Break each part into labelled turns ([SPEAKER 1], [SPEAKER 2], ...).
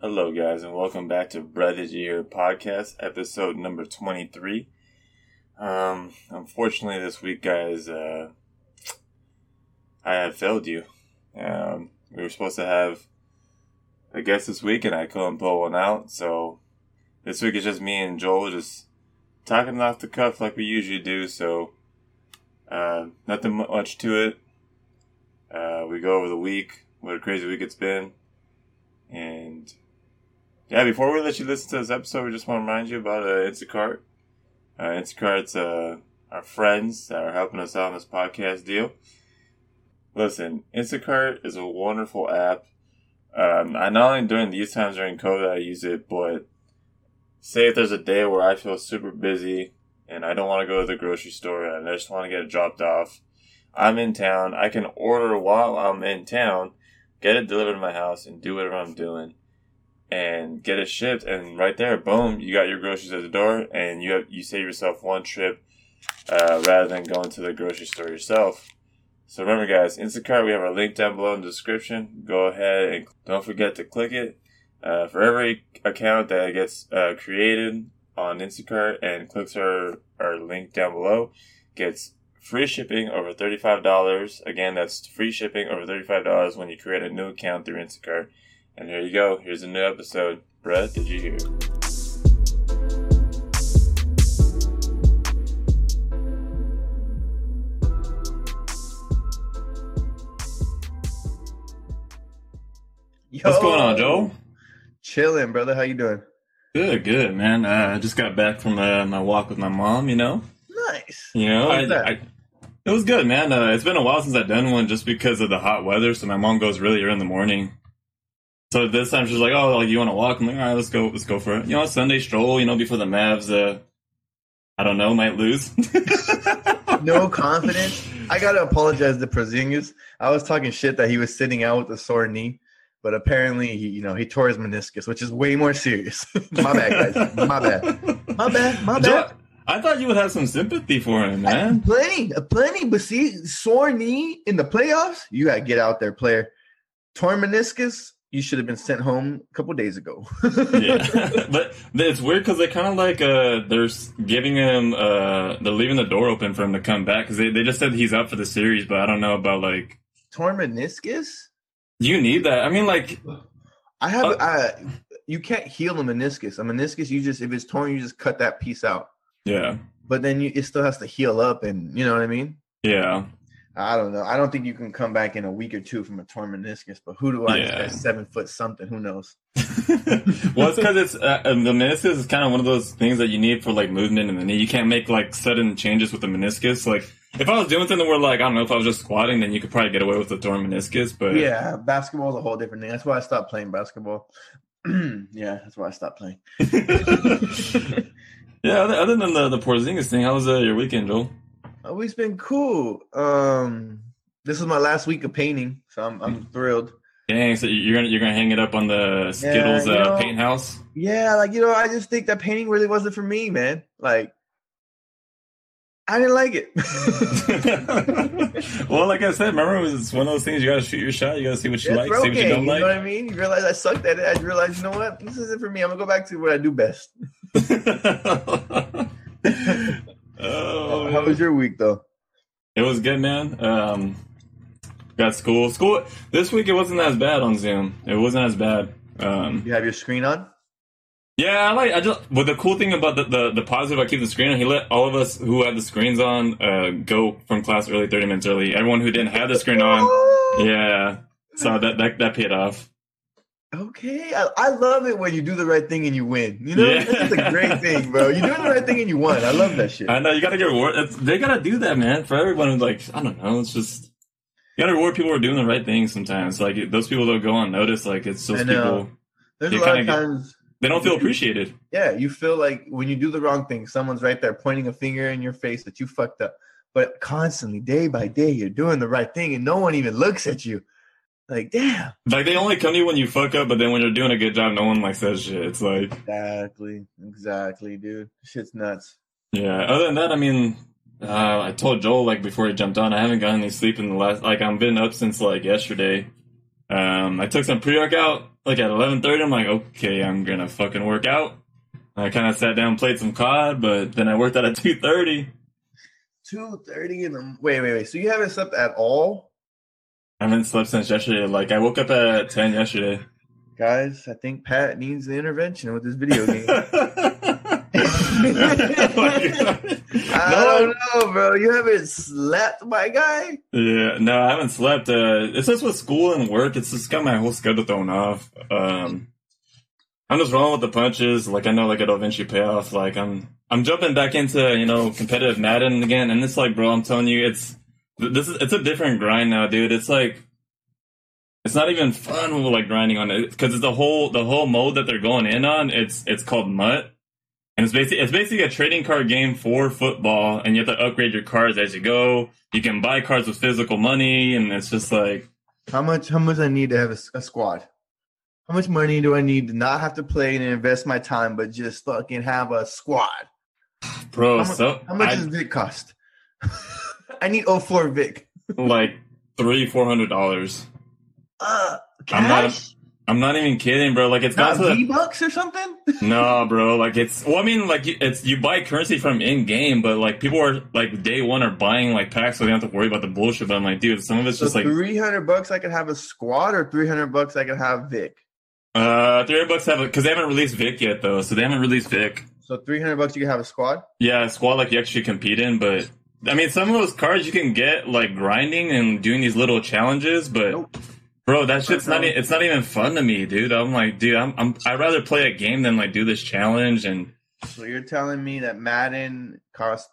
[SPEAKER 1] Hello, guys, and welcome back to Breaded Year Podcast, episode number 23. Um, unfortunately, this week, guys, uh, I have failed you. Um, we were supposed to have a guest this week, and I couldn't pull one out, so this week it's just me and Joel just talking off the cuff like we usually do, so uh, nothing mu- much to it. Uh, we go over the week, what a crazy week it's been. And yeah, before we let you listen to this episode, we just want to remind you about uh, Instacart. Uh, Instacart's uh, our friends that are helping us out on this podcast deal. Listen, Instacart is a wonderful app. Um, I not only during these times during COVID I use it, but say if there's a day where I feel super busy and I don't want to go to the grocery store and I just want to get it dropped off, I'm in town. I can order while I'm in town get it delivered to my house and do whatever I'm doing and get it shipped and right there boom you got your groceries at the door and you have you save yourself one trip uh, rather than going to the grocery store yourself so remember guys instacart we have our link down below in the description go ahead and don't forget to click it uh, for every account that gets uh, created on instacart and clicks our, our link down below gets free shipping over $35. Again, that's free shipping over $35 when you create a new account through Instacart. And here you go. Here's a new episode. Brett, did you hear? What's
[SPEAKER 2] Oh.
[SPEAKER 1] going on, Joel?
[SPEAKER 2] Chilling, brother. How you doing?
[SPEAKER 1] Good, good, man. Uh, I just got back from uh, my walk with my mom, you know?
[SPEAKER 2] Nice.
[SPEAKER 1] You know,
[SPEAKER 2] How was
[SPEAKER 1] I,
[SPEAKER 2] that?
[SPEAKER 1] I, it was good, man. Uh, it's been a while since I've done one just because of the hot weather. So my mom goes really early in the morning. So this time she's like, "Oh, like you want to walk?" I'm like, "All right, let's go, let's go for it." You know, a Sunday stroll. You know, before the Mavs, uh, I don't know, might lose.
[SPEAKER 2] No confidence. I gotta apologize to Porzingis. I was talking shit that he was sitting out with a sore knee, but apparently he, you know, he tore his meniscus, which is way more serious. my bad, guys. My bad. My bad. My
[SPEAKER 1] Joe,
[SPEAKER 2] bad.
[SPEAKER 1] I thought you would have some sympathy for him, man.
[SPEAKER 2] Plenty, plenty. But see, sore knee in the playoffs, you gotta get out there, player. Torn meniscus, you should have been sent home a couple days ago.
[SPEAKER 1] yeah, but it's weird because they kind of like uh, they're s- giving him uh, they're leaving the door open for him to come back because they they just said he's up for the series, but I don't know about like
[SPEAKER 2] Torn meniscus.
[SPEAKER 1] You need that. I mean, like,
[SPEAKER 2] I have.
[SPEAKER 1] Uh,
[SPEAKER 2] I, you can't heal a meniscus. A meniscus, you just if it's torn, you just cut that piece out.
[SPEAKER 1] yeah,
[SPEAKER 2] But then you, it still has to heal up, and you know what I mean.
[SPEAKER 1] yeah,
[SPEAKER 2] I don't know. I don't think you can come back in a week or two from a torn meniscus. But who do I?
[SPEAKER 1] Yeah.
[SPEAKER 2] That's Seven foot something. Who knows?
[SPEAKER 1] well, it's because it's uh, um, the meniscus is kind of one of those things that you need for like movement in the knee. You can't make like sudden changes with the meniscus. Like, if I was doing something where like I don't know if I was just squatting, then you could probably get away with the torn meniscus. But
[SPEAKER 2] Yeah, basketball's a whole different thing. That's why I stopped playing basketball. yeah, that's why I stopped playing.
[SPEAKER 1] yeah. Other, other than the the Porzingis thing, how was uh, your weekend, Joel?
[SPEAKER 2] Oh, we've been cool. Um, this is my last week of painting, so I'm I'm
[SPEAKER 1] Hmm.
[SPEAKER 2] thrilled.
[SPEAKER 1] Dang, so you're gonna you're gonna hang it up on the Skittles
[SPEAKER 2] you
[SPEAKER 1] uh,
[SPEAKER 2] know-
[SPEAKER 1] paint house?
[SPEAKER 2] Yeah, like you know, I just think that painting really wasn't for me, man. Like, I didn't like it.
[SPEAKER 1] Mm. well, like I said, remember it was one of those things you gotta shoot your shot. You gotta see what you
[SPEAKER 2] It's
[SPEAKER 1] like, see what you
[SPEAKER 2] broken,
[SPEAKER 1] don't
[SPEAKER 2] you
[SPEAKER 1] like.
[SPEAKER 2] know what I mean? You realize I sucked at it. I realized, you know what? This isn't for me. I'm gonna go back to what I do best.
[SPEAKER 1] oh,
[SPEAKER 2] How was your week, though?
[SPEAKER 1] it was good, man. Um, got school. School this week. It wasn't as bad on Zoom. It wasn't as bad. Um,
[SPEAKER 2] You have your screen on?
[SPEAKER 1] yeah, I like. I just. But the cool thing about the the, the positive, I keep the screen on. He let all of us who had the screens on uh, go from class early, thirty minutes early. Everyone who didn't have the screen on,
[SPEAKER 2] Oh,
[SPEAKER 1] yeah. So that that that paid off.
[SPEAKER 2] Okay, I, I love it when you do the right thing and you win. You know,
[SPEAKER 1] Yeah.
[SPEAKER 2] that's a great thing, bro. You're doing the right thing and you won. I love that shit.
[SPEAKER 1] I know you got to get reward. It's, they got to do that, man. For everyone who's like, I don't know, it's just you got to reward people who are doing the right thing. Sometimes, like it- those people don't go unnoticed. Like it's those
[SPEAKER 2] I know.
[SPEAKER 1] people
[SPEAKER 2] There's
[SPEAKER 1] you
[SPEAKER 2] a lot
[SPEAKER 1] kinda
[SPEAKER 2] of
[SPEAKER 1] get-
[SPEAKER 2] times,
[SPEAKER 1] they don't feel appreciated.
[SPEAKER 2] yeah, you feel like when you do the wrong thing, someone's right there pointing a finger in your face that you fucked up. But constantly, day by day, you're doing the right thing and no one even looks at you. Like, damn.
[SPEAKER 1] Like they only come to you when you fuck up, but then when you're doing a good job, no one like says shit. It's like,
[SPEAKER 2] Exactly. Exactly, dude. Shit's nuts.
[SPEAKER 1] yeah. Other than that, I mean, uh, I told Joel like before he jumped on, I haven't gotten any sleep in the last. Like I've been up since like yesterday. Um, I took some pre workout like at 11:30, I'm like, okay, I'm gonna fucking work out. I kind of sat down, played some COD, but then I worked out at 2:30.
[SPEAKER 2] Two thirty in the wait, wait, wait. So you haven't slept at all,
[SPEAKER 1] I haven't slept since yesterday. Like I woke up at 10 yesterday.
[SPEAKER 2] guys? I think Pat needs the intervention with this video game. I
[SPEAKER 1] no,
[SPEAKER 2] don't know, bro. You haven't slept, my guy.
[SPEAKER 1] yeah, no, I haven't slept. Uh, it's just with school and work. It's just got my whole schedule thrown off. Um, I'm just rolling with the punches. Like I know, like it'll eventually pay off. Like I'm, I'm jumping back into you know competitive Madden again, and it's like, bro, I'm telling you, it's th- this is it's a different grind now, dude. It's like. It's not even fun like grinding on it because it's the whole the whole mode that they're going in on. It's it's called Mutt, And it's basically it's basically a trading card game for football, and you have to upgrade your cards as you go. You can buy cards with physical money, and it's just like
[SPEAKER 2] How much? How much I need to have a, s- a squad? How much money do I need to not have to play and invest my time, but just fucking have a squad?
[SPEAKER 1] bro,
[SPEAKER 2] How mu-
[SPEAKER 1] so
[SPEAKER 2] How much
[SPEAKER 1] I-
[SPEAKER 2] does Vic cost? I need 04 Vic.
[SPEAKER 1] like three four hundred dollars.
[SPEAKER 2] Uh,
[SPEAKER 1] I'm not-
[SPEAKER 2] cash?
[SPEAKER 1] I'm not even kidding, bro. Like it's
[SPEAKER 2] Not
[SPEAKER 1] got to
[SPEAKER 2] V bucks or something?
[SPEAKER 1] no, bro. Like it's well, I mean, like you- it's you buy currency from in game, but like people are like day one are buying like packs, so they don't have to worry about the bullshit. But I'm like, dude, some of it's
[SPEAKER 2] So
[SPEAKER 1] just like
[SPEAKER 2] 300 bucks I could have a squad, or 300 bucks I could have Vic.
[SPEAKER 1] Uh, three hundred bucks have because they haven't released Vic yet though, so they haven't released Vic.
[SPEAKER 2] So 300 bucks you could have a squad.
[SPEAKER 1] Yeah, squad like you actually compete in, but I mean, some of those cards you can get like grinding and doing these little challenges, but
[SPEAKER 2] Nope.
[SPEAKER 1] bro, that shit's not e- it's not even fun to me, dude. I'm like, dude, I'm, I'm I'd rather play a game than like do this challenge and
[SPEAKER 2] So you're telling me that Madden costs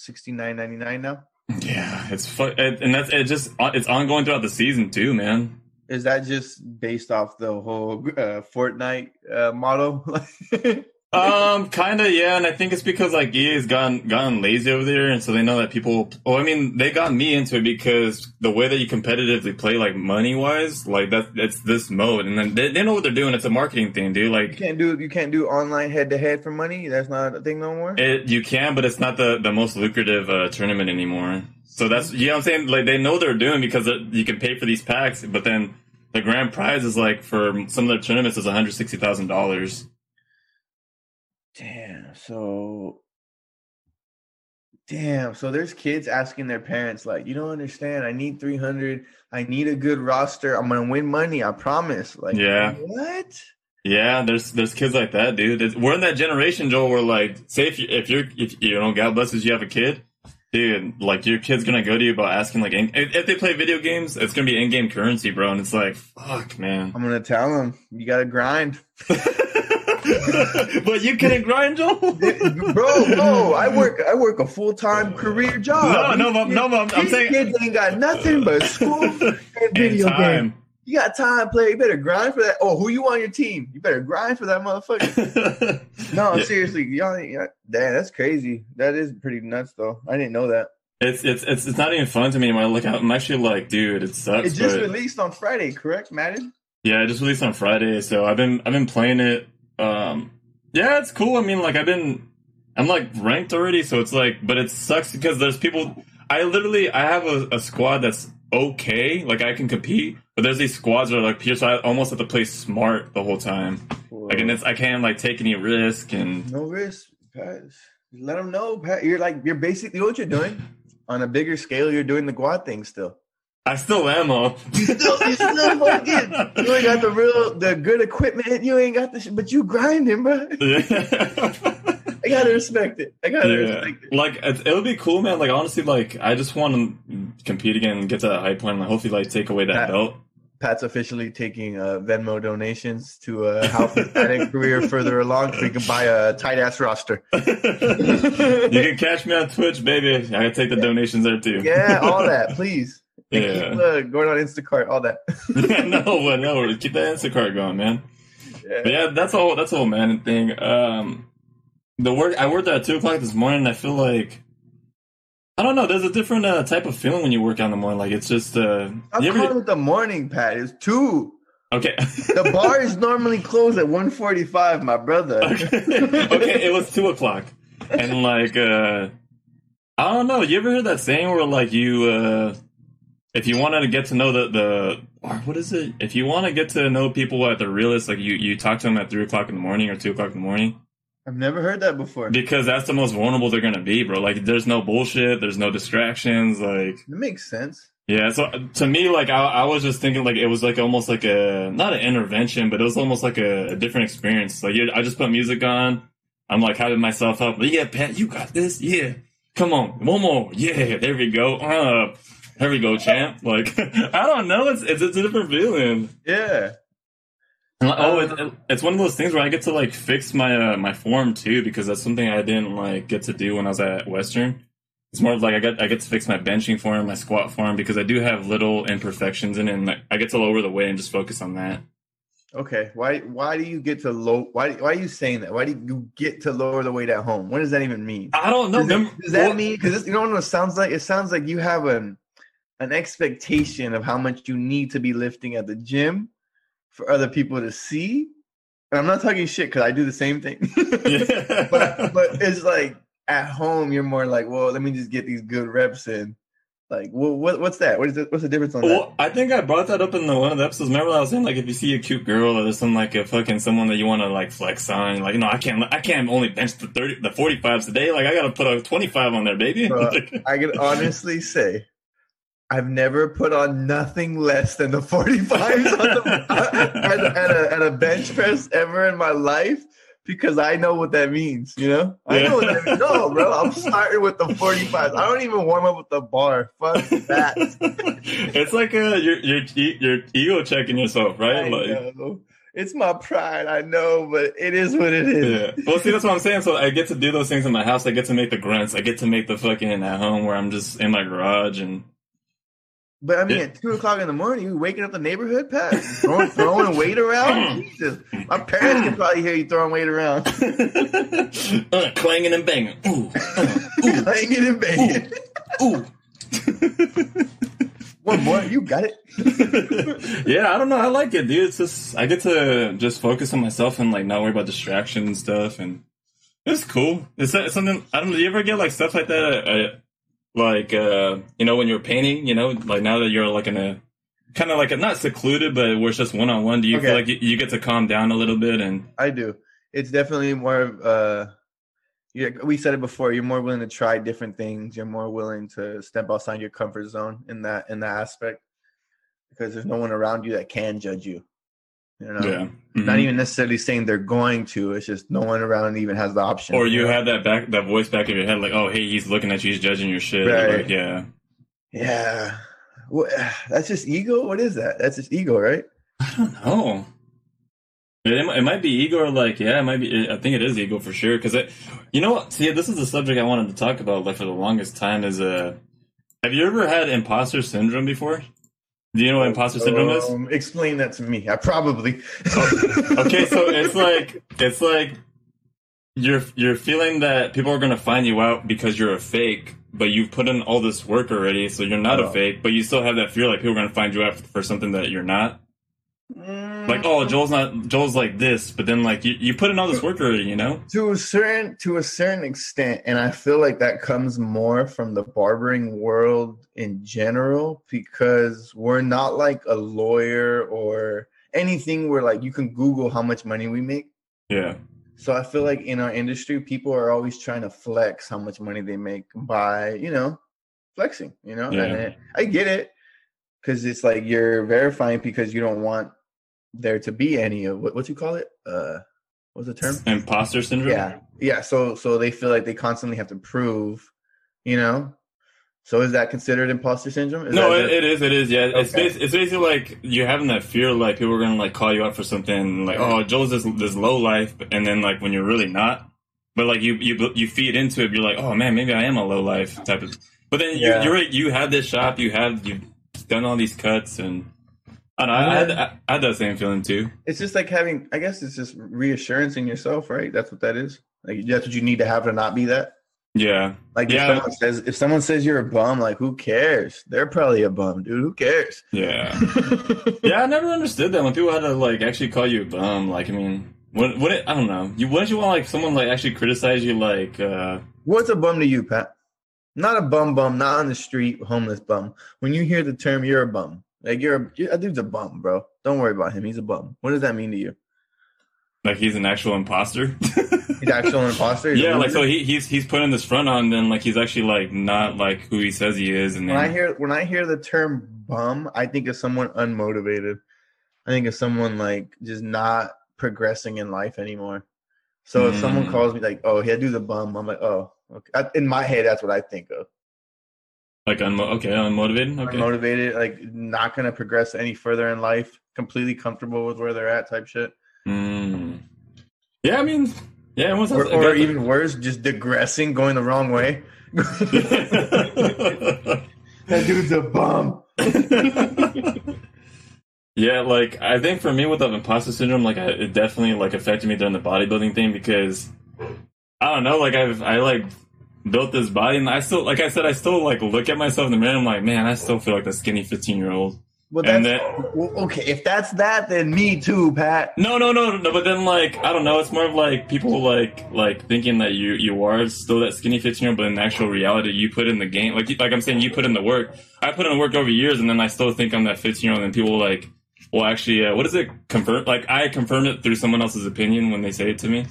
[SPEAKER 2] 369.99 now?
[SPEAKER 1] yeah, it's fu- and and that's it. Just uh, it's ongoing throughout the season too, man.
[SPEAKER 2] Is that just based off the whole uh, Fortnite uh, model?
[SPEAKER 1] Um, kind of, yeah, and I think it's because like EA's gotten gotten lazy over there, and so they know that people. Well, I mean, they got me into it because the way that you competitively play, like money wise, like that that's this mode, and then they, they know what they're doing. It's a marketing thing, dude.
[SPEAKER 2] you
[SPEAKER 1] Like
[SPEAKER 2] can't do you can't do online head to head for money. That's not a thing no more.
[SPEAKER 1] it, you can, but it's not the the most lucrative uh, tournament anymore. So that's you know what I'm saying. Like they know they're doing because they're- you can pay for these packs, but then the grand prize is like for some of their tournaments is one hundred sixty thousand dollars.
[SPEAKER 2] Damn. So. Damn. So there's kids asking their parents, like, you don't understand. I need 300. I need a good roster. I'm gonna win money. I promise. Like,
[SPEAKER 1] Yeah.
[SPEAKER 2] What?
[SPEAKER 1] Yeah, there's there's kids like that, dude. It's, we're in that generation, Joel. Where like, say if you if you're if you know, God blesses, you have a kid, dude. Like your kid's gonna go to you about asking like, in, if, if they play video games, it's gonna be in-game currency, bro. And it's like, fuck, man.
[SPEAKER 2] I'm gonna tell them you gotta grind,
[SPEAKER 1] but you couldn't grind, Joel.
[SPEAKER 2] bro. Bro, I work. I work a full time career
[SPEAKER 1] No,
[SPEAKER 2] job.
[SPEAKER 1] no, but, no, but I'm, I'm
[SPEAKER 2] These
[SPEAKER 1] saying
[SPEAKER 2] kids ain't got nothing but school and
[SPEAKER 1] in
[SPEAKER 2] video games.
[SPEAKER 1] time.
[SPEAKER 2] You got time, player. You better grind for that. Oh, who you on your team? You better grind for that motherfucker. No,
[SPEAKER 1] Yeah.
[SPEAKER 2] seriously, y'all, ain't- y'all. Damn, that's crazy. That is pretty nuts, though. I didn't know that.
[SPEAKER 1] It's it's it's it's not even fun to me anymore. Like I'm actually like, dude, it sucks.
[SPEAKER 2] It just
[SPEAKER 1] but-
[SPEAKER 2] released on Friday, correct, Madden?
[SPEAKER 1] Yeah, it just released on Friday, so I've been I've been playing it. Um, yeah, it's cool. I mean, like I've been I'm like ranked already, so it's like, but it sucks because there's people. I literally I have a, a squad that's okay, like I can compete, but there's these squads that are like pure, so I almost have to play smart the whole time. Like, and it's I can't like take any risk, and
[SPEAKER 2] no risk, Pat. Let them know, Pat. You're like you're basically what you're doing on a bigger scale. You're doing the quad thing still.
[SPEAKER 1] I still am. though.
[SPEAKER 2] Still, you still fucking. You ain't got the real, the good equipment. You ain't got the, sh- but you grinding, bro.
[SPEAKER 1] Yeah.
[SPEAKER 2] I gotta respect it. I gotta
[SPEAKER 1] Yeah.
[SPEAKER 2] respect it.
[SPEAKER 1] Like it, it would be cool, man. Like honestly, like I just want to compete again and get to that high point. And hopefully, like take away that
[SPEAKER 2] That-
[SPEAKER 1] belt.
[SPEAKER 2] Pat's officially taking uh, Venmo donations to uh, help his Madden career further along, so he can buy a tight ass roster.
[SPEAKER 1] you can catch me on Twitch, baby. I can take the donations there too.
[SPEAKER 2] Yeah, all that, please. And
[SPEAKER 1] Yeah.
[SPEAKER 2] Keep uh, going on Instacart, all that.
[SPEAKER 1] no, but no, keep that Instacart going, man. But
[SPEAKER 2] Yeah.
[SPEAKER 1] yeah, that's all. That's the whole man thing. Um, the work I worked at two o'clock this morning. and I feel like I don't know. There's a different uh, type of feeling when you work out in the morning. Like it's just uh,
[SPEAKER 2] I'm
[SPEAKER 1] you ever-
[SPEAKER 2] calling it the morning, Pat. It's two.
[SPEAKER 1] okay.
[SPEAKER 2] The bar is normally closed at 1:45, my brother.
[SPEAKER 1] okay, Okay, it was two o'clock, and like uh, I don't know. You ever heard that saying where like you, uh, if you wanted to get to know the the or what is it? If you want to get to know people at the realest, like you, you talk to them at three o'clock in the morning or two o'clock in the morning,
[SPEAKER 2] I've never heard that before. That
[SPEAKER 1] because that's the most vulnerable they're gonna be, bro. Like, there's no bullshit, there's no distractions, like.
[SPEAKER 2] makes sense.
[SPEAKER 1] Yeah, so to me, like I, I was just thinking, like it was like almost like a not an intervention, but it was almost like a, a different experience. Like you I just put music on, I'm like hyping myself up. Like, yeah, Pat, you got this. Yeah, come on, one more. Yeah, there we go. Uh, there we go, champ. Like I don't know, it's it's, it's a different feeling.
[SPEAKER 2] Yeah.
[SPEAKER 1] And, like, oh, it, it's one of those things where I get to like fix my uh, my form too because that's something I didn't like get to do when I was at Western. It's more of like I get I get to fix my benching form, my squat form because I do have little imperfections in it. And like, I get to lower the weight and just focus on that.
[SPEAKER 2] Okay. Why why do you get to low why why are you saying that? Why do you get to lower the weight at home? What does that even mean?
[SPEAKER 1] I don't know.
[SPEAKER 2] does, that-
[SPEAKER 1] remember-
[SPEAKER 2] does that
[SPEAKER 1] well,
[SPEAKER 2] mean because you know what it sounds like? It sounds like you have an an expectation of how much you need to be lifting at the gym for other people to see. And I'm not talking shit because I do the same thing.
[SPEAKER 1] Yeah.
[SPEAKER 2] but but it's like at home you're more like, well, let me just get these good reps in. Like, well, what what's that? What is the, what's the difference on that?
[SPEAKER 1] Well, I think I brought that up in the one of the episodes. Remember, I was saying like if you see a cute girl or there's some like a fucking someone that you want to like flex on, like no, I can't, I can't only bench the thirty, the forty fives today. Like I gotta put a twenty five on there, baby.
[SPEAKER 2] Bro,
[SPEAKER 1] Like-
[SPEAKER 2] I can honestly say I've never put on nothing less than the 45s on the, at, a- at a, at a bench press ever in my life because I know what that means, you know? I know what that means. No, bro, I'm starting with the 45s. I don't even warm up with the bar. Fuck that.
[SPEAKER 1] it's like uh, you're you're e- you're ego checking yourself, right?
[SPEAKER 2] I
[SPEAKER 1] like,
[SPEAKER 2] know. It's my pride, I know, but it is what it is.
[SPEAKER 1] yeah. Well, see, that's what I'm saying. So I get to do those things in my house. I get to make the grunts. I get to make the fucking at home where I'm just in my garage and
[SPEAKER 2] But I mean,
[SPEAKER 1] Yeah.
[SPEAKER 2] at two o'clock in the morning, you waking up the neighborhood, Pat, throwing, throwing weight around. Jesus, my parents can probably hear you throwing weight around,
[SPEAKER 1] uh, clanging and banging. Ooh,
[SPEAKER 2] clanging and banging.
[SPEAKER 1] uh, ooh.
[SPEAKER 2] One more, you got it.
[SPEAKER 1] yeah, I don't know. I like it, dude. It's just I get to just focus on myself and like not worry about distractions and stuff, and it's cool. It's that something I don't. know, Do you ever get like stuff like that? Uh, like uh, you know, when you're painting, you know, like now that you're like in a kind of like a, not secluded, but where it's just one on one. Do you
[SPEAKER 2] Okay.
[SPEAKER 1] feel like you, you get to calm down a little bit and
[SPEAKER 2] I do. It's definitely more. of, Uh, yeah, we said it before. You're more willing to try different things. You're more willing to step outside your comfort zone in that in that aspect because there's no one around you that can judge you. You know,
[SPEAKER 1] yeah? Mhm.
[SPEAKER 2] not even necessarily saying they're going to. It's just no one around even has the option.
[SPEAKER 1] Or you
[SPEAKER 2] know?
[SPEAKER 1] have that back, that voice back in your head, like, "Oh, hey, he's looking at you, he's judging your shit."
[SPEAKER 2] Right.
[SPEAKER 1] Like, yeah,
[SPEAKER 2] Yeah. Wha- That's just ego? What is that? That's just ego, right?
[SPEAKER 1] Oh. It, it might be ego or like, yeah, it might be. I think it is ego for sure. Because, you know what? See, this is the subject I wanted to talk about like for the longest time is uh, have you ever had imposter syndrome before? Do you
[SPEAKER 2] Oh,
[SPEAKER 1] know what Oh, imposter syndrome is?
[SPEAKER 2] Um, explain that to me. I probably.
[SPEAKER 1] okay, so it's like it's like you're you're feeling that people are gonna find you out because you're a fake, but you've put in all this work already, so you're not
[SPEAKER 2] Oh.
[SPEAKER 1] a fake, but you still have that fear like people are gonna find you out for something that you're not. Like, oh, Joel's not Joel's like this, but then like you, you put in all this work already, you know?
[SPEAKER 2] to a certain to a certain extent and i feel like that comes more from the barbering world in general because we're not like a lawyer or anything where like you can google how much money we make
[SPEAKER 1] Yeah.
[SPEAKER 2] so i feel like in our industry people are always trying to flex how much money they make by you know flexing you know
[SPEAKER 1] Yeah.
[SPEAKER 2] and i get it because it's like you're verifying because you don't want there to be any of what, what you call it uh what's the term
[SPEAKER 1] Imposter syndrome.
[SPEAKER 2] yeah yeah so so they feel like they constantly have to prove you know so is that considered imposter syndrome is
[SPEAKER 1] no,
[SPEAKER 2] that
[SPEAKER 1] it, it is. It is. Yeah, it's
[SPEAKER 2] Okay.
[SPEAKER 1] bas- it's basically like you're having that fear, like people are gonna like call you out for something, like oh, Joel's this this low life, and then like when you're really not, but like you you you feed into it, you're like, oh man, maybe I am a low life type of. But then
[SPEAKER 2] Yeah.
[SPEAKER 1] you you're, right, you have this shop, you have you've done all these cuts, and I don't know, I, had, I, I had that same feeling too.
[SPEAKER 2] it's just like having i guess it's just reassurance in yourself right that's what that is like that's what you need to have to not be that
[SPEAKER 1] Yeah,
[SPEAKER 2] like if
[SPEAKER 1] Yeah.
[SPEAKER 2] someone says if someone says you're a bum like who cares they're probably a bum dude who cares
[SPEAKER 1] yeah, yeah. I never understood that when people had to like actually call you a bum. Like, I mean, what what it, I don't know. You wouldn't you want like someone like actually criticize you like. uh
[SPEAKER 2] what's a bum to you pat not a bum bum not on the street homeless bum when you hear the term you're a bum Like you're a, that dude's a bum, bro. Don't worry about him. He's a bum. What does that mean to you?
[SPEAKER 1] Like he's an actual imposter.
[SPEAKER 2] He's actual imposter. He's a
[SPEAKER 1] yeah, like so
[SPEAKER 2] loser?
[SPEAKER 1] he, he's he's putting this front on, then like he's actually like not like who he says he is, and
[SPEAKER 2] When
[SPEAKER 1] then
[SPEAKER 2] I hear when I hear the term bum, I think of someone unmotivated. I think of someone like just not progressing in life anymore. So if someone
[SPEAKER 1] Mm.
[SPEAKER 2] calls me like, "Oh, yeah, do the bum," I'm like, "Oh, okay." I- In my head, that's what I think of.
[SPEAKER 1] like unmo- okay, unmotivated. Okay,
[SPEAKER 2] Unmotivated, like not gonna progress any further in life. Completely comfortable with where they're at, type shit.
[SPEAKER 1] Mm. Yeah, I mean, yeah, everyone
[SPEAKER 2] Or,
[SPEAKER 1] sounds
[SPEAKER 2] or even worse, just digressing, going the wrong way. That dude's a bum.
[SPEAKER 1] yeah, like I think for me with the imposter syndrome, like I, it definitely like affected me during the bodybuilding thing because I don't know, like I've I like built this body and I still like I said I still like look at myself in the mirror. and I'm like, man, I still feel like the skinny 15 year old.
[SPEAKER 2] Well, that's
[SPEAKER 1] And
[SPEAKER 2] well, okay. If that's that, then me too, Pat.
[SPEAKER 1] No, no, no, no. But then, like, I don't know. It's more of like people like like thinking that you you are still that skinny fifteen year old, but in actual reality, you put in the game. Like, you- like I'm saying, you put in the work. I put in the work over years, and then I still think I'm that fifteen year old. And people like, well, actually, uh, what is it? Confirm? Like, I confirm it through someone else's opinion when they say it to me.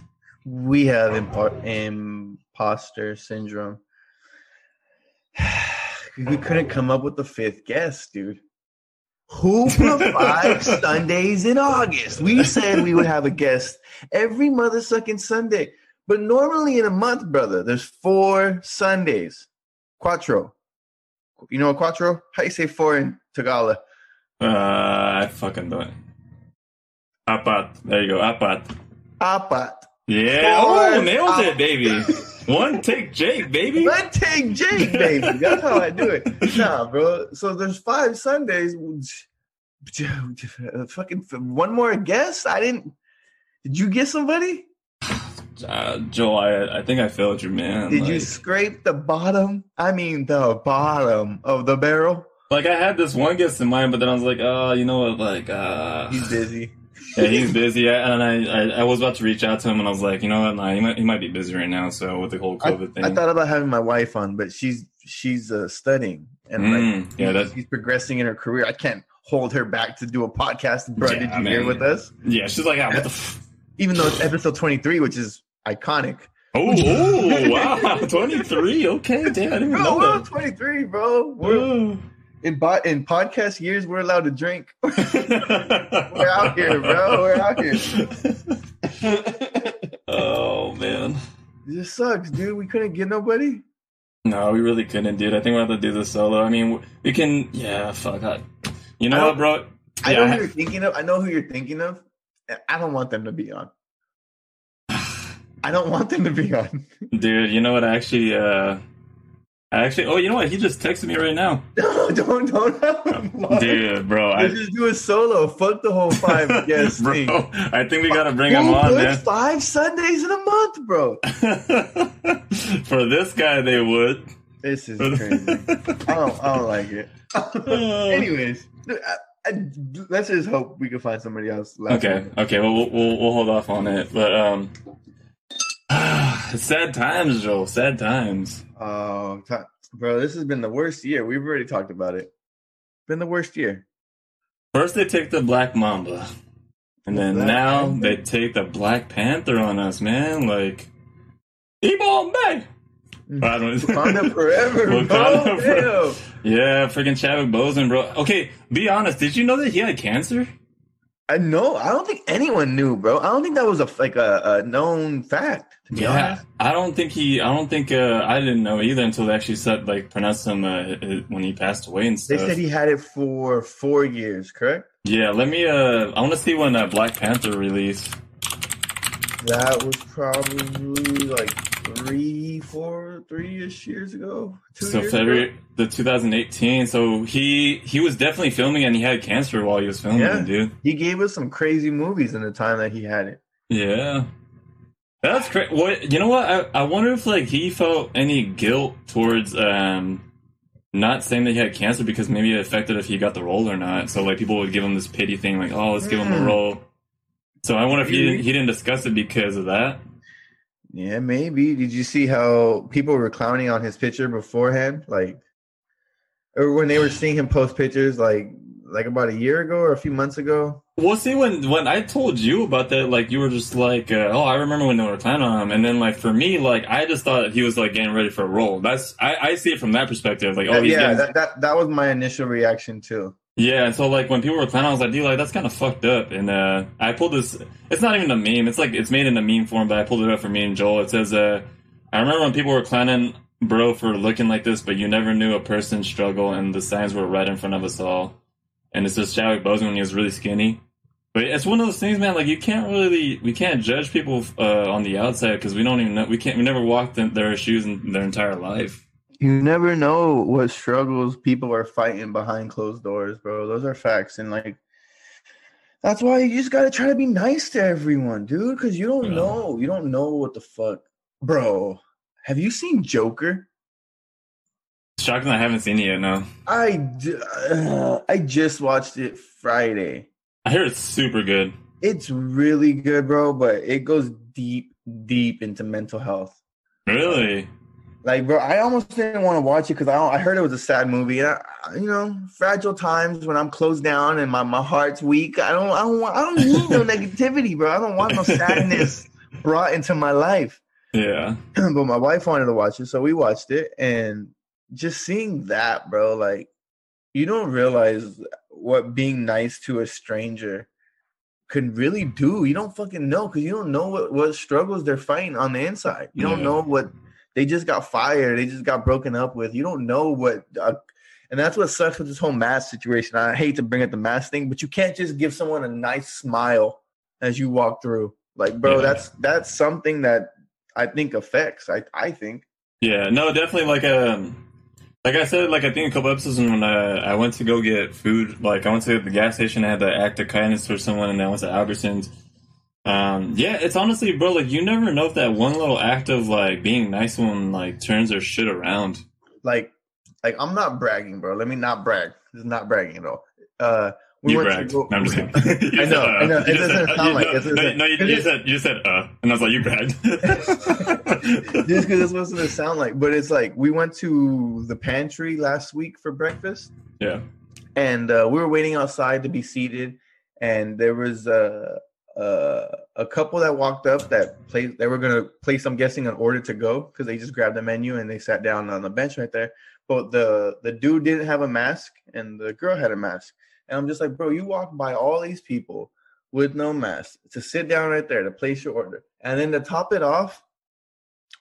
[SPEAKER 2] We have impo- imposter syndrome. we couldn't come up with the fifth guest, dude. Who for five Sundays in August? We said we would have a guest every mother sucking Sunday. But normally in a month, brother, there's four Sundays. Quattro. You know what quattro? How you say four in Tagalog?
[SPEAKER 1] Uh, I fucking don't. Apat. There you go. Apat.
[SPEAKER 2] Apat.
[SPEAKER 1] Yeah.
[SPEAKER 2] Four.
[SPEAKER 1] Oh, nailed it, baby. One take, Jake, baby.
[SPEAKER 2] Let take Jake, baby. That's how I do it. Nah, bro. So there's five Sundays. Fucking one more guest. I didn't. Did you get somebody?
[SPEAKER 1] Uh, Joel, I, I think I failed you, man.
[SPEAKER 2] Did you
[SPEAKER 1] Like-
[SPEAKER 2] scrape the bottom? I mean, the bottom of the barrel.
[SPEAKER 1] Like I had this one guest in mind, but then I was like, oh, you know what? Like, uh,
[SPEAKER 2] He's busy.
[SPEAKER 1] yeah, he's busy. I, and I, I, I was about to reach out to him, and I was like, you know what? Nah, he might, he might be busy right now. So with the whole
[SPEAKER 2] I,
[SPEAKER 1] COVID thing,
[SPEAKER 2] I thought about having my wife on, but she's she's uh, studying and like
[SPEAKER 1] Mm, yeah, that,
[SPEAKER 2] she's progressing in her career. I can't hold her back to do a podcast. Bro,
[SPEAKER 1] Yeah,
[SPEAKER 2] did you
[SPEAKER 1] man.
[SPEAKER 2] hear with us?
[SPEAKER 1] yeah. She's like, ah, what the? F-?
[SPEAKER 2] Even though it's episode twenty three, which is iconic.
[SPEAKER 1] Oh, oh, wow, twenty three. Okay, damn, I didn't even
[SPEAKER 2] Bro,
[SPEAKER 1] know
[SPEAKER 2] we're
[SPEAKER 1] that.
[SPEAKER 2] 23, bro. We're
[SPEAKER 1] Whoa.
[SPEAKER 2] in bo- in podcast years. We're allowed to drink. We're out here, bro. We're out
[SPEAKER 1] here. oh man.
[SPEAKER 2] This sucks, dude. We couldn't get nobody.
[SPEAKER 1] No, we really couldn't, dude. I think we will have to do this solo. I mean, we- we can. Yeah, fuck. I, you
[SPEAKER 2] I
[SPEAKER 1] know what, bro?
[SPEAKER 2] I
[SPEAKER 1] Yeah,
[SPEAKER 2] know
[SPEAKER 1] I
[SPEAKER 2] who
[SPEAKER 1] ha-
[SPEAKER 2] you're thinking of. I know who you're thinking of. and I don't want them to be on. I don't want them to be on.
[SPEAKER 1] Dude, you know what? I actually, uh, I actually. Oh, you know what? He just texted me right now.
[SPEAKER 2] No, don't don't have them on.
[SPEAKER 1] Dude, bro,
[SPEAKER 2] Let's
[SPEAKER 1] I,
[SPEAKER 2] just do a solo. Fuck the whole five guest
[SPEAKER 1] bro,
[SPEAKER 2] thing.
[SPEAKER 1] I think we gotta bring
[SPEAKER 2] Who
[SPEAKER 1] him on,
[SPEAKER 2] puts
[SPEAKER 1] man.
[SPEAKER 2] Five Sundays in a month, bro.
[SPEAKER 1] For this guy, they would.
[SPEAKER 2] This is crazy. I don't, I don't like it.
[SPEAKER 1] Uh,
[SPEAKER 2] Anyways, I, I, let's just hope we can find somebody else. left.
[SPEAKER 1] okay, okay. Well, we'll we'll we'll hold off on it, but um, sad times, Joel. Sad times.
[SPEAKER 2] Oh, ti- bro, this has been the worst year. We've already talked about it. Been the worst year.
[SPEAKER 1] First, they take the Black Mamba, and then
[SPEAKER 2] Black
[SPEAKER 1] now
[SPEAKER 2] Panther?
[SPEAKER 1] they take the Black Panther on us, man. Like, Ebon Bay.
[SPEAKER 2] Mm.
[SPEAKER 1] I don't-
[SPEAKER 2] Wakanda forever, bro.
[SPEAKER 1] Wakanda forever.
[SPEAKER 2] Damn.
[SPEAKER 1] Yeah, freaking Chadwick Boseman, bro. Okay, be honest. Did you know that he had cancer?
[SPEAKER 2] I know. I don't think anyone knew, bro. I don't think that was a like a, a known fact. To be honest,
[SPEAKER 1] I don't think he. I don't think uh, I didn't know either until they actually said like pronounced him uh, uh, when he passed away and
[SPEAKER 2] they
[SPEAKER 1] stuff.
[SPEAKER 2] said he had it for four years. Correct.
[SPEAKER 1] yeah, let me. Uh, I want to see when uh, Black Panther release.
[SPEAKER 2] That was probably like three, four, three-ish years ago. Two
[SPEAKER 1] So
[SPEAKER 2] years
[SPEAKER 1] February
[SPEAKER 2] ago?
[SPEAKER 1] the 2018. So he he was definitely filming and he had cancer while he was filming,
[SPEAKER 2] Yeah.
[SPEAKER 1] dude.
[SPEAKER 2] He gave us some crazy movies in the time that he had it.
[SPEAKER 1] Yeah. That's crazy. What you know? What I, I wonder if like he felt any guilt towards um not saying that he had cancer because maybe it affected if he got the role or not. So like people would give him this pity thing, like oh let's give him the
[SPEAKER 2] Hmm.
[SPEAKER 1] role. So I wonder if he didn't, he didn't discuss it because of that.
[SPEAKER 2] Yeah, maybe. Did you see how people were clowning on his picture beforehand? Like, or when they were seeing him post pictures, like, like about a year ago or a few months ago.
[SPEAKER 1] Well, see, when when I told you about that, like you were just like, uh, "Oh, I remember when they were planning on him." And then, like for me, like I just thought he was like getting ready for a role. That's I, I see it from that perspective. Like, oh, he's
[SPEAKER 2] yeah,
[SPEAKER 1] getting-
[SPEAKER 2] that, that that was my initial reaction too.
[SPEAKER 1] yeah. And so, like when people were planning, I was like, "Dude, like that's kind of fucked up." And uh, I pulled this. It's not even a meme. It's like it's made in a meme form, but I pulled it up for me and Joel. It says, "Uh, I remember when people were clowning bro for looking like this, but you never knew a person's struggle, and the signs were right in front of us all." And it's just Chadwick Boseman when he was really skinny. But it's one of those things, man. Like you can't really, we can't judge people uh, on the outside because we don't even know. We can't. We never walked in their shoes in their entire life.
[SPEAKER 2] You never know what struggles people are fighting behind closed doors, bro. Those are facts, and like that's why you just gotta try to be nice to everyone, dude. Because you don't
[SPEAKER 1] Yeah.
[SPEAKER 2] know, you don't know what the fuck, bro. Have you seen Joker?
[SPEAKER 1] Shocking, I haven't seen it yet. No,
[SPEAKER 2] I d- uh, I just watched it Friday.
[SPEAKER 1] I hear it's super good.
[SPEAKER 2] It's really good, bro, but it goes deep, deep into mental health.
[SPEAKER 1] Really?
[SPEAKER 2] Like, bro, I almost didn't want to watch it because I, I heard it was a sad movie. And I, I- you know, fragile times when I'm closed down and my, my heart's weak. I don't, I don't want, I don't need no negativity, bro. I don't want no sadness brought into my life.
[SPEAKER 1] Yeah.
[SPEAKER 2] but my wife wanted to watch it, so we watched it. And just seeing that, bro, like you don't realize what being nice to a stranger can really do. You don't fucking know because you don't know what, what struggles they're fighting on the inside. You don't
[SPEAKER 1] Yeah.
[SPEAKER 2] know what they just got fired, they just got broken up with. You don't know what. Uh, and that's what sucks with this whole mask situation. I hate to bring up the mask thing, but you can't just give someone a nice smile as you walk through. Like, bro,
[SPEAKER 1] Yeah.
[SPEAKER 2] that's that's something that I think affects. I I think.
[SPEAKER 1] Yeah, no, definitely. Like um, like I said, like I think a couple episodes when uh, I went to go get food, like I went to the gas station, I had to act of kindness for someone, and I went to Albertsons. Um, yeah, it's honestly, bro, like you never know if that one little act of like being nice when like turns their shit around.
[SPEAKER 2] Like like I'm not bragging, bro. Let me not brag. This is not bragging at all. Uh
[SPEAKER 1] you
[SPEAKER 2] went to
[SPEAKER 1] bragged.
[SPEAKER 2] go-
[SPEAKER 1] No, I'm just kidding.
[SPEAKER 2] I know, I know. It doesn't sound like it.
[SPEAKER 1] it.
[SPEAKER 2] It doesn't-
[SPEAKER 1] No, you, you said you said uh, and I was like, you bragged.
[SPEAKER 2] Just because this wasn't to sound like, but it's like we went to the pantry last week for breakfast,
[SPEAKER 1] yeah.
[SPEAKER 2] and uh, we were waiting outside to be seated, and there was a uh, a couple that walked up that placed they were gonna place, I'm guessing, an order to go because they just grabbed the menu and they sat down on the bench right there. But the the dude didn't have a mask and the girl had a mask, and I'm just like, bro, you walk by all these people with no mask to sit down right there to place your order, and then to top it off,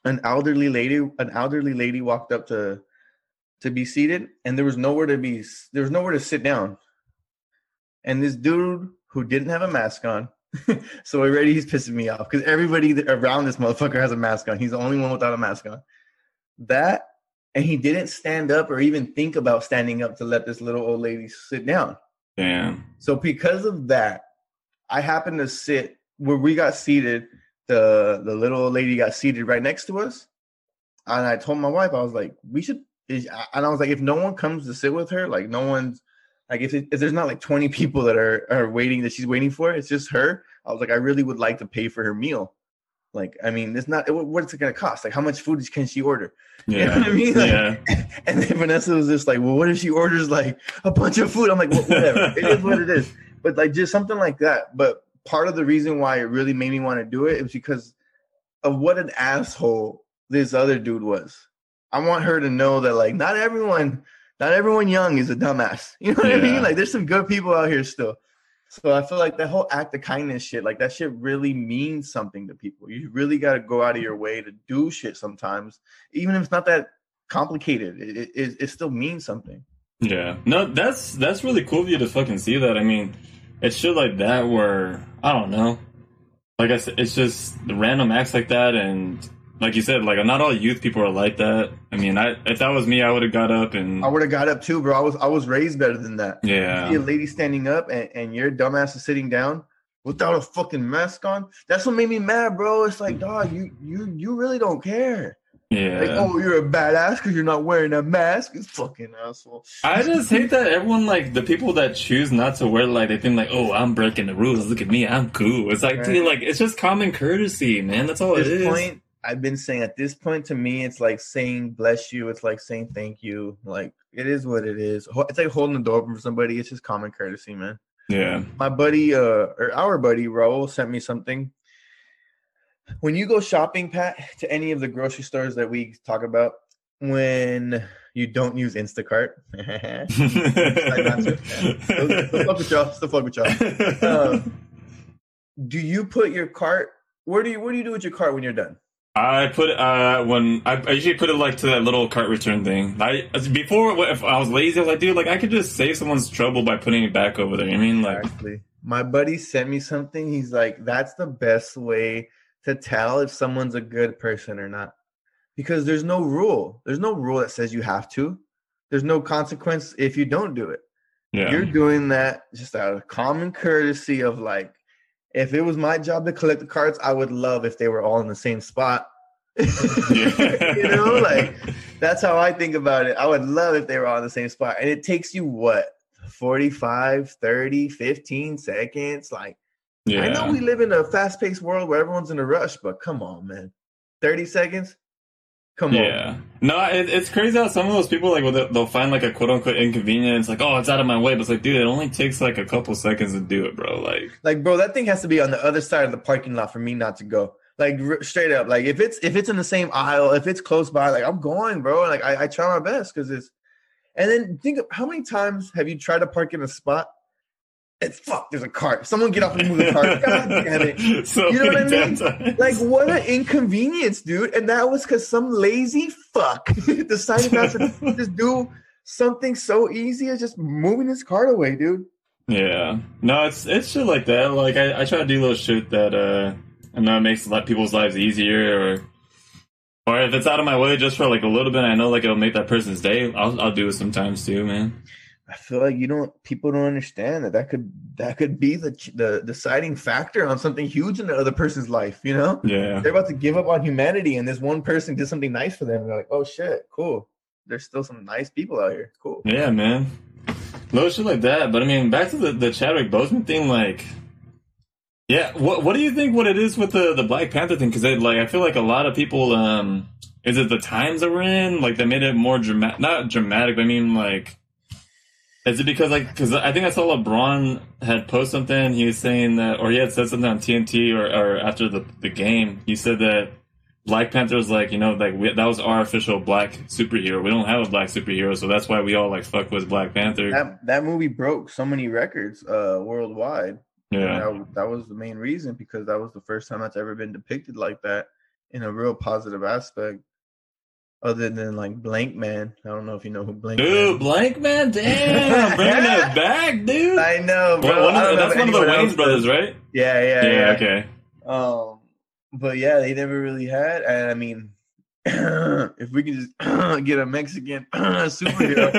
[SPEAKER 2] an elderly lady an elderly lady walked up to to be seated and there was nowhere to be there was nowhere to sit down and this dude who didn't have a mask on so already he's pissing me off because everybody that- around this motherfucker has a mask on he's the only one without a mask on that and he didn't stand up or even think about standing up to let this little old lady sit down
[SPEAKER 1] Damn.
[SPEAKER 2] so because of that, I happened to sit where we got seated. The the little old lady got seated right next to us, and I told my wife I was like, we should. is- And I was like, if no one comes to sit with her, like no one's like if, it, if there's not like 20 people that are are waiting that she's waiting for, it's just her. I was like, I really would like to pay for her meal. Like, I mean, it's not what- what's it gonna cost? Like, how much food can she order? You know
[SPEAKER 1] Yeah.
[SPEAKER 2] what I mean? Like,
[SPEAKER 1] yeah.
[SPEAKER 2] and then Vanessa was just like, "Well, what if she orders like a bunch of food?" I'm like, well, "Whatever, it is what it is." But like just something like that. But part of the reason why it really made me want to do it is because of what an asshole this other dude was. I want her to know that like not everyone, not everyone young is a dumbass. You know what I
[SPEAKER 1] Yeah.
[SPEAKER 2] mean? Like there's some good people out here still. So I feel like that whole act of kindness shit, like that shit really means something to people. You really got to go out of your way to do shit sometimes, even if it's not that complicated. It, it- it, it still means something.
[SPEAKER 1] Yeah. No, that's that's really cool of you to fucking see that. I mean, it's shit like that where I don't know. Like I said, it's just the random acts like that, and like you said, like not all youth people are like that. I mean, I if that was me, I would have got up and
[SPEAKER 2] I would have got up too, bro. I was I was raised better than that. You see a
[SPEAKER 1] yeah,
[SPEAKER 2] lady standing up and, and your dumbass is sitting down without a fucking mask on. That's what made me mad, bro. It's like, dog, you you you really don't care.
[SPEAKER 1] Mm. yeah.
[SPEAKER 2] Like, oh, you're a badass because you're not wearing a mask. You fucking asshole.
[SPEAKER 1] I just hate that everyone like the people that choose not to wear like they think like oh I'm breaking the rules look at me I'm cool. It's like
[SPEAKER 2] Right.
[SPEAKER 1] dude like it's just common courtesy man that's all it
[SPEAKER 2] This
[SPEAKER 1] is.
[SPEAKER 2] point I've been saying at this point to me, it's like saying bless you. It's like saying thank you. Like it is what it is. Ho- It's like holding the door open for somebody. It's just common courtesy, man.
[SPEAKER 1] Yeah.
[SPEAKER 2] My buddy, uh, or our buddy Raul sent me something. When you go shopping, Pat, to any of the grocery stores that we talk about, when you don't use Instacart, the fuck with y'all, the Uh, fuck with y'all. Do you put your cart? Where do you what do you do with your cart when you're done?
[SPEAKER 1] I put uh when I, I usually put it like to that little cart return thing. I before if I was lazy, I was like, dude, like I could just save someone's trouble by putting it back over there. You know what I mean like
[SPEAKER 2] Exactly. My buddy sent me something. He's like, that's the best way to tell if someone's a good person or not. Because there's no rule. There's no rule that says you have to. There's no consequence if you don't do it.
[SPEAKER 1] yeah.
[SPEAKER 2] You're doing that just out of common courtesy of like, if it was my job to collect the cards, I would love if they were all in the same spot. you know, like that's how I think about it. I would love if they were all in the same spot. And it takes you what? 45, 30, 15 seconds. Like,
[SPEAKER 1] yeah.
[SPEAKER 2] I know we live in a fast paced world where everyone's in a rush, but come on, man. 30 seconds? Come on.
[SPEAKER 1] Yeah. No, it, it's crazy how some of those people like well, they'll, they'll find like a quote unquote inconvenience, like oh it's out of my way, but it's like dude, it only takes like a couple seconds to do it, bro. Like
[SPEAKER 2] Like, bro, that thing has to be on the other side of the parking lot for me not to go. Like r- straight up, like if it's if it's in the same aisle, if it's close by, like I'm going, bro. Like I, I try my best because it's. And then think of how many times have you tried to park in a spot? It's fuck. There's a cart. Someone get off and move the cart. God damn it!
[SPEAKER 1] So
[SPEAKER 2] You know what I
[SPEAKER 1] many
[SPEAKER 2] mean?
[SPEAKER 1] times.
[SPEAKER 2] Like what an inconvenience, dude. And that was because some lazy fuck decided not to just do something so easy as just moving his cart away, dude.
[SPEAKER 1] Yeah. No, it's it's shit like that. Like I, I try to do little shit that uh I know it makes a lot people's lives easier or or if it's out of my way just for like a little bit, I know like it'll make that person's day. I'll I'll do it sometimes too, man.
[SPEAKER 2] I feel like you don't people don't understand that that could that could be the ch- the deciding factor on something huge in the other person's life, you know?
[SPEAKER 1] Yeah.
[SPEAKER 2] They're about to give up on humanity and this one person did something nice for them and they're like, "Oh shit, cool. There's still some nice people out here. Cool."
[SPEAKER 1] Yeah, man. Little shit like that. But I mean, back to the, the Chadwick Boseman thing, like, yeah. What what do you think? What it is with the the Black Panther thing? Because like, I feel like a lot of people. um Is it the times that we're in? Like, that made it more dramatic. Not dramatic. But I mean, like. Is it because like because I think I saw LeBron had posted something he was saying that or he had said something on TNT or, or after the the game he said that Black Panther was like, you know, like we, that was our official black superhero. We don't have a black superhero, so that's why we all like fuck with Black Panther.
[SPEAKER 2] That that movie broke so many records uh worldwide.
[SPEAKER 1] yeah,
[SPEAKER 2] That, that was the main reason because that was the first time that's ever been depicted like that in a real positive aspect. Other than like Blank Man, I don't know if you know who Blank. Man
[SPEAKER 1] dude,
[SPEAKER 2] is.
[SPEAKER 1] Blank Man, damn, bringing it back, dude.
[SPEAKER 2] I know, bro.
[SPEAKER 1] Well, one
[SPEAKER 2] I
[SPEAKER 1] of
[SPEAKER 2] don't
[SPEAKER 1] the-
[SPEAKER 2] know
[SPEAKER 1] that's one of
[SPEAKER 2] if
[SPEAKER 1] the
[SPEAKER 2] anyone
[SPEAKER 1] Wayne's
[SPEAKER 2] else-
[SPEAKER 1] brothers, right?
[SPEAKER 2] Yeah, yeah, yeah.
[SPEAKER 1] okay.
[SPEAKER 2] Um, but yeah, they never really had. And I mean, if we can just get a Mexican superhero,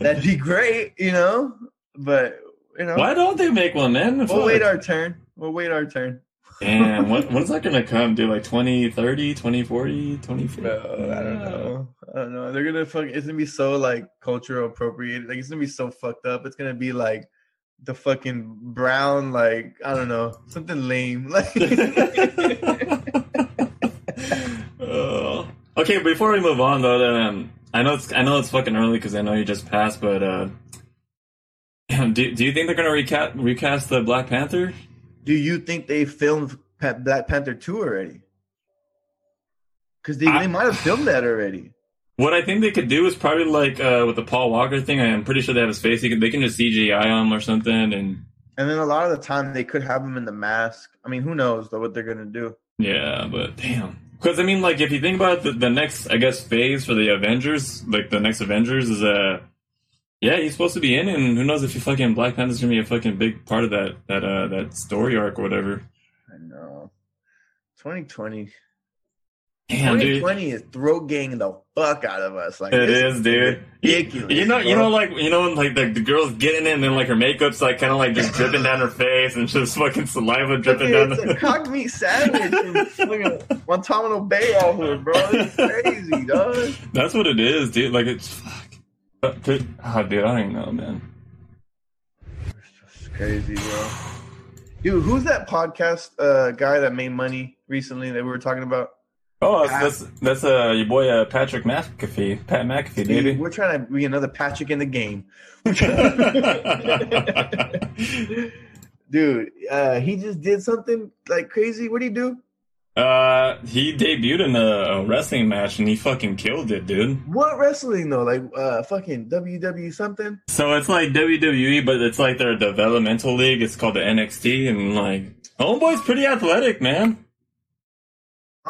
[SPEAKER 2] that'd be great, you know. But you know,
[SPEAKER 1] why don't they make one, man?
[SPEAKER 2] we'll
[SPEAKER 1] Fuck.
[SPEAKER 2] wait our turn. We'll wait our turn.
[SPEAKER 1] Damn, when, when's that gonna come, dude? Like 2030, 2040, 2050?
[SPEAKER 2] Bro, I don't know. I don't know. They're gonna fuck. It's gonna be so like cultural appropriated. Like it's gonna be so fucked up. It's gonna be like the fucking brown. Like I don't know, something lame. Like
[SPEAKER 1] Oh. okay, before we move on though, um, I know it's I know it's fucking early because I know you just passed, but uh, do do you think they're gonna recast recast the Black Panther?
[SPEAKER 2] Do you think they filmed Pa- Black Panther two already? Because they,
[SPEAKER 1] I-
[SPEAKER 2] they might have filmed that already.
[SPEAKER 1] What I think they could do is probably like uh, with the Paul Walker thing. I'm pretty sure they have his face. They can, they can just CGI him or something, and
[SPEAKER 2] And then a lot of the time they could have him in the mask. I mean, who knows though what they're gonna do?
[SPEAKER 1] Yeah, but damn. Because I mean, like, if you think about it, the, the next, I guess, phase for the Avengers, like the next Avengers is uh, yeah, he's supposed to be in, it, and who knows if you fucking Black Panther's gonna be a fucking big part of that that uh that story arc or whatever.
[SPEAKER 2] I know. 2020.
[SPEAKER 1] Damn, dude.
[SPEAKER 2] 2020 is throat gang the fuck out of us. Like
[SPEAKER 1] It
[SPEAKER 2] this
[SPEAKER 1] is, dude.
[SPEAKER 2] ridiculous,
[SPEAKER 1] You know, you
[SPEAKER 2] bro.
[SPEAKER 1] know, like you know, when, like the, the girl's getting it, and then like her makeup's like kind of like just dripping down her face, and just fucking saliva dripping down.
[SPEAKER 2] It's a cock meat sandwich in fucking Guantanamo Bay out here, bro. It's crazy, dog.
[SPEAKER 1] That's what it is, dude. Like it's fuck. But, dude, oh, dude, I don't even know, man.
[SPEAKER 2] It's just crazy, bro. Dude, who's that podcast uh, guy that made money recently that we were talking about?
[SPEAKER 1] Oh, that's that's, that's uh, your boy uh, Patrick McAfee, Pat McAfee,
[SPEAKER 2] Dude,
[SPEAKER 1] baby.
[SPEAKER 2] We're trying to be another Patrick in the game. Dude, uh, he just did something like crazy. What did he do?
[SPEAKER 1] uh, he debuted in a, a wrestling match and he fucking killed it, dude.
[SPEAKER 2] What wrestling though? Like uh, fucking WWE something?
[SPEAKER 1] So it's like WWE, but it's like their developmental league. It's called the NXT, and like homeboy's pretty athletic, man.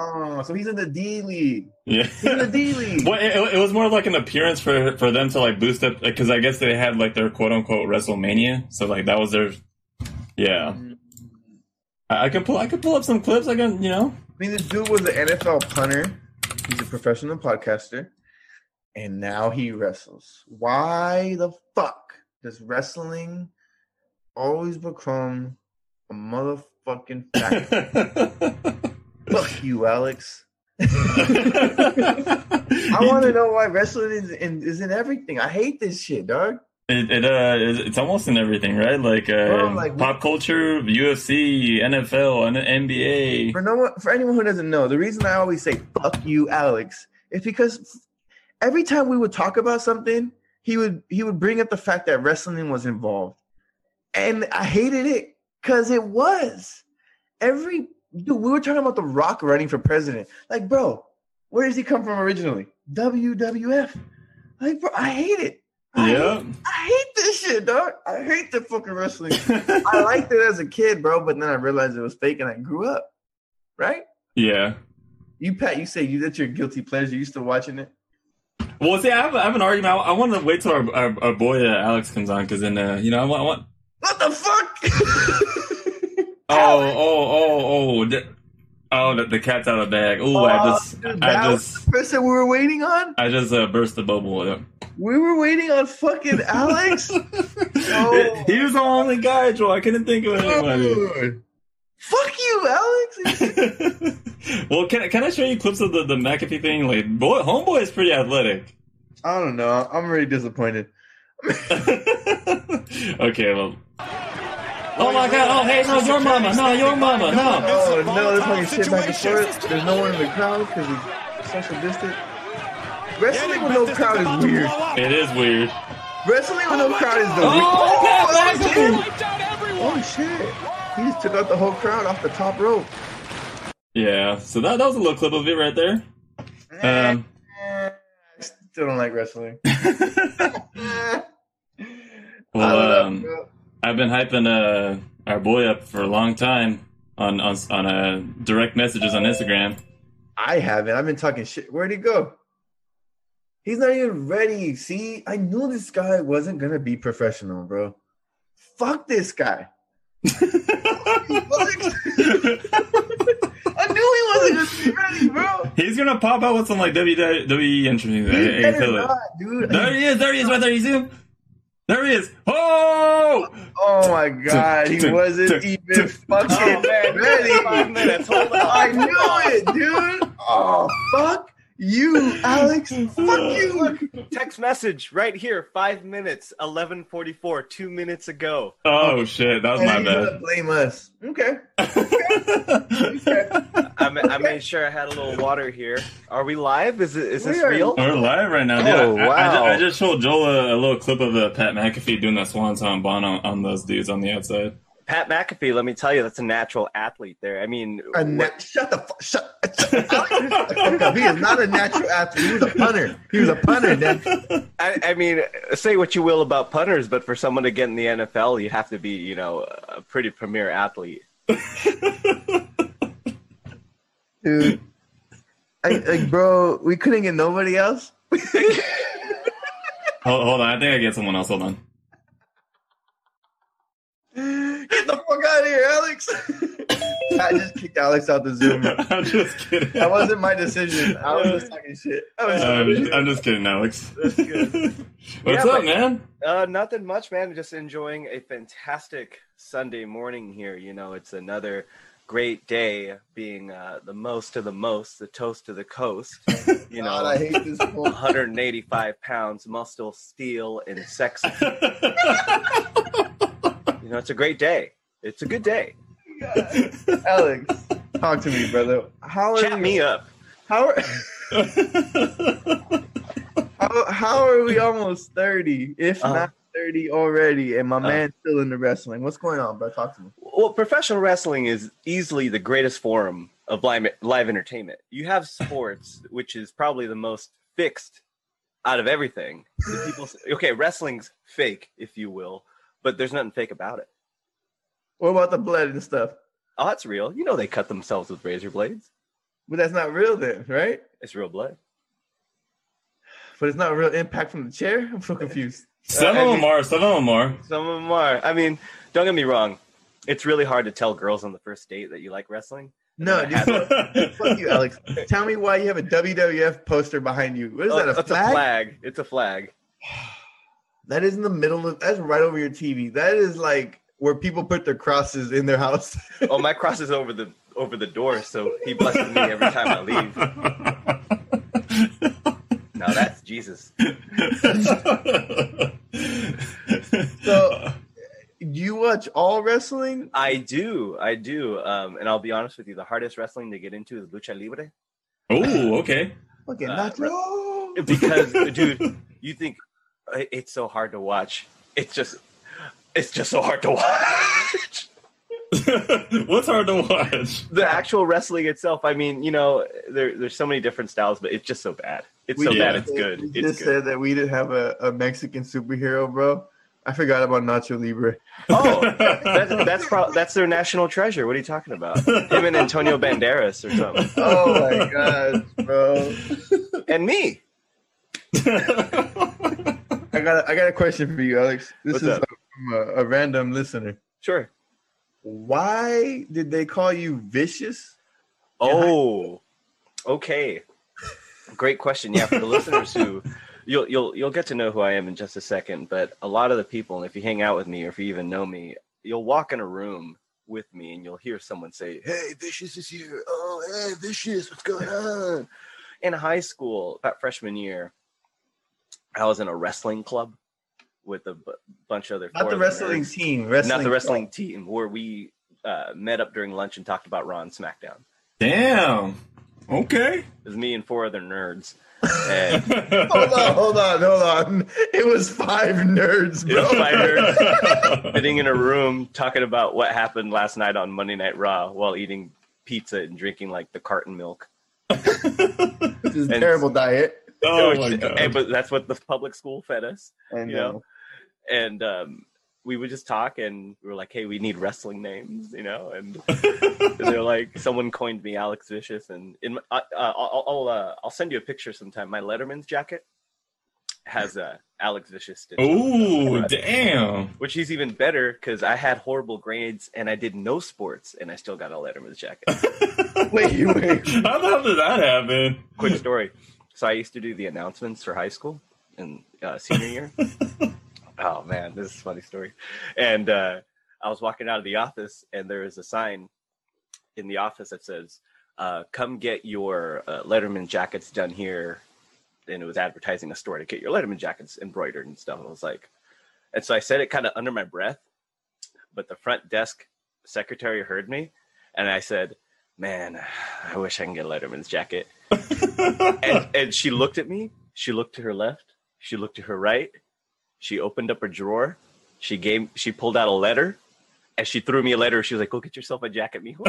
[SPEAKER 2] Oh, so he's in the D league.
[SPEAKER 1] Yeah.
[SPEAKER 2] He's in the D league.
[SPEAKER 1] Well, it, it was more like an appearance for for them to like boost up because I guess they had like their quote unquote WrestleMania, so like that was their yeah. I, I could pull I could pull up some clips. I can you know
[SPEAKER 2] I mean, this dude was an NFL punter. He's a professional podcaster, and now he wrestles. Why the fuck does wrestling always become a motherfucking fact? fuck you, Alex. I want to know why wrestling is in, is in everything. I hate this shit, dog.
[SPEAKER 1] It, it uh, it's it's almost in everything, right? Like, uh,
[SPEAKER 2] Bro, like-
[SPEAKER 1] pop culture, UFC, NFL, and NBA.
[SPEAKER 2] For no one, for anyone who doesn't know, the reason I always say "fuck you, Alex" is because every time we would talk about something, he would he would bring up the fact that wrestling was involved, and I hated it because it was. Every dude, we were talking about The Rock running for president. Like, bro, where does he come from originally? WWF. Like, bro, I hate it. I
[SPEAKER 1] Yeah.
[SPEAKER 2] I hate this shit, dog. I hate the fucking wrestling. I liked it as a kid, bro, but then I realized it was fake and I grew up. Right?
[SPEAKER 1] yeah.
[SPEAKER 2] You Pat, you say you that's your guilty pleasure. You still watching it?
[SPEAKER 1] Well, see, I have, I have an argument. I, want to wait till our, our, our boy uh, Alex comes on because then, uh, you know, I want. I want
[SPEAKER 2] What the fuck?
[SPEAKER 1] oh, oh, oh, oh, the- oh, the, the cat's out of the bag. Ooh, I
[SPEAKER 2] Oh,
[SPEAKER 1] just,
[SPEAKER 2] dude, that
[SPEAKER 1] I
[SPEAKER 2] was Oh.
[SPEAKER 1] just,
[SPEAKER 2] the person we were waiting on.
[SPEAKER 1] I just uh, burst the bubble. Yeah.
[SPEAKER 2] We were waiting on fucking Alex. Oh.
[SPEAKER 1] he was the only guy, Joel. I couldn't think of anybody.
[SPEAKER 2] Dude. Fuck you, Alex.
[SPEAKER 1] well, can can I show you clips of the, the McAfee thing? Like, boy, homeboy is pretty athletic.
[SPEAKER 2] I don't know. I'm really disappointed.
[SPEAKER 1] okay, well. Oh my God! Oh, hey, no, your mama, no, your mama, no.
[SPEAKER 2] Oh no, this fucking shit back and forth. There's no one in the crowd because he's social distant. Wrestling with no crowd is weird.
[SPEAKER 1] It is weird.
[SPEAKER 2] Wrestling with no crowd is the
[SPEAKER 1] Oh,
[SPEAKER 2] weird.
[SPEAKER 1] Pat
[SPEAKER 2] Oh, shit.
[SPEAKER 1] McAfee!
[SPEAKER 2] Oh shit! He just took out the whole crowd off the top rope.
[SPEAKER 1] Yeah, so that, that was a little clip of it right there. Um,
[SPEAKER 2] I still don't like wrestling. Eh, I
[SPEAKER 1] well,
[SPEAKER 2] don't know,
[SPEAKER 1] um,
[SPEAKER 2] bro.
[SPEAKER 1] I've been hyping uh, our boy up for a long time on on, on uh, direct messages on Instagram.
[SPEAKER 2] I haven't. I've been talking shit. Where'd he go? He's not even ready. See, I knew this guy wasn't gonna be professional, bro. Fuck this guy. Fuck. I knew he wasn't gonna be ready, bro.
[SPEAKER 1] He's gonna pop out with some like E WWE entrance. I,
[SPEAKER 2] He
[SPEAKER 1] I can
[SPEAKER 2] better
[SPEAKER 1] feel it.
[SPEAKER 2] not, dude.
[SPEAKER 1] There he is! There he is! Right there! You see him? There he is! Oh!
[SPEAKER 2] Oh my god, he
[SPEAKER 1] Dude,
[SPEAKER 2] wasn't
[SPEAKER 1] dude,
[SPEAKER 2] even
[SPEAKER 1] dude.
[SPEAKER 2] fucking
[SPEAKER 3] Oh, Five
[SPEAKER 2] ready.
[SPEAKER 3] minutes. Hold on.
[SPEAKER 2] I knew it, dude. Oh fuck you, Alex. Fuck you.
[SPEAKER 3] Text message right here. Five minutes. Eleven forty-four. Two minutes ago.
[SPEAKER 1] Oh shit! That was my
[SPEAKER 2] And you're gonna blame us. Okay.
[SPEAKER 1] bad.
[SPEAKER 3] I, ma- I made sure I had a little water here. Are we live? Is it? Is this
[SPEAKER 2] We are-
[SPEAKER 3] real?
[SPEAKER 1] We're live right now, dude.
[SPEAKER 3] Oh,
[SPEAKER 1] I, I, I, ju-
[SPEAKER 3] wow.
[SPEAKER 1] I just showed Joel a, a little clip of uh, Pat McAfee doing that swanton bon on, on those dudes on the outside.
[SPEAKER 3] Pat McAfee. Let me tell you, that's a natural athlete. There. I mean,
[SPEAKER 2] A na- shut the fuck. Shut. shut- Alex, shut the fuck up. He is not a natural athlete. He was a punter. He was a punter. Nick.
[SPEAKER 3] I, I mean, say what you will about punters, but for someone to get in the NFL, you have to be, you know, a pretty premier athlete.
[SPEAKER 2] Dude, I, like, bro, we couldn't get nobody else.
[SPEAKER 1] Hold, hold on, I think I get someone else. Hold on.
[SPEAKER 2] Get the fuck out of here, Alex. I just kicked Alex out the Zoom.
[SPEAKER 1] I'm just kidding.
[SPEAKER 2] That wasn't my decision. I was just talking shit. I was
[SPEAKER 1] I'm, just, I'm just kidding, Alex.
[SPEAKER 3] That's good.
[SPEAKER 1] What's
[SPEAKER 3] Yeah,
[SPEAKER 1] up,
[SPEAKER 3] but-
[SPEAKER 1] man?
[SPEAKER 3] Uh, nothing much, man. Just enjoying a fantastic Sunday morning here. You know, it's another great day being uh, the most of the most, the toast to the coast. You
[SPEAKER 2] God, I
[SPEAKER 3] know,
[SPEAKER 2] hate this pool.
[SPEAKER 3] 185 pounds, muscle, steel, and sexy. You know, it's a great day. It's a good day.
[SPEAKER 2] Alex, talk to me, brother. How are
[SPEAKER 3] Chat
[SPEAKER 2] you?
[SPEAKER 3] me up.
[SPEAKER 2] How are, how, how are we almost 30, if
[SPEAKER 3] Uh.
[SPEAKER 2] not 30 already, and my
[SPEAKER 3] Uh-huh.
[SPEAKER 1] Uh.
[SPEAKER 2] man's still into wrestling? What's going on, bro? Talk to me.
[SPEAKER 3] Well, professional wrestling is easily the greatest form of live, live entertainment. You have sports, which is probably the most fixed out of everything. The people, okay, wrestling's fake, if you will, but there's nothing fake about it.
[SPEAKER 2] What about the blood and stuff?
[SPEAKER 3] Oh, that's real. You know they cut themselves with razor blades.
[SPEAKER 2] But that's not real then, right?
[SPEAKER 3] It's real blood.
[SPEAKER 2] But it's not real impact from the chair? I'm so confused.
[SPEAKER 1] Some
[SPEAKER 3] Uh,
[SPEAKER 1] of them are. Some of them are.
[SPEAKER 3] Some of them are. I mean, don't get me wrong. It's really hard to tell girls on the first date that you like wrestling.
[SPEAKER 2] No, dude. fuck- Fuck you, Alex. Tell me why you have a WWF poster behind you. What is
[SPEAKER 3] Oh,
[SPEAKER 2] that? A
[SPEAKER 3] it's
[SPEAKER 2] flag?
[SPEAKER 3] a flag. It's a flag.
[SPEAKER 2] That is in the middle of. That's right over your TV. That is like where people put their crosses in their house.
[SPEAKER 3] Oh, my cross is over the over the door, so he blesses me every time I leave. Now that's Jesus.
[SPEAKER 2] So- you watch all wrestling?
[SPEAKER 3] I do, I do. Um, and I'll be honest with you, the hardest wrestling to get into is lucha libre
[SPEAKER 1] oh, okay.
[SPEAKER 2] Fucking
[SPEAKER 3] Uh,
[SPEAKER 2] nacho.
[SPEAKER 3] because, dude, you think "I- it's so hard to watch. It's just, it's just so hard to watch.
[SPEAKER 1] What's hard to watch?
[SPEAKER 3] the actual wrestling itself. I mean, you know, there, there's so many different styles, but it's just so bad. It's so
[SPEAKER 1] just
[SPEAKER 3] bad.
[SPEAKER 1] said-
[SPEAKER 3] It's good.
[SPEAKER 2] We
[SPEAKER 3] It's
[SPEAKER 2] just
[SPEAKER 3] good.
[SPEAKER 2] said that we didn't have a, a Mexican superhero, bro. I forgot about Nacho Libre.
[SPEAKER 3] Oh, that, that's pro- that's their national treasure. What are you talking about? Him and Antonio Banderas or something,
[SPEAKER 2] Oh my god, bro!
[SPEAKER 3] and me.
[SPEAKER 2] I got a, I got a question for you, Alex. This
[SPEAKER 3] What's
[SPEAKER 2] is
[SPEAKER 3] up?
[SPEAKER 2] from a, a random listener.
[SPEAKER 3] Sure.
[SPEAKER 2] Why did they call you vicious?
[SPEAKER 3] Oh, okay. Great question. Yeah, for the listeners who you'll you'll you'll get to know who I am in just a second, but a lot of the people, and if you hang out with me or if you even know me, you'll walk in a room with me and you'll hear someone say, "Hey, Vicious is here! Oh, hey, Vicious, what's going on?" In high school, that freshman year, I was in a wrestling club with a b- bunch of other
[SPEAKER 2] Not the
[SPEAKER 3] foreign
[SPEAKER 2] wrestling
[SPEAKER 3] nerds.
[SPEAKER 2] team. Wrestling
[SPEAKER 3] not the wrestling team, where we uh, met up during lunch and talked about Raw and SmackDown.
[SPEAKER 1] Damn. Okay.
[SPEAKER 3] It was me and four other nerds. And
[SPEAKER 2] Hold on, hold on, hold on. It was five nerds,
[SPEAKER 3] it was
[SPEAKER 2] bro.
[SPEAKER 3] five nerds sitting in a room talking about what happened last night on Monday Night Raw while eating pizza and drinking like the carton milk.
[SPEAKER 2] This is a
[SPEAKER 3] And-
[SPEAKER 2] terrible diet.
[SPEAKER 1] Oh
[SPEAKER 3] It was-
[SPEAKER 1] my god.
[SPEAKER 3] hey, but that's what the public school fed us.
[SPEAKER 2] I
[SPEAKER 3] You know? And um, we would just talk and we were like, hey, we need wrestling names, you know? And, and they're like, someone coined me Alex Vicious. And in my, uh, uh, I'll, I'll, uh, I'll send you a picture sometime. My Letterman's jacket has uh, Alex Vicious. stitched on it.
[SPEAKER 1] oh damn.
[SPEAKER 3] which is even better because I had horrible grades and I did no sports and I still got a Letterman's jacket.
[SPEAKER 2] Wait, wait.
[SPEAKER 1] How the hell did that happen?
[SPEAKER 3] Quick story. So I used to do the announcements for high school and uh, senior year. oh man, this is a funny story. And uh, I was walking out of the office and there is a sign in the office that says, uh, "Come get your uh, Letterman jackets done here." And it was advertising a store to get your Letterman jackets embroidered and stuff. I was like, and so I said it kind of under my breath, but the front desk secretary heard me, and I said, "Man, I wish I can get a Letterman's jacket." and, and she looked at me. She looked to her left. She looked to her right. She opened up her drawer. She gave. She pulled out a letter, and she threw me a letter. She was like, "Go get yourself a jacket, mijo."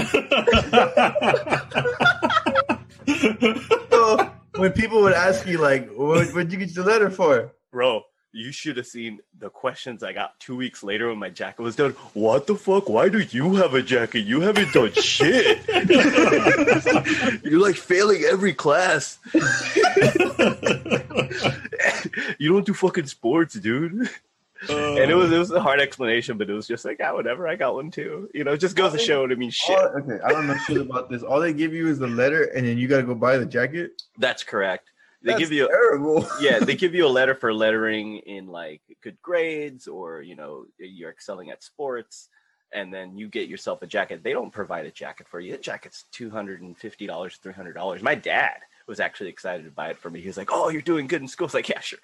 [SPEAKER 2] So when people would ask you, like, what, what'd you get your letter for?
[SPEAKER 3] bro you should have seen the questions i got two weeks later when my jacket was done what the fuck why do you have a jacket you haven't done shit you're like failing every class you don't do fucking sports dude and it was it was a hard explanation but it was just like ah whatever i got one too you know it just goes to show what i mean shit
[SPEAKER 2] All- okay, I don't know shit about this. All they give you is the letter, and then you gotta go buy the jacket.
[SPEAKER 3] that's correct they
[SPEAKER 2] That's
[SPEAKER 3] give you
[SPEAKER 2] terrible.
[SPEAKER 3] yeah, they give you a letter for lettering in like good grades or you know you're excelling at sports, and then you get yourself a jacket. They don't provide a jacket for you. The jacket's two hundred and fifty dollars, three hundred dollars. My dad was actually excited to buy it for me. He was like, "Oh, you're doing good in school." I was like, "Yeah, sure."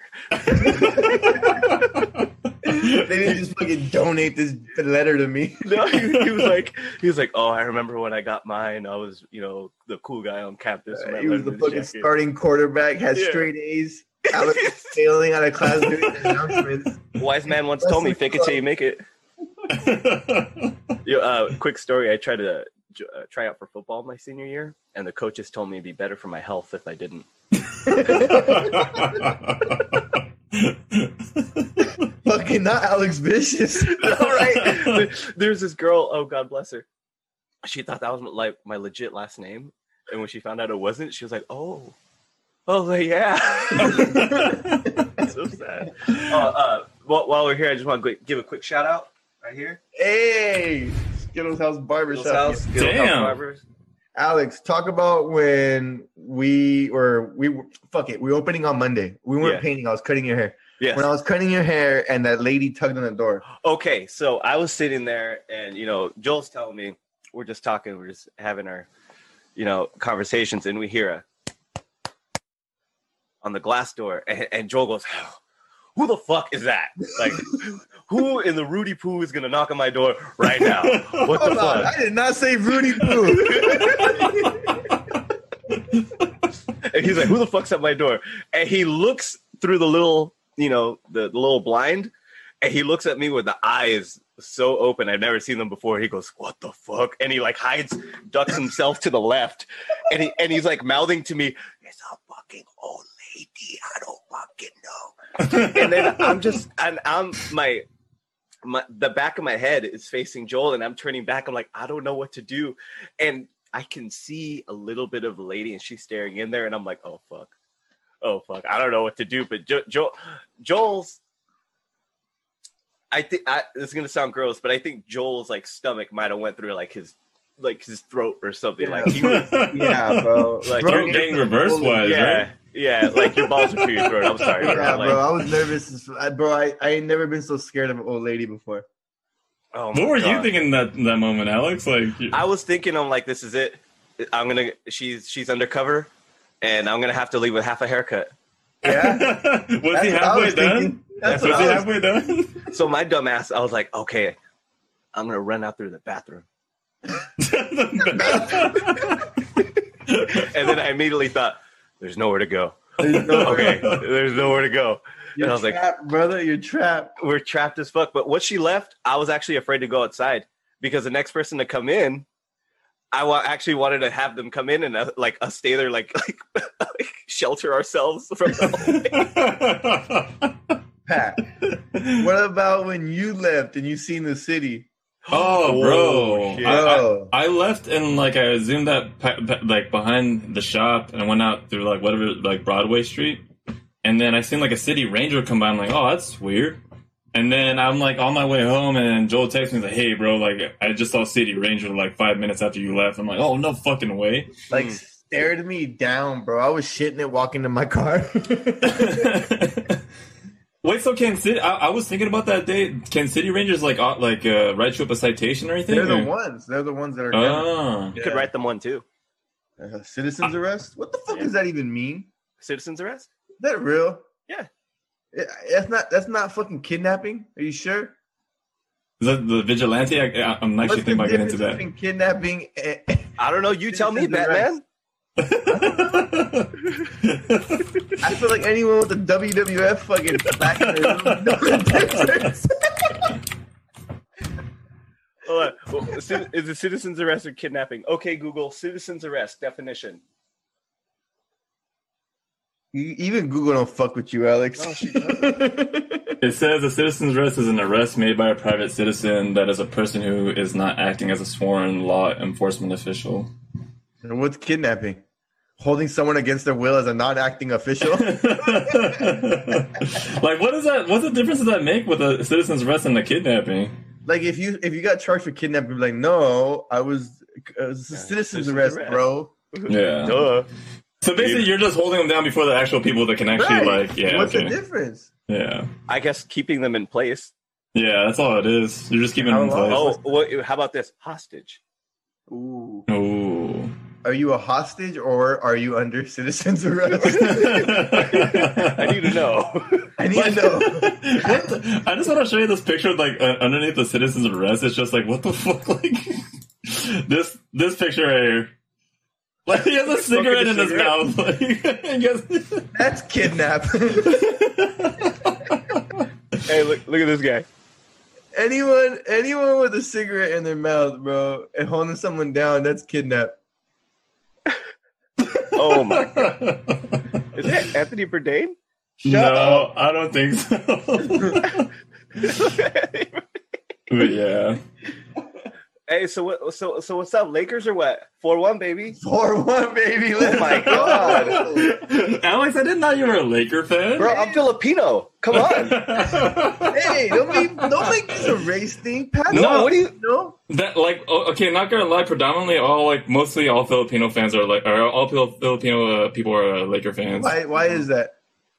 [SPEAKER 2] They didn't just fucking donate this letter to me.
[SPEAKER 3] No, he, he was like, he was like, oh, I remember when I got mine. I was, you know, the cool guy on campus. when I
[SPEAKER 2] Uh, he was
[SPEAKER 3] learned
[SPEAKER 2] the
[SPEAKER 3] this
[SPEAKER 2] fucking
[SPEAKER 3] jacket."
[SPEAKER 2] starting quarterback, had
[SPEAKER 3] Yeah.
[SPEAKER 2] straight A's. Alex was failing out of class doing the announcements.
[SPEAKER 3] Wise man once told me, "Fake it till you make it." Yo, uh, quick story. I tried to j- uh, try out for football my senior year, and the coaches told me it'd be better for my health if I didn't.
[SPEAKER 2] Fucking not Alex Vicious.
[SPEAKER 3] All right. There- There's this girl. Oh God bless her. She thought that was my- like my legit last name, and when she found out it wasn't, she was like, "Oh, oh like, yeah." so sad. Uh, uh, while, while we're here, I just want to give a quick shout out right here.
[SPEAKER 2] Hey, Skittles House
[SPEAKER 3] Bill's
[SPEAKER 2] Barbershop.
[SPEAKER 3] house, Bill's house
[SPEAKER 1] Damn.
[SPEAKER 3] barbers.
[SPEAKER 2] Alex, talk about when we were we were, fuck it. We were opening on Monday. We weren't
[SPEAKER 3] Yeah.
[SPEAKER 2] painting. I was cutting your hair.
[SPEAKER 3] Yes.
[SPEAKER 2] When I was cutting your hair, and that lady tugged on the door.
[SPEAKER 3] okay so i was sitting there and you know joel's telling me we're just talking we're just having our you know conversations and we hear a on the glass door and, and joel goes who the fuck is that like who in the rudy poo is gonna knock on my door right now what the
[SPEAKER 2] Hold on,
[SPEAKER 3] fuck
[SPEAKER 2] I did not say Rudy Poo.
[SPEAKER 3] and he's like who the fuck's at my door and he looks through the little you know the, the little blind and he looks at me with the eyes so open i've never seen them before he goes what the fuck and he like hides ducks himself to the left and he and he's like mouthing to me it's a fucking old lady i don't fucking know and then i'm just and i'm my my the back of my head is facing joel and i'm turning back i'm like i don't know what to do and i can see a little bit of a lady and she's staring in there and i'm like oh fuck oh fuck i don't know what to do but jo- jo- joel's I think I, this is gonna sound gross, but I think Joel's like stomach might have went through like his like his throat or something.
[SPEAKER 2] Yeah.
[SPEAKER 3] Like he was,
[SPEAKER 2] yeah, bro.
[SPEAKER 3] Like,
[SPEAKER 2] Bro,
[SPEAKER 3] you're
[SPEAKER 1] You're getting reverse wise,
[SPEAKER 3] yeah, yeah, like your balls are through your throat. I'm sorry, bro.
[SPEAKER 2] Yeah,
[SPEAKER 3] Like,
[SPEAKER 2] bro. I was nervous, as- I- bro. I, I ain't never been so scared of an old lady before.
[SPEAKER 3] oh my
[SPEAKER 1] What were you
[SPEAKER 3] God.
[SPEAKER 1] thinking that that moment, Alex? Like, you-
[SPEAKER 3] I was thinking, I'm like, this is it. I'm gonna. She's she's undercover, and I'm gonna have to leave with half a haircut.
[SPEAKER 2] Yeah,
[SPEAKER 1] was he
[SPEAKER 2] That's what I
[SPEAKER 1] halfway
[SPEAKER 2] was
[SPEAKER 1] done?
[SPEAKER 2] thinking. That's
[SPEAKER 1] was
[SPEAKER 2] what
[SPEAKER 1] he
[SPEAKER 2] I was.
[SPEAKER 1] halfway done?
[SPEAKER 3] So my dumbass, I was like, okay, I'm gonna run out through the bathroom, and then I immediately thought, there's nowhere to go.
[SPEAKER 2] There's no
[SPEAKER 3] Okay,
[SPEAKER 2] way.
[SPEAKER 3] there's nowhere to go.
[SPEAKER 2] You're
[SPEAKER 3] I was like-
[SPEAKER 2] trapped, brother. You're trapped.
[SPEAKER 3] We're trapped as fuck. But once she left, I was actually afraid to go outside because the next person to come in. I wa- actually wanted to have them come in and uh, like us stay there, like, like, like shelter ourselves from the
[SPEAKER 2] Pat, what about when you left and you seen the city?
[SPEAKER 1] oh, bro.
[SPEAKER 3] shit.
[SPEAKER 1] I- I-
[SPEAKER 2] Bro,
[SPEAKER 1] I left and like I zoomed up pa- pa- like behind the shop and went out through like whatever like Broadway Street, and then I seen like a city ranger come by. I'm like, oh, that's weird. And then I'm like on my way home, and Joel texts me he's like, "Hey, bro, like I just saw City Ranger like five minutes after you left." I'm like, "Oh, no fucking way!"
[SPEAKER 2] like
[SPEAKER 3] Mm.
[SPEAKER 2] stared me down, bro. I was shitting it walking to my car.
[SPEAKER 1] Wait, so can City? I, I was thinking about that day. Can City Rangers like uh, like uh, write you up a citation or anything?
[SPEAKER 2] They're the
[SPEAKER 1] or-
[SPEAKER 2] ones. They're the ones that are.
[SPEAKER 1] Oh,
[SPEAKER 3] You could write them one too.
[SPEAKER 2] Uh, citizens arrest. What the fuck does that even mean?
[SPEAKER 3] Citizens arrest?
[SPEAKER 2] Is that real?
[SPEAKER 3] Yeah.
[SPEAKER 2] Yeah, That's not. That's not fucking kidnapping. Are you sure?
[SPEAKER 1] is that the vigilante? I, I- I'm actually thinking about getting into that.
[SPEAKER 2] between kidnapping? And,
[SPEAKER 3] I don't know. You tell me,
[SPEAKER 2] Citizens
[SPEAKER 3] Batman.
[SPEAKER 2] I feel like anyone with a WWF fucking back in their room know the difference.
[SPEAKER 3] Hold on. Ci- Is it citizens arrest or kidnapping? Okay, Google, citizens arrest definition.
[SPEAKER 2] You- Even Google don't fuck with you, Alex.
[SPEAKER 3] No, Oh, she
[SPEAKER 1] It says a citizen's arrest is an arrest made by a private citizen that is a person who is not acting as a sworn law enforcement official.
[SPEAKER 2] And What's kidnapping? Holding someone against their will as a non-acting official.
[SPEAKER 1] like, what is that? What's the difference does that make with a citizen's arrest and a kidnapping?
[SPEAKER 2] like if you if you got charged for kidnapping, you'd be like, no, I was, uh, it's a
[SPEAKER 3] Yeah,
[SPEAKER 2] citizen's
[SPEAKER 3] citizen's
[SPEAKER 2] arrest,
[SPEAKER 3] arrest.
[SPEAKER 2] bro.
[SPEAKER 1] Yeah.
[SPEAKER 3] Duh.
[SPEAKER 1] So basically, you're just holding them down before the actual people that can actually,
[SPEAKER 2] Right.
[SPEAKER 1] like, yeah,
[SPEAKER 2] What's
[SPEAKER 1] okay.
[SPEAKER 2] the difference?
[SPEAKER 1] yeah,
[SPEAKER 3] I guess keeping them in place.
[SPEAKER 1] yeah. That's all it is. You're just keeping them in
[SPEAKER 2] How long- Oh.
[SPEAKER 1] place.
[SPEAKER 3] Oh, what, how about this? Hostage.
[SPEAKER 2] Ooh.
[SPEAKER 1] Ooh.
[SPEAKER 2] Are you a hostage or are you under citizen's arrest?
[SPEAKER 3] I need to know.
[SPEAKER 2] I need to know.
[SPEAKER 1] what the- I just want to show you this picture of, like uh, underneath the citizens arrest. It's just like what the fuck, like this this picture right here. Like he has a cigarette
[SPEAKER 3] a
[SPEAKER 1] in his
[SPEAKER 3] cigarette.
[SPEAKER 1] mouth. Like, he has-
[SPEAKER 2] That's kidnap.
[SPEAKER 3] Hey, look, look at this guy.
[SPEAKER 2] anyone, anyone with a cigarette in their mouth, bro, and holding someone down, that's kidnap.
[SPEAKER 3] Oh my! Is that Anthony Bourdain?
[SPEAKER 1] no, I don't think so. but yeah,
[SPEAKER 3] hey, so what? So so what's up, Lakers or what? Four one, baby.
[SPEAKER 2] Four one, baby. Let's
[SPEAKER 3] Oh my
[SPEAKER 2] go.
[SPEAKER 3] God.
[SPEAKER 1] Alex, I didn't know you were a Laker fan.
[SPEAKER 3] Bro, I'm Filipino. Come on.
[SPEAKER 2] hey, don't be, don't make this a race thing, Pat.
[SPEAKER 1] No,
[SPEAKER 3] No, what do you?
[SPEAKER 2] No,
[SPEAKER 1] That like o- okay, not gonna lie. Predominantly, all like mostly all Filipino fans are like, or all Fil- Filipino uh, people are uh, Laker fans.
[SPEAKER 2] why? Why is that?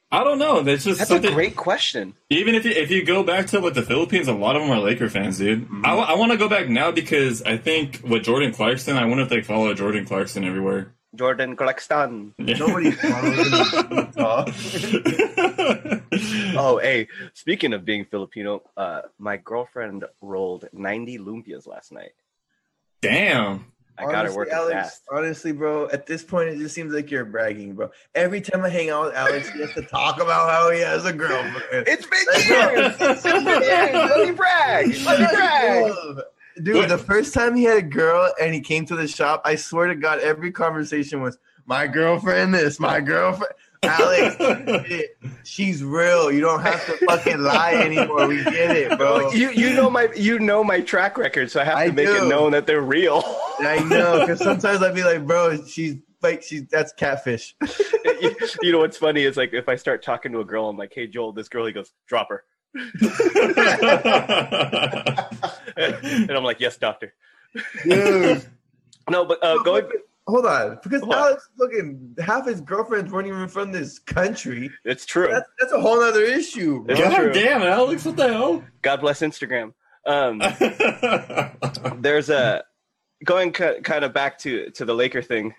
[SPEAKER 1] I don't know. That's just
[SPEAKER 3] That's a
[SPEAKER 1] something.
[SPEAKER 3] great question.
[SPEAKER 1] Even if you if you go back to like the Philippines, a lot of them are Laker fans, dude.
[SPEAKER 3] Mm-hmm.
[SPEAKER 1] I, want to go back now because I think with Jordan Clarkson, I wonder if they follow Jordan Clarkson everywhere.
[SPEAKER 3] Jordan Clarkston.
[SPEAKER 1] Yeah.
[SPEAKER 2] Nobody follows in Utah.
[SPEAKER 3] Oh, hey, speaking of being Filipino, uh, my girlfriend rolled 90 lumpias last night.
[SPEAKER 1] Damn.
[SPEAKER 3] I gotta work
[SPEAKER 2] Alex,
[SPEAKER 3] it fast.
[SPEAKER 2] Honestly, bro, at this point, it just seems like you're bragging, bro. Every time I hang out with Alex, he has to talk about how he has a girlfriend.
[SPEAKER 3] It's been years! It's been years! Let me brag! Let me brag!
[SPEAKER 2] Dude, the first time he had a girl and he came to the shop, I swear to God, every conversation was my girlfriend. This, my girlfriend, Alex. it. She's real. You don't have to fucking lie anymore. We get it, bro.
[SPEAKER 3] You you know my you know my track record, so I have to
[SPEAKER 2] I
[SPEAKER 3] make
[SPEAKER 2] do.
[SPEAKER 3] it known that they're real.
[SPEAKER 2] I know, because sometimes I'd be like, bro, she's like, she's that's catfish.
[SPEAKER 3] you, you know what's funny is like if I start talking to a girl, I'm like, "Hey Joel, this girl," he goes, "Drop her," and I'm like, "Yes, doctor."
[SPEAKER 2] Dude,
[SPEAKER 3] No, but uh, going
[SPEAKER 2] Hold on, because
[SPEAKER 3] What?
[SPEAKER 2] Alex, fucking half his girlfriends weren't even from this country.
[SPEAKER 3] it's true.
[SPEAKER 2] That's, that's a whole other issue. Bro.
[SPEAKER 3] It's
[SPEAKER 1] God
[SPEAKER 3] true.
[SPEAKER 1] damn, Alex! What the hell?
[SPEAKER 3] God bless Instagram. Um, there's a going ki- kind of back to to the Laker thing.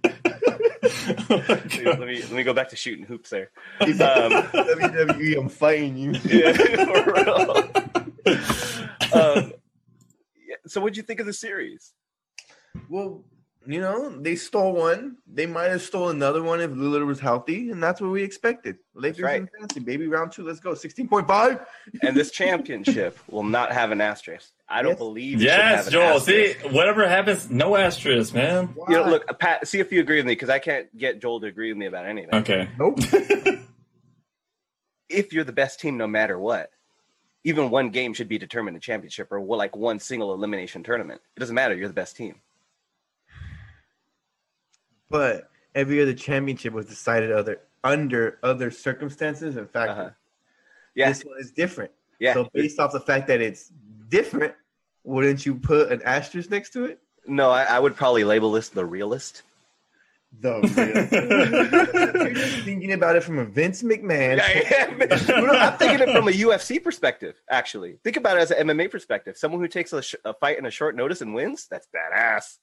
[SPEAKER 3] let me let me go back to shooting hoops there. Um,
[SPEAKER 2] WWE, E, I'm fighting you.
[SPEAKER 3] yeah, for real. Um, yeah, so, what'd you think of the series?
[SPEAKER 2] Well, you know, they stole one. They might have stole another one if Lillard was healthy, and that's what we expected. Lakers
[SPEAKER 3] right.
[SPEAKER 2] and fancy, baby. Round two, let's go. Sixteen point five.
[SPEAKER 3] And this championship will not have an asterisk. I don't
[SPEAKER 2] Yes.
[SPEAKER 3] believe. it
[SPEAKER 1] yes,
[SPEAKER 3] should have an
[SPEAKER 1] Joel. See,
[SPEAKER 3] asterisk.
[SPEAKER 1] whatever happens, no asterisk, man.
[SPEAKER 3] You know, look, Pat. See if you agree with me, because I can't get Joel to agree with me about anything.
[SPEAKER 1] Okay.
[SPEAKER 2] Nope.
[SPEAKER 3] If you're the best team, no matter what, even one game should be determined a championship, or well, like one single elimination tournament. It doesn't matter. You're the best team.
[SPEAKER 2] But every other championship was decided other under other circumstances and factors.
[SPEAKER 3] Uh-huh. Yeah,
[SPEAKER 2] This one is different.
[SPEAKER 3] yeah.
[SPEAKER 2] So based off the fact that it's different, wouldn't you put an asterisk next to it?
[SPEAKER 3] no, I, I would probably label this the realist.
[SPEAKER 2] The real. You're just thinking about it from a Vince McMahon.
[SPEAKER 3] I am. No, I'm thinking it from a UFC perspective, actually. Think about it as an MMA perspective. Someone who takes a, sh- a fight in a short notice and wins, that's badass.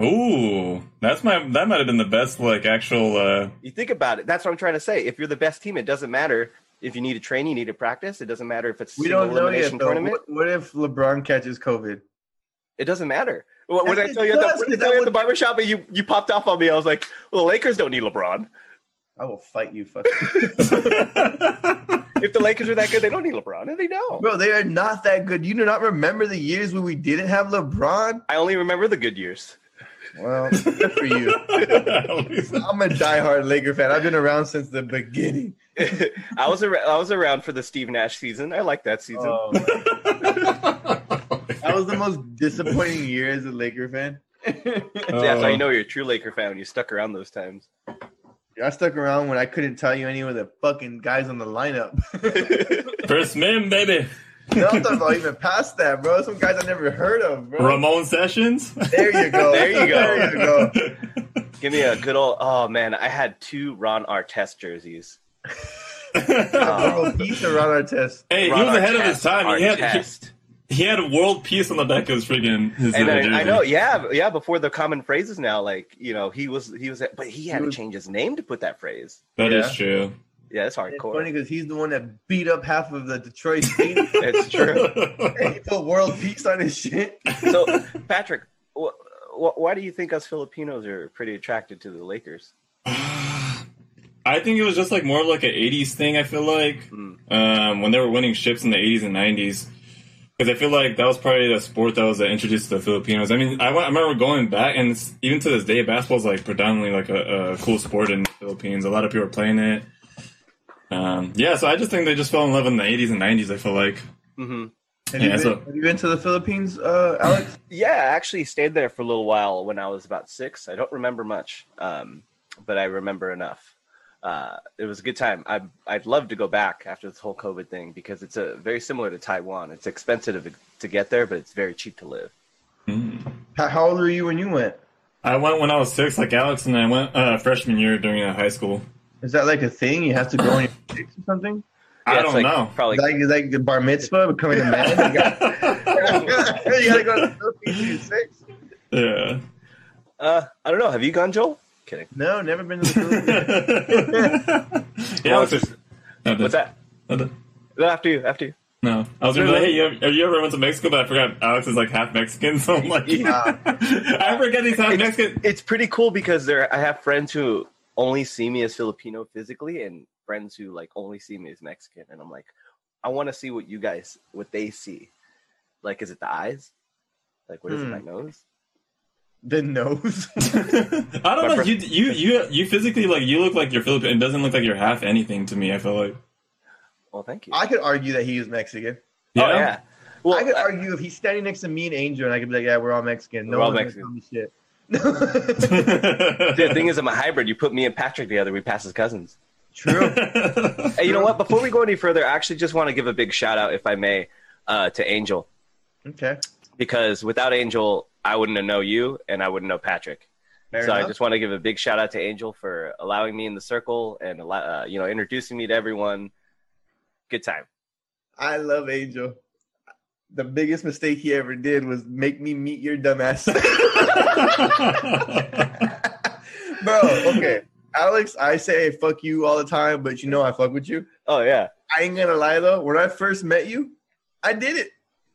[SPEAKER 1] Ooh, that's my that might have been the best like actual. uh
[SPEAKER 3] You think about it. That's what I'm trying to say. If you're the best team, it doesn't matter if you need to train, you need to practice. It doesn't matter if it's
[SPEAKER 2] We
[SPEAKER 3] single
[SPEAKER 2] don't know yet.
[SPEAKER 3] elimination
[SPEAKER 2] Though.
[SPEAKER 3] tournament.
[SPEAKER 2] What, what if LeBron catches COVID?
[SPEAKER 3] It doesn't matter. What, what did I
[SPEAKER 2] It
[SPEAKER 3] tell you at the,
[SPEAKER 2] does,
[SPEAKER 3] what did I
[SPEAKER 2] because
[SPEAKER 3] tell
[SPEAKER 2] that
[SPEAKER 3] you at the
[SPEAKER 2] would-
[SPEAKER 3] barbershop? And you, you popped off on me. I was like, well, the Lakers don't need LeBron.
[SPEAKER 2] I will fight you, fucking
[SPEAKER 3] If the Lakers are that good, they don't need LeBron. And they don't.
[SPEAKER 2] bro. They are not that good. You do not remember the years when we didn't have LeBron.
[SPEAKER 3] I only remember the good years.
[SPEAKER 2] Well, good for you. I'm a diehard Laker fan. I've been around since the beginning.
[SPEAKER 3] I was ar- I was around for the Steve Nash season. I like that season.
[SPEAKER 2] Oh, my that was the most disappointing year as a Laker fan.
[SPEAKER 3] That's
[SPEAKER 1] Oh.
[SPEAKER 3] how you know you're a true Laker fan when you stuck around those times.
[SPEAKER 2] I stuck around when I couldn't tell you any of the fucking guys on the lineup.
[SPEAKER 1] First man, baby.
[SPEAKER 2] no, I'm talking about even past that, bro. Some guys I never heard of, bro.
[SPEAKER 1] Ramon Sessions.
[SPEAKER 2] There you go.
[SPEAKER 3] There you go.
[SPEAKER 2] There you go.
[SPEAKER 3] Give me a good old. Oh man, I had two Ron Artest jerseys.
[SPEAKER 2] Little piece around our test.
[SPEAKER 1] hey, he
[SPEAKER 3] Ron
[SPEAKER 1] was ahead of his
[SPEAKER 3] Artest,
[SPEAKER 1] time. He had,
[SPEAKER 3] Artest.
[SPEAKER 1] He had world peace on the back of his freaking. His
[SPEAKER 3] And
[SPEAKER 1] uh,
[SPEAKER 3] I, I
[SPEAKER 1] jersey.
[SPEAKER 3] know, yeah, b- yeah. Before the common phrases now, like you know, he was he was, but he had
[SPEAKER 2] He
[SPEAKER 3] to
[SPEAKER 2] was-
[SPEAKER 3] change his name to put that phrase.
[SPEAKER 1] that is
[SPEAKER 2] Yeah.
[SPEAKER 1] true.
[SPEAKER 3] Yeah, it's
[SPEAKER 2] It's
[SPEAKER 3] hardcore.
[SPEAKER 2] funny because he's the one that beat up half of the Detroit team.
[SPEAKER 3] It's true.
[SPEAKER 2] and he put world peace on his shit.
[SPEAKER 3] so, Patrick, wh- wh- why do you think us Filipinos are pretty attracted to the Lakers?
[SPEAKER 1] I think it was just like more of like an '80s thing. I feel like
[SPEAKER 3] Mm.
[SPEAKER 1] um, when they were winning ships in the '80s and '90s, because I feel like that was probably the sport that was introduced to the Filipinos. I mean, I, wa- I remember going back, and it's- even to this day, basketball's like predominantly like a, a cool sport in the Philippines. A lot of people are playing it. Um, yeah, so I just think they just fell in love in the '80s and '90s. I feel like
[SPEAKER 3] hmm
[SPEAKER 1] Yeah,
[SPEAKER 2] Have, you, been,
[SPEAKER 1] so-
[SPEAKER 2] have you been to the Philippines, uh, Alex?
[SPEAKER 3] Yeah, I actually stayed there for a little while when I was about six. I don't remember much, um, but I remember enough. Uh, it was a good time. I, I'd love to go back after this whole COVID thing because it's a, very similar to Taiwan. It's expensive to, to get there, but it's very cheap to live.
[SPEAKER 2] How, how old were you when you went?
[SPEAKER 1] Hmm. I went when I was six, like Alex, and I went uh, freshman year during uh, high school.
[SPEAKER 2] Is that like a thing? You have to go on your dates or something?
[SPEAKER 1] I
[SPEAKER 3] it's
[SPEAKER 1] don't
[SPEAKER 3] like
[SPEAKER 1] know.
[SPEAKER 3] Probably
[SPEAKER 2] Is that, is that the bar mitzvah becoming a man? You gotta, you gotta go to the Philippines when you're six?
[SPEAKER 1] yeah.
[SPEAKER 3] Uh, I don't know. Have you gone, Joel? Kidding.
[SPEAKER 2] No, never been to the Philippines.
[SPEAKER 1] yeah, I was just-
[SPEAKER 3] What's that? No, after you. After you.
[SPEAKER 1] No, I was gonna be like, hey, you ever, have you ever went to Mexico? But I forgot Alex is like half Mexican, so I'm like,
[SPEAKER 2] Yeah.
[SPEAKER 1] I forget he's half Mexican.
[SPEAKER 3] It's pretty cool because there. I have friends who only see me as Filipino physically, and friends who like only see me as Mexican. And I'm like, I want to see what you guys, what they see. Like, is it the eyes? Like, what is
[SPEAKER 2] Hmm.
[SPEAKER 3] it? My nose?
[SPEAKER 2] the nose.
[SPEAKER 1] I don't know. You, you, you, you physically like you look like you're Filipino. It doesn't look like you're half anything to me. I feel
[SPEAKER 2] Oh,
[SPEAKER 1] like.
[SPEAKER 3] Well, thank you.
[SPEAKER 2] I could argue that he is Mexican.
[SPEAKER 3] Oh yeah. Well,
[SPEAKER 2] I could
[SPEAKER 3] I-
[SPEAKER 2] argue if he's standing next to me and Angel, and I could be like, "Yeah, we're all Mexican. No
[SPEAKER 3] We're all
[SPEAKER 2] one's Mexican. shit."
[SPEAKER 3] the thing is, I'm a hybrid. You put me and Patrick together, we pass as cousins.
[SPEAKER 2] True.
[SPEAKER 3] Hey, you know what? Before we go any further, I actually just want to give a big shout out, if I may, uh, to Angel.
[SPEAKER 2] Okay.
[SPEAKER 3] because without Angel, I wouldn't have know you and I wouldn't know Patrick.
[SPEAKER 2] Fair
[SPEAKER 3] so I
[SPEAKER 2] enough.
[SPEAKER 3] just want to give a big shout out to Angel for allowing me in the circle and allow- uh, you know introducing me to everyone. Good time.
[SPEAKER 2] I love Angel. The biggest mistake he ever did was make me meet your dumbass. Bro, okay. Alex, I say fuck you all the time, but you know I fuck with you.
[SPEAKER 3] Oh yeah,
[SPEAKER 2] I ain't gonna lie though, when I first met you, I did it.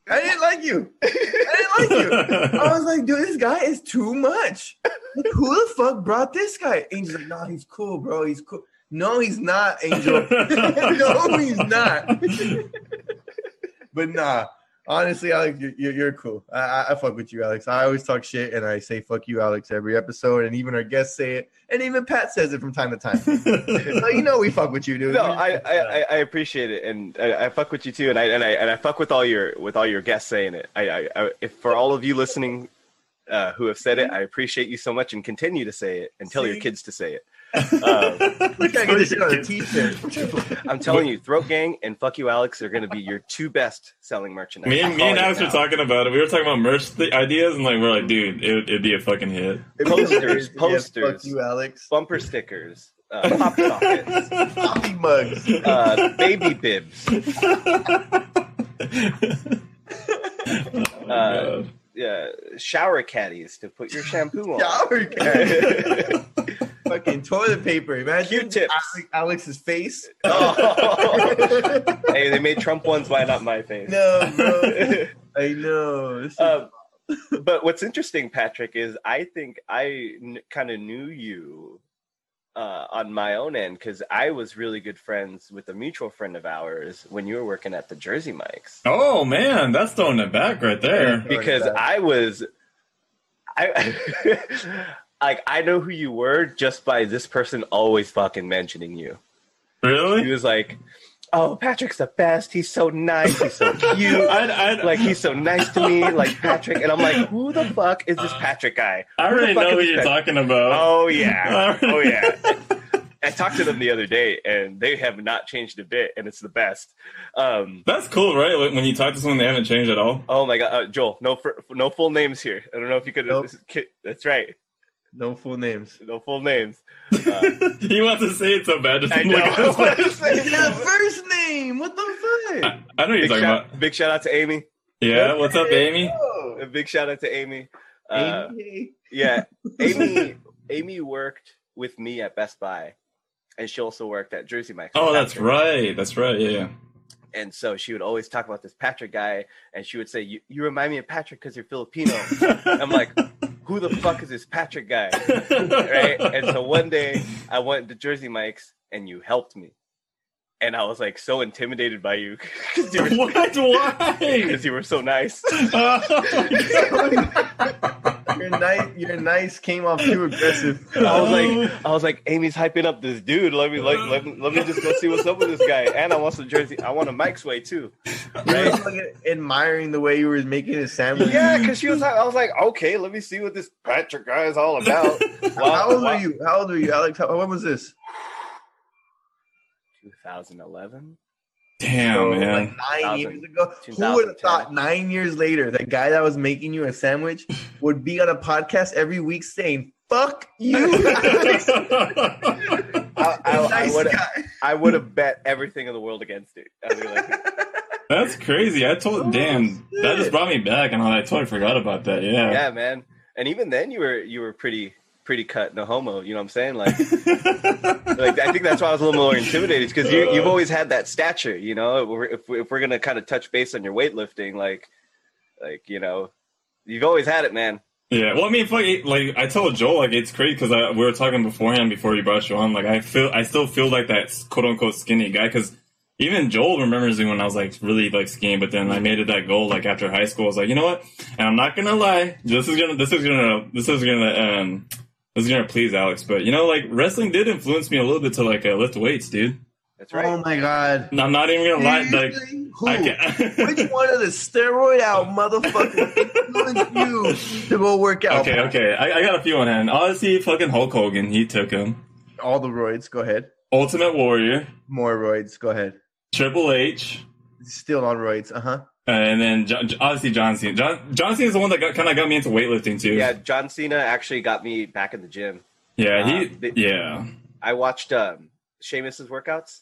[SPEAKER 2] I didn't like you. I didn't like you. I was like, dude, this guy is too much. Like, who the fuck brought this guy? Angel's like, no, he's cool, bro. He's cool. No, he's not, Angel. no, he's not. But nah, honestly, Alex, you're, you're, you're cool. I, I, I fuck with you, Alex. I always talk shit and I say fuck you, Alex, every episode. And even our guests say it. And even Pat says it from time to time. so you know we fuck with you, dude.
[SPEAKER 3] no, I, I, I, I appreciate it, and I, I fuck with you too, and I and I and I fuck with all your with all your guests saying it. I, I, I if for all of you listening uh, who have said it, I appreciate you so much, and continue to say it, and tell your
[SPEAKER 2] See?
[SPEAKER 3] kids to say it. Um,
[SPEAKER 1] Uh,
[SPEAKER 2] We gotta get this shit on a t-shirt.
[SPEAKER 3] I'm telling you, Throat Gang and Fuck You Alex are going to be your two best selling merchandise.
[SPEAKER 1] Me
[SPEAKER 3] I'm
[SPEAKER 1] and, me and
[SPEAKER 3] calling it
[SPEAKER 1] Alex were
[SPEAKER 3] now.
[SPEAKER 1] talking about it. We were talking about merch th- ideas, and like we're like, dude, it, it'd be a fucking hit.
[SPEAKER 3] Posters,
[SPEAKER 2] Yeah,
[SPEAKER 3] posters.
[SPEAKER 2] fuck you, Alex.
[SPEAKER 3] bumper stickers, uh, pop sockets,
[SPEAKER 2] Coffee mugs.
[SPEAKER 3] uh, baby bibs.
[SPEAKER 1] Oh,
[SPEAKER 3] Uh,
[SPEAKER 1] God.
[SPEAKER 3] uh, shower caddies to put your shampoo on.
[SPEAKER 2] Shower cap. Fucking toilet paper. Imagine
[SPEAKER 3] Q-tips.
[SPEAKER 2] Alex, Alex's face.
[SPEAKER 3] Oh.
[SPEAKER 2] no,
[SPEAKER 3] hey, they made Trump ones. Why not my face?
[SPEAKER 2] bro. I know. This is-
[SPEAKER 3] um, but what's interesting, Patrick, is I think I n- kind of knew you uh, on my own end because I was really good friends with a mutual friend of ours when you were working at the Jersey Mikes.
[SPEAKER 1] oh man, that's throwing it back right there.
[SPEAKER 3] because
[SPEAKER 2] Sorry,
[SPEAKER 3] I was, I like I know who you were just by this person always fucking mentioning you. He
[SPEAKER 1] Really?
[SPEAKER 3] was like, "Oh, Patrick's the best. He's so nice. He's so cute.
[SPEAKER 1] I'd, I'd,
[SPEAKER 3] like he's so nice to me. Like Patrick." And I'm like, "Who the fuck is this Patrick guy?"
[SPEAKER 1] I
[SPEAKER 3] Who the
[SPEAKER 1] already
[SPEAKER 3] fuck
[SPEAKER 1] know
[SPEAKER 3] is
[SPEAKER 1] who
[SPEAKER 3] this
[SPEAKER 1] you're
[SPEAKER 3] Pat-
[SPEAKER 1] talking about.
[SPEAKER 3] Oh yeah,
[SPEAKER 1] I
[SPEAKER 3] oh
[SPEAKER 1] already-
[SPEAKER 3] yeah. I talked to them the other day, and they have not changed a bit, and it's the best. Um,
[SPEAKER 1] That's cool, right? Like, when you talk to someone, they haven't changed at all.
[SPEAKER 3] Oh my god, uh, Joel! No, fir- no full names here. I don't know if you could.
[SPEAKER 2] Nope.
[SPEAKER 3] ki- That's right,
[SPEAKER 2] no full names.
[SPEAKER 3] no full names. Uh,
[SPEAKER 1] he wants to say it so bad. Just
[SPEAKER 3] I
[SPEAKER 1] look at his
[SPEAKER 3] know.
[SPEAKER 1] face.
[SPEAKER 2] It's not first name. What the fuck?
[SPEAKER 1] I know what you're
[SPEAKER 3] big,
[SPEAKER 1] talking about.
[SPEAKER 3] shout, big shout out to Amy.
[SPEAKER 1] Yeah, what's up, Amy?
[SPEAKER 3] A big shout out to Amy. Uh,
[SPEAKER 2] Amy.
[SPEAKER 3] yeah, Amy. Amy worked with me at Best Buy, and she also worked at Jersey Mike's.
[SPEAKER 1] Oh,
[SPEAKER 3] with
[SPEAKER 1] that's
[SPEAKER 3] Patrick.
[SPEAKER 1] right. That's right. Yeah, yeah.
[SPEAKER 3] And so she would always talk about this Patrick guy, and she would say, "You, you remind me of Patrick because you're Filipino." I'm like, "Who the fuck is this Patrick guy?" right? And so one day I went to Jersey Mike's, and you helped me, and I was like so intimidated by you because you were
[SPEAKER 1] what? Why?
[SPEAKER 3] because you were so nice.
[SPEAKER 2] Your nice, your nice came off too aggressive.
[SPEAKER 3] I was like, I was like, Amy's hyping up this dude. Let me, like, let, me- let me just go see what's up with this guy. And I want some jersey. I want a Mike's way too.
[SPEAKER 2] You were fucking admiring the way you were making his sandwich.
[SPEAKER 3] Yeah, because she was. hy- I was like, okay, let me see what this Patrick guy is all about.
[SPEAKER 2] How old were you? How old were you, Alex? How, when was this?
[SPEAKER 3] 2011.
[SPEAKER 1] Damn, man.
[SPEAKER 2] Like nine
[SPEAKER 3] 2000,
[SPEAKER 2] years ago. Who would have
[SPEAKER 3] 2010.
[SPEAKER 2] thought nine years later that guy that was making you a sandwich would be on a podcast every week saying "fuck you"? Alex."
[SPEAKER 3] I, I, I
[SPEAKER 2] Nice
[SPEAKER 3] would.
[SPEAKER 2] guy.
[SPEAKER 3] I would have bet everything in the world against it. I'd be like,
[SPEAKER 1] That's crazy. I told damn. That just brought me back, and I totally forgot about that. Yeah.
[SPEAKER 3] yeah, man. And even then, you were you were pretty pretty cut, no homo. You know what I'm saying? Like, like I think that's why I was a little more intimidated because you, you've always had that stature. You know, if we're, if we're, if we're gonna kind of touch base on your weightlifting, like, like you know, you've always had it, man.
[SPEAKER 1] Yeah. Well, I mean, fuck, it- like I told Joel, like it's crazy because we were talking beforehand before you brought you on. Like I feel, I still feel like that quote unquote skinny guy because even Joel remembers me when I was like really like skinny, but then I made it that goal like after high school. I was like, you know what? And I'm not gonna lie, this is gonna, this is gonna, this is gonna, um, this is gonna please Alex. But you know, like wrestling did influence me a little bit to like uh, lift weights, dude.
[SPEAKER 3] That's right.
[SPEAKER 2] Oh my god!
[SPEAKER 1] And I'm not even gonna lie, like.
[SPEAKER 2] Seriously?
[SPEAKER 1] I
[SPEAKER 2] Who?
[SPEAKER 1] can't.
[SPEAKER 2] Which one of the steroid out motherfuckers influenced you to go work out?
[SPEAKER 1] Okay, okay. I, I got a few on hand. Honestly, fucking Hulk Hogan, he took him.
[SPEAKER 2] All the roids, go ahead.
[SPEAKER 1] Ultimate Warrior,
[SPEAKER 2] More roids, go ahead.
[SPEAKER 1] Triple H,
[SPEAKER 2] Still on roids, uh huh.
[SPEAKER 1] and then John, obviously John Cena. John, John Cena's the one that got, kind of got me into weightlifting too.
[SPEAKER 3] Yeah, John Cena actually got me back in the gym.
[SPEAKER 1] yeah, he,
[SPEAKER 3] Uh, the-
[SPEAKER 1] yeah.
[SPEAKER 3] I watched um, Sheamus's workouts.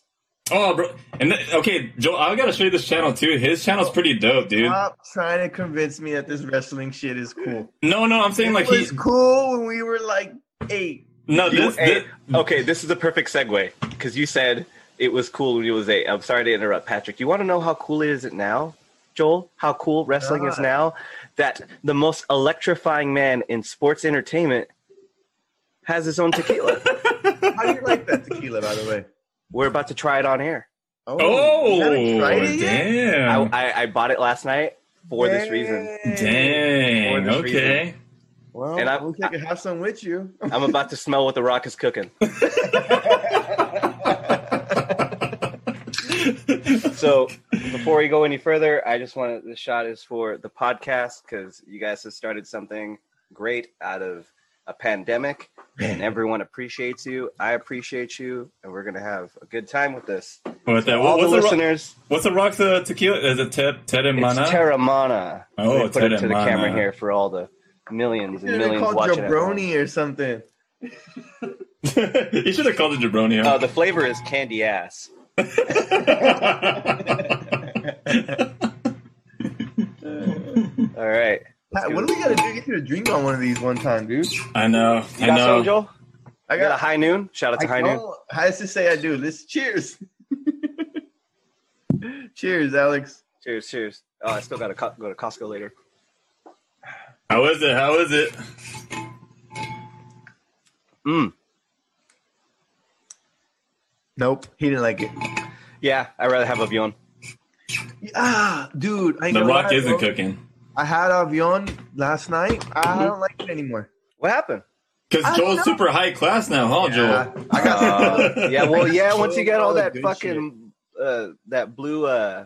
[SPEAKER 1] Oh, bro. And th- okay, Joel, I gotta show you this channel too. His channel's pretty dope, dude.
[SPEAKER 3] Uh,
[SPEAKER 2] Stop trying to convince me that this wrestling shit is cool.
[SPEAKER 1] No, no, I'm saying like
[SPEAKER 2] it
[SPEAKER 1] he.
[SPEAKER 2] was cool when we were like eight.
[SPEAKER 1] No,
[SPEAKER 3] You-
[SPEAKER 1] this.
[SPEAKER 3] hey,
[SPEAKER 1] thi-
[SPEAKER 3] okay, this is a perfect segue because you said it was cool when you was eight. I'm sorry to interrupt, Patrick. You want to know how cool is it now, Joel? How cool wrestling is
[SPEAKER 2] God.
[SPEAKER 3] now that the most electrifying man in sports entertainment has his own tequila.
[SPEAKER 2] How do you like that tequila, by the way?
[SPEAKER 3] We're about to try it on air.
[SPEAKER 1] oh,
[SPEAKER 2] you haven't tried it yet?
[SPEAKER 3] I,
[SPEAKER 1] damn.
[SPEAKER 3] I, I bought it last night for this reason,
[SPEAKER 2] Dang.
[SPEAKER 1] Dang.
[SPEAKER 3] For this
[SPEAKER 1] Okay.
[SPEAKER 2] Well,
[SPEAKER 3] And
[SPEAKER 2] I
[SPEAKER 3] I-
[SPEAKER 2] wish I could have some with you.
[SPEAKER 3] I'm about to smell what the Rock is cooking. So before we go any further, I just want to, the shot is for the podcast because you guys have started something great out of a pandemic and everyone appreciates you. I appreciate you and we're going to have a good time with this.
[SPEAKER 1] What's that?
[SPEAKER 3] All
[SPEAKER 1] What's
[SPEAKER 3] the
[SPEAKER 1] the, rock,
[SPEAKER 3] listeners,
[SPEAKER 1] what's the rock's uh, tequila? Is it Ted, Ted and Mana?
[SPEAKER 3] it's Terramana.
[SPEAKER 1] Oh,
[SPEAKER 3] Let me put it to the
[SPEAKER 1] Terramana.
[SPEAKER 3] camera here for all the millions and
[SPEAKER 2] You're gonna
[SPEAKER 3] millions
[SPEAKER 2] call
[SPEAKER 3] watching. at home.
[SPEAKER 2] jabroni or something.
[SPEAKER 1] you should have called it jabroni.
[SPEAKER 3] Uh, the flavor is candy ass. All right.
[SPEAKER 2] Pat,
[SPEAKER 3] do
[SPEAKER 2] what do we gotta do? Get you to drink on one of these one time, dude.
[SPEAKER 1] I know.
[SPEAKER 3] You
[SPEAKER 1] I
[SPEAKER 3] got something,
[SPEAKER 1] know.
[SPEAKER 3] Joel?
[SPEAKER 2] I
[SPEAKER 3] I got a
[SPEAKER 2] got.
[SPEAKER 3] high noon. Shout out to
[SPEAKER 2] I
[SPEAKER 3] high noon.
[SPEAKER 2] don't. How does this say I do? Let's cheers. cheers, Alex.
[SPEAKER 3] Cheers, cheers. Oh, I still got to co- go to Costco later.
[SPEAKER 1] How is it? How is it?
[SPEAKER 3] Mm.
[SPEAKER 2] Nope, he didn't like it.
[SPEAKER 3] Yeah, I'd rather have a Vion.
[SPEAKER 2] Ah, dude, I ain't
[SPEAKER 1] The
[SPEAKER 2] gonna
[SPEAKER 1] rock
[SPEAKER 2] lie,
[SPEAKER 1] isn't
[SPEAKER 2] bro.
[SPEAKER 1] cooking.
[SPEAKER 2] I had Avion last night.
[SPEAKER 3] Mm-hmm.
[SPEAKER 2] I don't like it anymore.
[SPEAKER 3] What happened?
[SPEAKER 1] Because
[SPEAKER 2] I
[SPEAKER 1] Joel's
[SPEAKER 2] know.
[SPEAKER 1] super high class now, huh,
[SPEAKER 2] Yeah.
[SPEAKER 1] Joel?
[SPEAKER 2] I got
[SPEAKER 3] Uh, yeah, well, yeah.
[SPEAKER 2] So
[SPEAKER 3] Once you get all
[SPEAKER 2] all the
[SPEAKER 3] that
[SPEAKER 2] good
[SPEAKER 3] fucking uh, that blue, uh,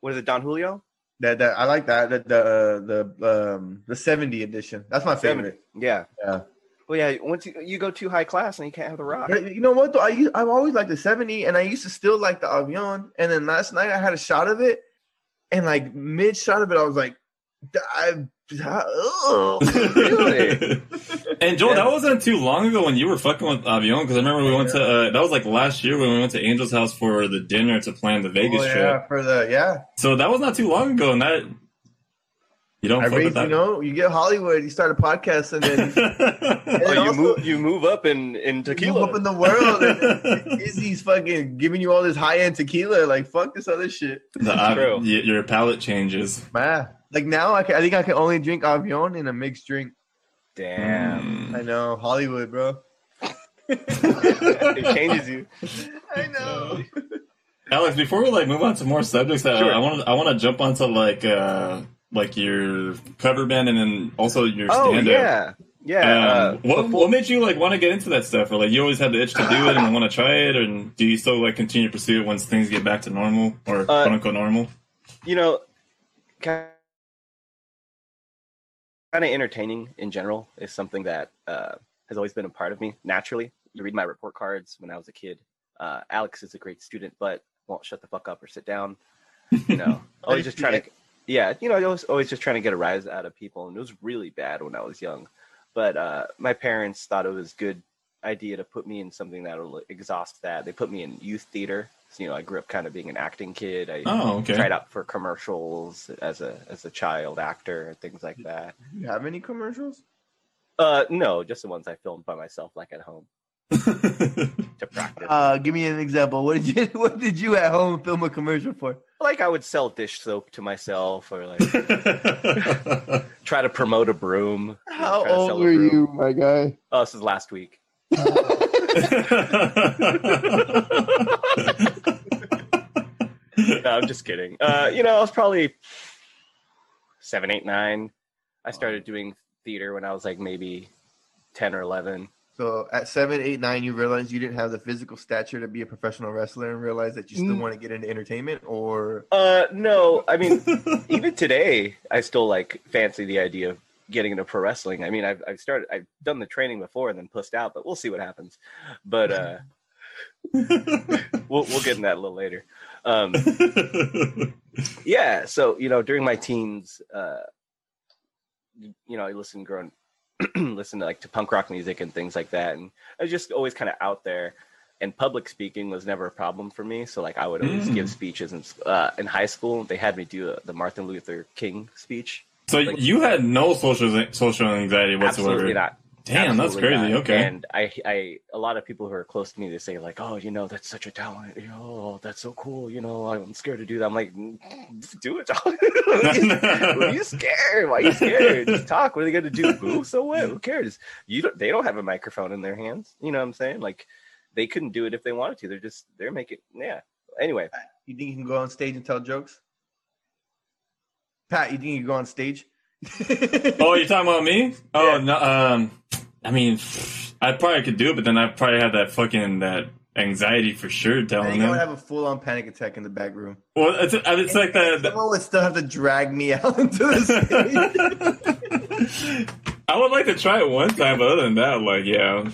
[SPEAKER 3] what is it, Don Julio?
[SPEAKER 2] that. That I like that. That the the um the seventy edition. That's my favorite.
[SPEAKER 3] Yeah.
[SPEAKER 2] Yeah.
[SPEAKER 3] Well, yeah. Once you, you go too high class and you can't have the rock.
[SPEAKER 2] But you know what? Though? I u- I've always liked the seventy, and I used to still like the Avion. And then last night I had a shot of it, and like mid shot of it, I was like, I, oh,
[SPEAKER 3] Really?
[SPEAKER 1] and Joel,
[SPEAKER 3] Yeah.
[SPEAKER 1] that wasn't too long ago when you were fucking with Avion because I remember we went to uh, that was like last year when we went to Angel's house for the dinner to plan the Vegas
[SPEAKER 2] Oh, yeah,
[SPEAKER 1] trip.
[SPEAKER 2] for the yeah.
[SPEAKER 1] So that was not too long ago, and that you don't
[SPEAKER 2] I
[SPEAKER 1] fuck with
[SPEAKER 2] raised, you
[SPEAKER 1] that.
[SPEAKER 2] know, you get Hollywood, you start a podcast, and then
[SPEAKER 3] Oh,
[SPEAKER 2] And
[SPEAKER 3] you
[SPEAKER 2] also-
[SPEAKER 3] move you move up in in
[SPEAKER 2] you
[SPEAKER 3] tequila.
[SPEAKER 2] move up in the world. And Izzy's fucking giving you all this high end tequila. Like fuck this other shit.
[SPEAKER 1] the, uh,
[SPEAKER 3] True.
[SPEAKER 1] y- your palate changes.
[SPEAKER 2] Man, like now I, can, I think I can only drink Avion in a mixed drink.
[SPEAKER 3] Damn,
[SPEAKER 1] Mm.
[SPEAKER 2] I know Hollywood, bro.
[SPEAKER 3] it changes you.
[SPEAKER 2] I know.
[SPEAKER 1] Alex, before we like move on to more subjects, uh, I-
[SPEAKER 3] Sure.
[SPEAKER 1] I want I want to jump onto like uh like your cover band and then also your
[SPEAKER 3] Oh
[SPEAKER 1] stand up.
[SPEAKER 3] yeah, yeah.
[SPEAKER 1] um,
[SPEAKER 3] uh,
[SPEAKER 1] what what made you like want to get into that stuff, or like you always had the itch to do it and want to try it, and do you still like continue to pursue it once things get back to normal
[SPEAKER 3] Uh,
[SPEAKER 1] or quote unquote normal?
[SPEAKER 3] you know, kind of entertaining in general is something that uh, has always been a part of me naturally. You read my report cards when I was a kid. Uh, Alex is a great student, but won't shut the fuck up or sit down. You know, always just trying to, yeah, you know, I was always just trying to get a rise out of people, and it was really bad when I was young. But uh, my parents thought it was good idea to put me in something that'll exhaust that. They put me in youth theater. So, you know, I grew up kind of being an acting kid. I
[SPEAKER 1] Oh, okay.
[SPEAKER 3] tried out for commercials as a as a child actor and things like that.
[SPEAKER 2] You have any commercials?
[SPEAKER 3] Uh, no, just the ones I filmed by myself, like at home to practice.
[SPEAKER 2] Uh, give me an example. What did you What did you at home film a commercial for?
[SPEAKER 3] like I would sell dish soap to myself, or like try to promote a broom. you know, try to sell a broom.
[SPEAKER 2] my guy?
[SPEAKER 3] Oh, this is last week. No, I'm just kidding. Uh, you know, I was probably seven, eight, nine. I started doing theater when I was like maybe ten or eleven.
[SPEAKER 2] So at seven, eight, nine, you realized you didn't have the physical stature to be a professional wrestler, and realized that you still
[SPEAKER 3] Mm.
[SPEAKER 2] want to get into entertainment, or
[SPEAKER 3] Uh, no, I mean, even today, I still like fancy the idea of getting into pro wrestling. I mean, I've, I've started, I've done the training before and then pussed out, but we'll see what happens. But uh, we'll we'll get in that a little later. Um, yeah, so you know, during my teens, uh, you know, I listened growing, listened to like to punk rock music and things like that, and I was just always kind of out there. And public speaking was never a problem for me, so like I would always
[SPEAKER 1] Mm.
[SPEAKER 3] give speeches. And uh, in high school, they had me do uh, the Martin Luther King speech.
[SPEAKER 1] so you had no social social anxiety whatsoever.
[SPEAKER 3] Absolutely not.
[SPEAKER 1] Damn, that's
[SPEAKER 3] Absolutely
[SPEAKER 1] crazy.
[SPEAKER 3] not.
[SPEAKER 1] Okay.
[SPEAKER 3] And I, I, a lot of people who are close to me, they say like, "Oh, you know, that's such a talent. You know, oh, that's so cool. You know, I'm scared to do that." I'm like, "Do it, dog. What are you scared? Why are you scared? Just talk. What are they going to do? Boo? So what? Who cares? You don't. They don't have a microphone in their hands. You know what I'm saying? Like, they couldn't do it if they wanted to. They're just they're making yeah. Anyway,
[SPEAKER 2] you think you can go on stage and tell jokes? Pat, you think you can go on stage?
[SPEAKER 1] oh, you're talking about me? Oh,
[SPEAKER 2] Yeah.
[SPEAKER 1] no. Um, I mean, I probably could do it, but then I probably have that fucking that anxiety for sure.
[SPEAKER 2] I
[SPEAKER 1] Telling
[SPEAKER 2] think I would
[SPEAKER 1] them.
[SPEAKER 2] have a full on panic attack in the back room.
[SPEAKER 1] Well, it's, it's like that.
[SPEAKER 2] Someone would still have to drag me out into the stage.
[SPEAKER 1] I would like to try it one time, but other than that, like, yeah,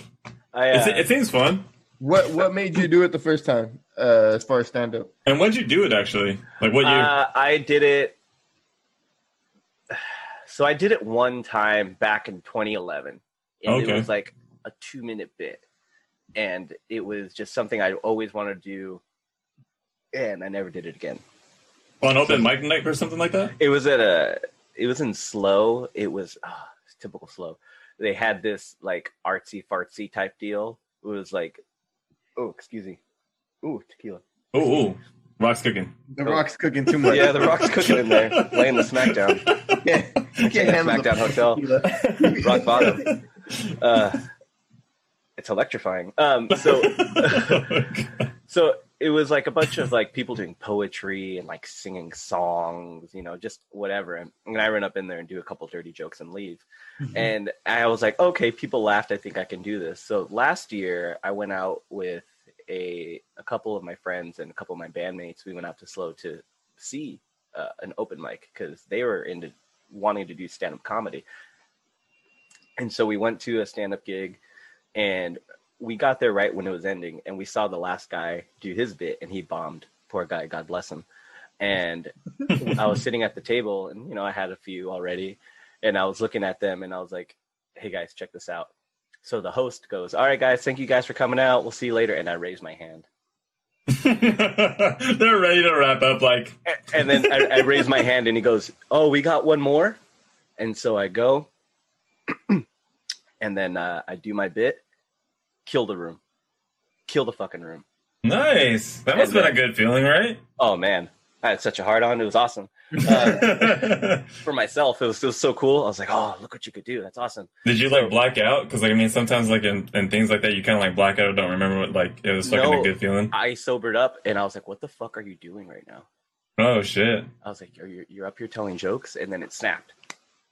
[SPEAKER 3] I
[SPEAKER 1] It's,
[SPEAKER 3] uh,
[SPEAKER 1] it seems fun.
[SPEAKER 2] what What made you do it the first time? Uh, as far as stand up,
[SPEAKER 1] And when'd you do it actually? Like, what year?
[SPEAKER 3] Uh, I did it. So I did it one time back in 2011, and it
[SPEAKER 1] Okay.
[SPEAKER 3] was like a two-minute bit, and it was just something I always wanted to do, and I never did it again.
[SPEAKER 1] On open mic night or something like that?
[SPEAKER 3] It was at a. It was in slow. It was ah, it's typical slow. They had this like artsy fartsy type deal. It was like, oh, excuse me, ooh, tequila.
[SPEAKER 1] Oh, ooh. rock's cooking.
[SPEAKER 2] The
[SPEAKER 3] Oh.
[SPEAKER 2] Rock's cooking too much.
[SPEAKER 3] Yeah, the rock's cooking in there, laying the smackdown.
[SPEAKER 2] you can't, you can't handle the
[SPEAKER 3] SmackDown Hotel.
[SPEAKER 2] tequila.
[SPEAKER 3] rock bottom. Uh, it's electrifying. Um, so so it was like a bunch of like people doing poetry and like singing songs, you know, just whatever. And, and I run up in there and do a couple dirty jokes and leave. And I was like, okay, people laughed. I think I can do this. So last year, I went out with a a couple of my friends and a couple of my bandmates. We went out to Slow to see uh, an open mic because they were into wanting to do stand up comedy. And so we went to a stand up gig and we got there right when it was ending and we saw the last guy do his bit and he bombed. Poor guy, God bless him. and I was sitting at the table, and you know I had a few already, and I was looking at them, and I was like, "Hey guys, check this out." So the host goes, "All right, guys, thank you guys for coming out. We'll see you later." And I raised my hand,
[SPEAKER 1] They're ready to wrap up. Like,
[SPEAKER 3] A- and then I, I raised my hand, and he goes, "Oh, we got one more," and so I go, and then uh, I do my bit, kill the room, kill the fucking room.
[SPEAKER 1] nice. That must have been a good feeling, right?
[SPEAKER 3] Oh man, I had such a hard on. It was awesome. Uh, for myself, it was, it was so cool. I was like, "Oh, look what you could do. That's awesome."
[SPEAKER 1] Did you like black out? Because like I mean, sometimes like in, in things like that, you kind of like black out or don't remember what like it was fucking
[SPEAKER 3] No.
[SPEAKER 1] a good feeling.
[SPEAKER 3] I sobered up, and I was like, "What the fuck are you doing right now?"
[SPEAKER 1] Oh shit!
[SPEAKER 3] I was like, "You're you're, you're up here telling jokes," and then it snapped.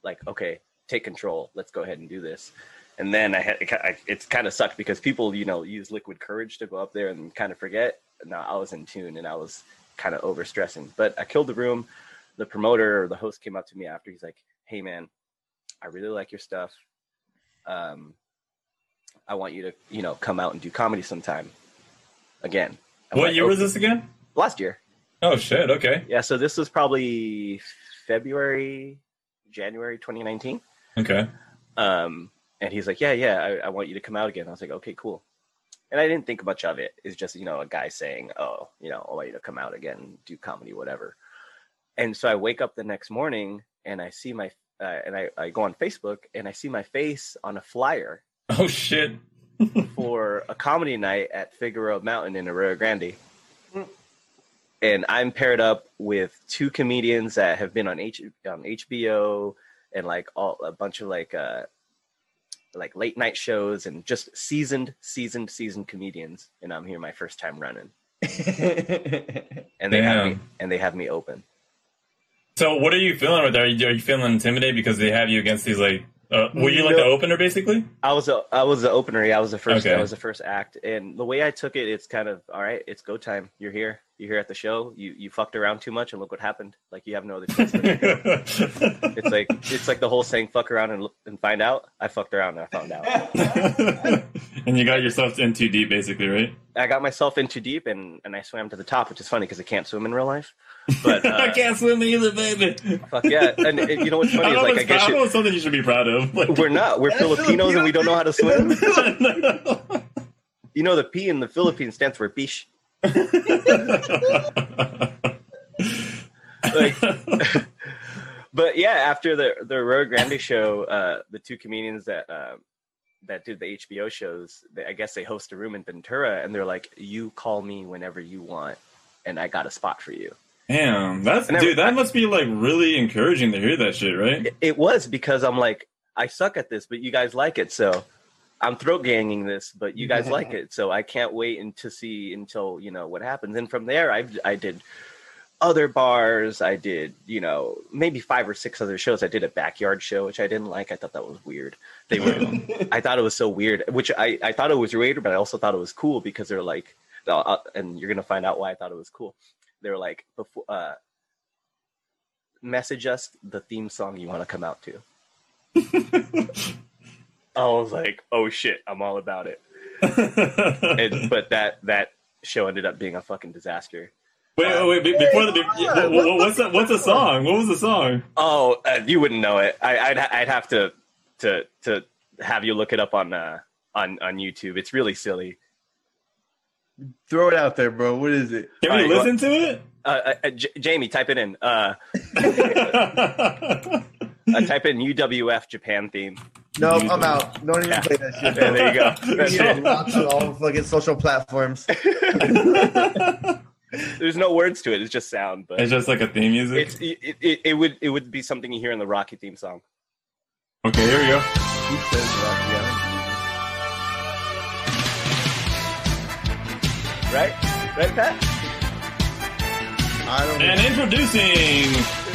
[SPEAKER 3] Like, okay, take control. Let's go ahead and do this. And then I had I, it's kind of sucked because people, you know, use liquid courage to go up there and kind of forget. No, I was in tune and I was kind of overstressing, but I killed the room. The promoter or the host came up to me after. He's like, "Hey, man, I really like your stuff. Um, I want you to, you know, come out and do comedy sometime again." I'm
[SPEAKER 1] What
[SPEAKER 3] like,
[SPEAKER 1] year was
[SPEAKER 3] "Okay."
[SPEAKER 1] this again?
[SPEAKER 3] Last year.
[SPEAKER 1] Oh shit! Okay,
[SPEAKER 3] Yeah, so this was probably February, January 2019.
[SPEAKER 1] okay.
[SPEAKER 3] Um, and he's like, Yeah, yeah, I, I want you to come out again. I was like, Okay, cool. And I didn't think much of it. It's just, you know, a guy saying, Oh, you know, I want you to come out again, do comedy, whatever. And so I wake up the next morning and I see my, uh, and I, I go on Facebook and I see my face on a flyer
[SPEAKER 1] Oh shit!
[SPEAKER 3] for a comedy night at Figaro Mountain in Arroyo Grande. And I'm paired up with two comedians that have been on H on HBO and like all a bunch of like uh like late night shows and just seasoned, seasoned, seasoned comedians. And I'm here my first time running. And they have me
[SPEAKER 1] Damn.
[SPEAKER 3] and they have me open.
[SPEAKER 1] So what are you feeling right there? Are you, are you feeling intimidated because they have you against these like? Uh, were you like
[SPEAKER 2] No.
[SPEAKER 1] the opener basically?
[SPEAKER 3] I was a, I was the opener. Yeah, I was the first.
[SPEAKER 1] Okay.
[SPEAKER 3] I was the first act, and the way I took it, it's kind of all right. It's go time. You're here. You're here at the show. You you fucked around too much, and look what happened. Like you have no other choice. but to go. it's like it's like the whole saying "fuck around and, look- and find out." I fucked around and I found out.
[SPEAKER 1] and you got yourself in too deep, basically, right?
[SPEAKER 3] I got myself in too deep, and and I swam to the top, which is funny because I can't swim in real life. But
[SPEAKER 1] I
[SPEAKER 3] uh,
[SPEAKER 1] can't swim either, baby.
[SPEAKER 3] fuck yeah, and, and you know what's
[SPEAKER 1] I
[SPEAKER 3] funny
[SPEAKER 1] don't know,
[SPEAKER 3] is like
[SPEAKER 1] if it's,
[SPEAKER 3] I
[SPEAKER 1] I
[SPEAKER 3] guess
[SPEAKER 1] don't know
[SPEAKER 3] you,
[SPEAKER 1] if something you should be proud of. Like,
[SPEAKER 3] we're not we're Filipinos and we don't know how to swim. You know the P in the Philippines stands for bish. Like, but yeah, after the the Rio Grande show, uh, the two comedians that um that did the HBO shows, they, I guess they host a room in Ventura, and they're like, "You call me whenever you want, and I got a spot for you."
[SPEAKER 1] Damn, that's
[SPEAKER 3] And I-
[SPEAKER 1] dude. That must be like really encouraging to hear that shit, right?
[SPEAKER 3] It, it was because I'm like, I suck at this, but you guys like it, so I'm throat ganging this, but you guys like it, so I can't wait and to see until you know what happens. And from there, I I did other bars. I did you know maybe five or six other shows. I did a backyard show, which I didn't like. I thought that was weird. They were, I thought it was so weird, which I I thought it was weird, but I also thought it was cool because they're like, uh, and you're gonna find out why I thought it was cool. They're like before. uh message us the theme song you want to come out to. I was like, oh shit, I'm all about it. And, but that that show ended up being a fucking disaster.
[SPEAKER 1] Wait, wait, wait, be- before the be-
[SPEAKER 2] Yeah,
[SPEAKER 1] wha- wha- what's that? What's the song? What was the song?
[SPEAKER 3] Oh, uh, you wouldn't know it. I, I'd I'd have to to to have you look it up on uh on on YouTube. It's really silly.
[SPEAKER 2] Throw it out there, bro. What is it?
[SPEAKER 1] Can we
[SPEAKER 3] Alright,
[SPEAKER 1] listen to
[SPEAKER 3] Uh, uh, J- Jamie, type it in. Uh,
[SPEAKER 1] it?
[SPEAKER 3] uh, type in UWF Japan theme.
[SPEAKER 2] No, I'm out. Don't even play that shit.
[SPEAKER 3] And
[SPEAKER 2] Bro.
[SPEAKER 3] there you go. That's
[SPEAKER 2] You get
[SPEAKER 3] it.
[SPEAKER 2] blocked on all fucking social platforms.
[SPEAKER 3] There's no words to it. It's just sound, but
[SPEAKER 1] It's just like a theme music.
[SPEAKER 3] it's it, it, it would it would be something you hear in the Rocky theme song.
[SPEAKER 1] okay, here we go.
[SPEAKER 3] Right? Right, Pat?
[SPEAKER 2] I don't.
[SPEAKER 1] And introducing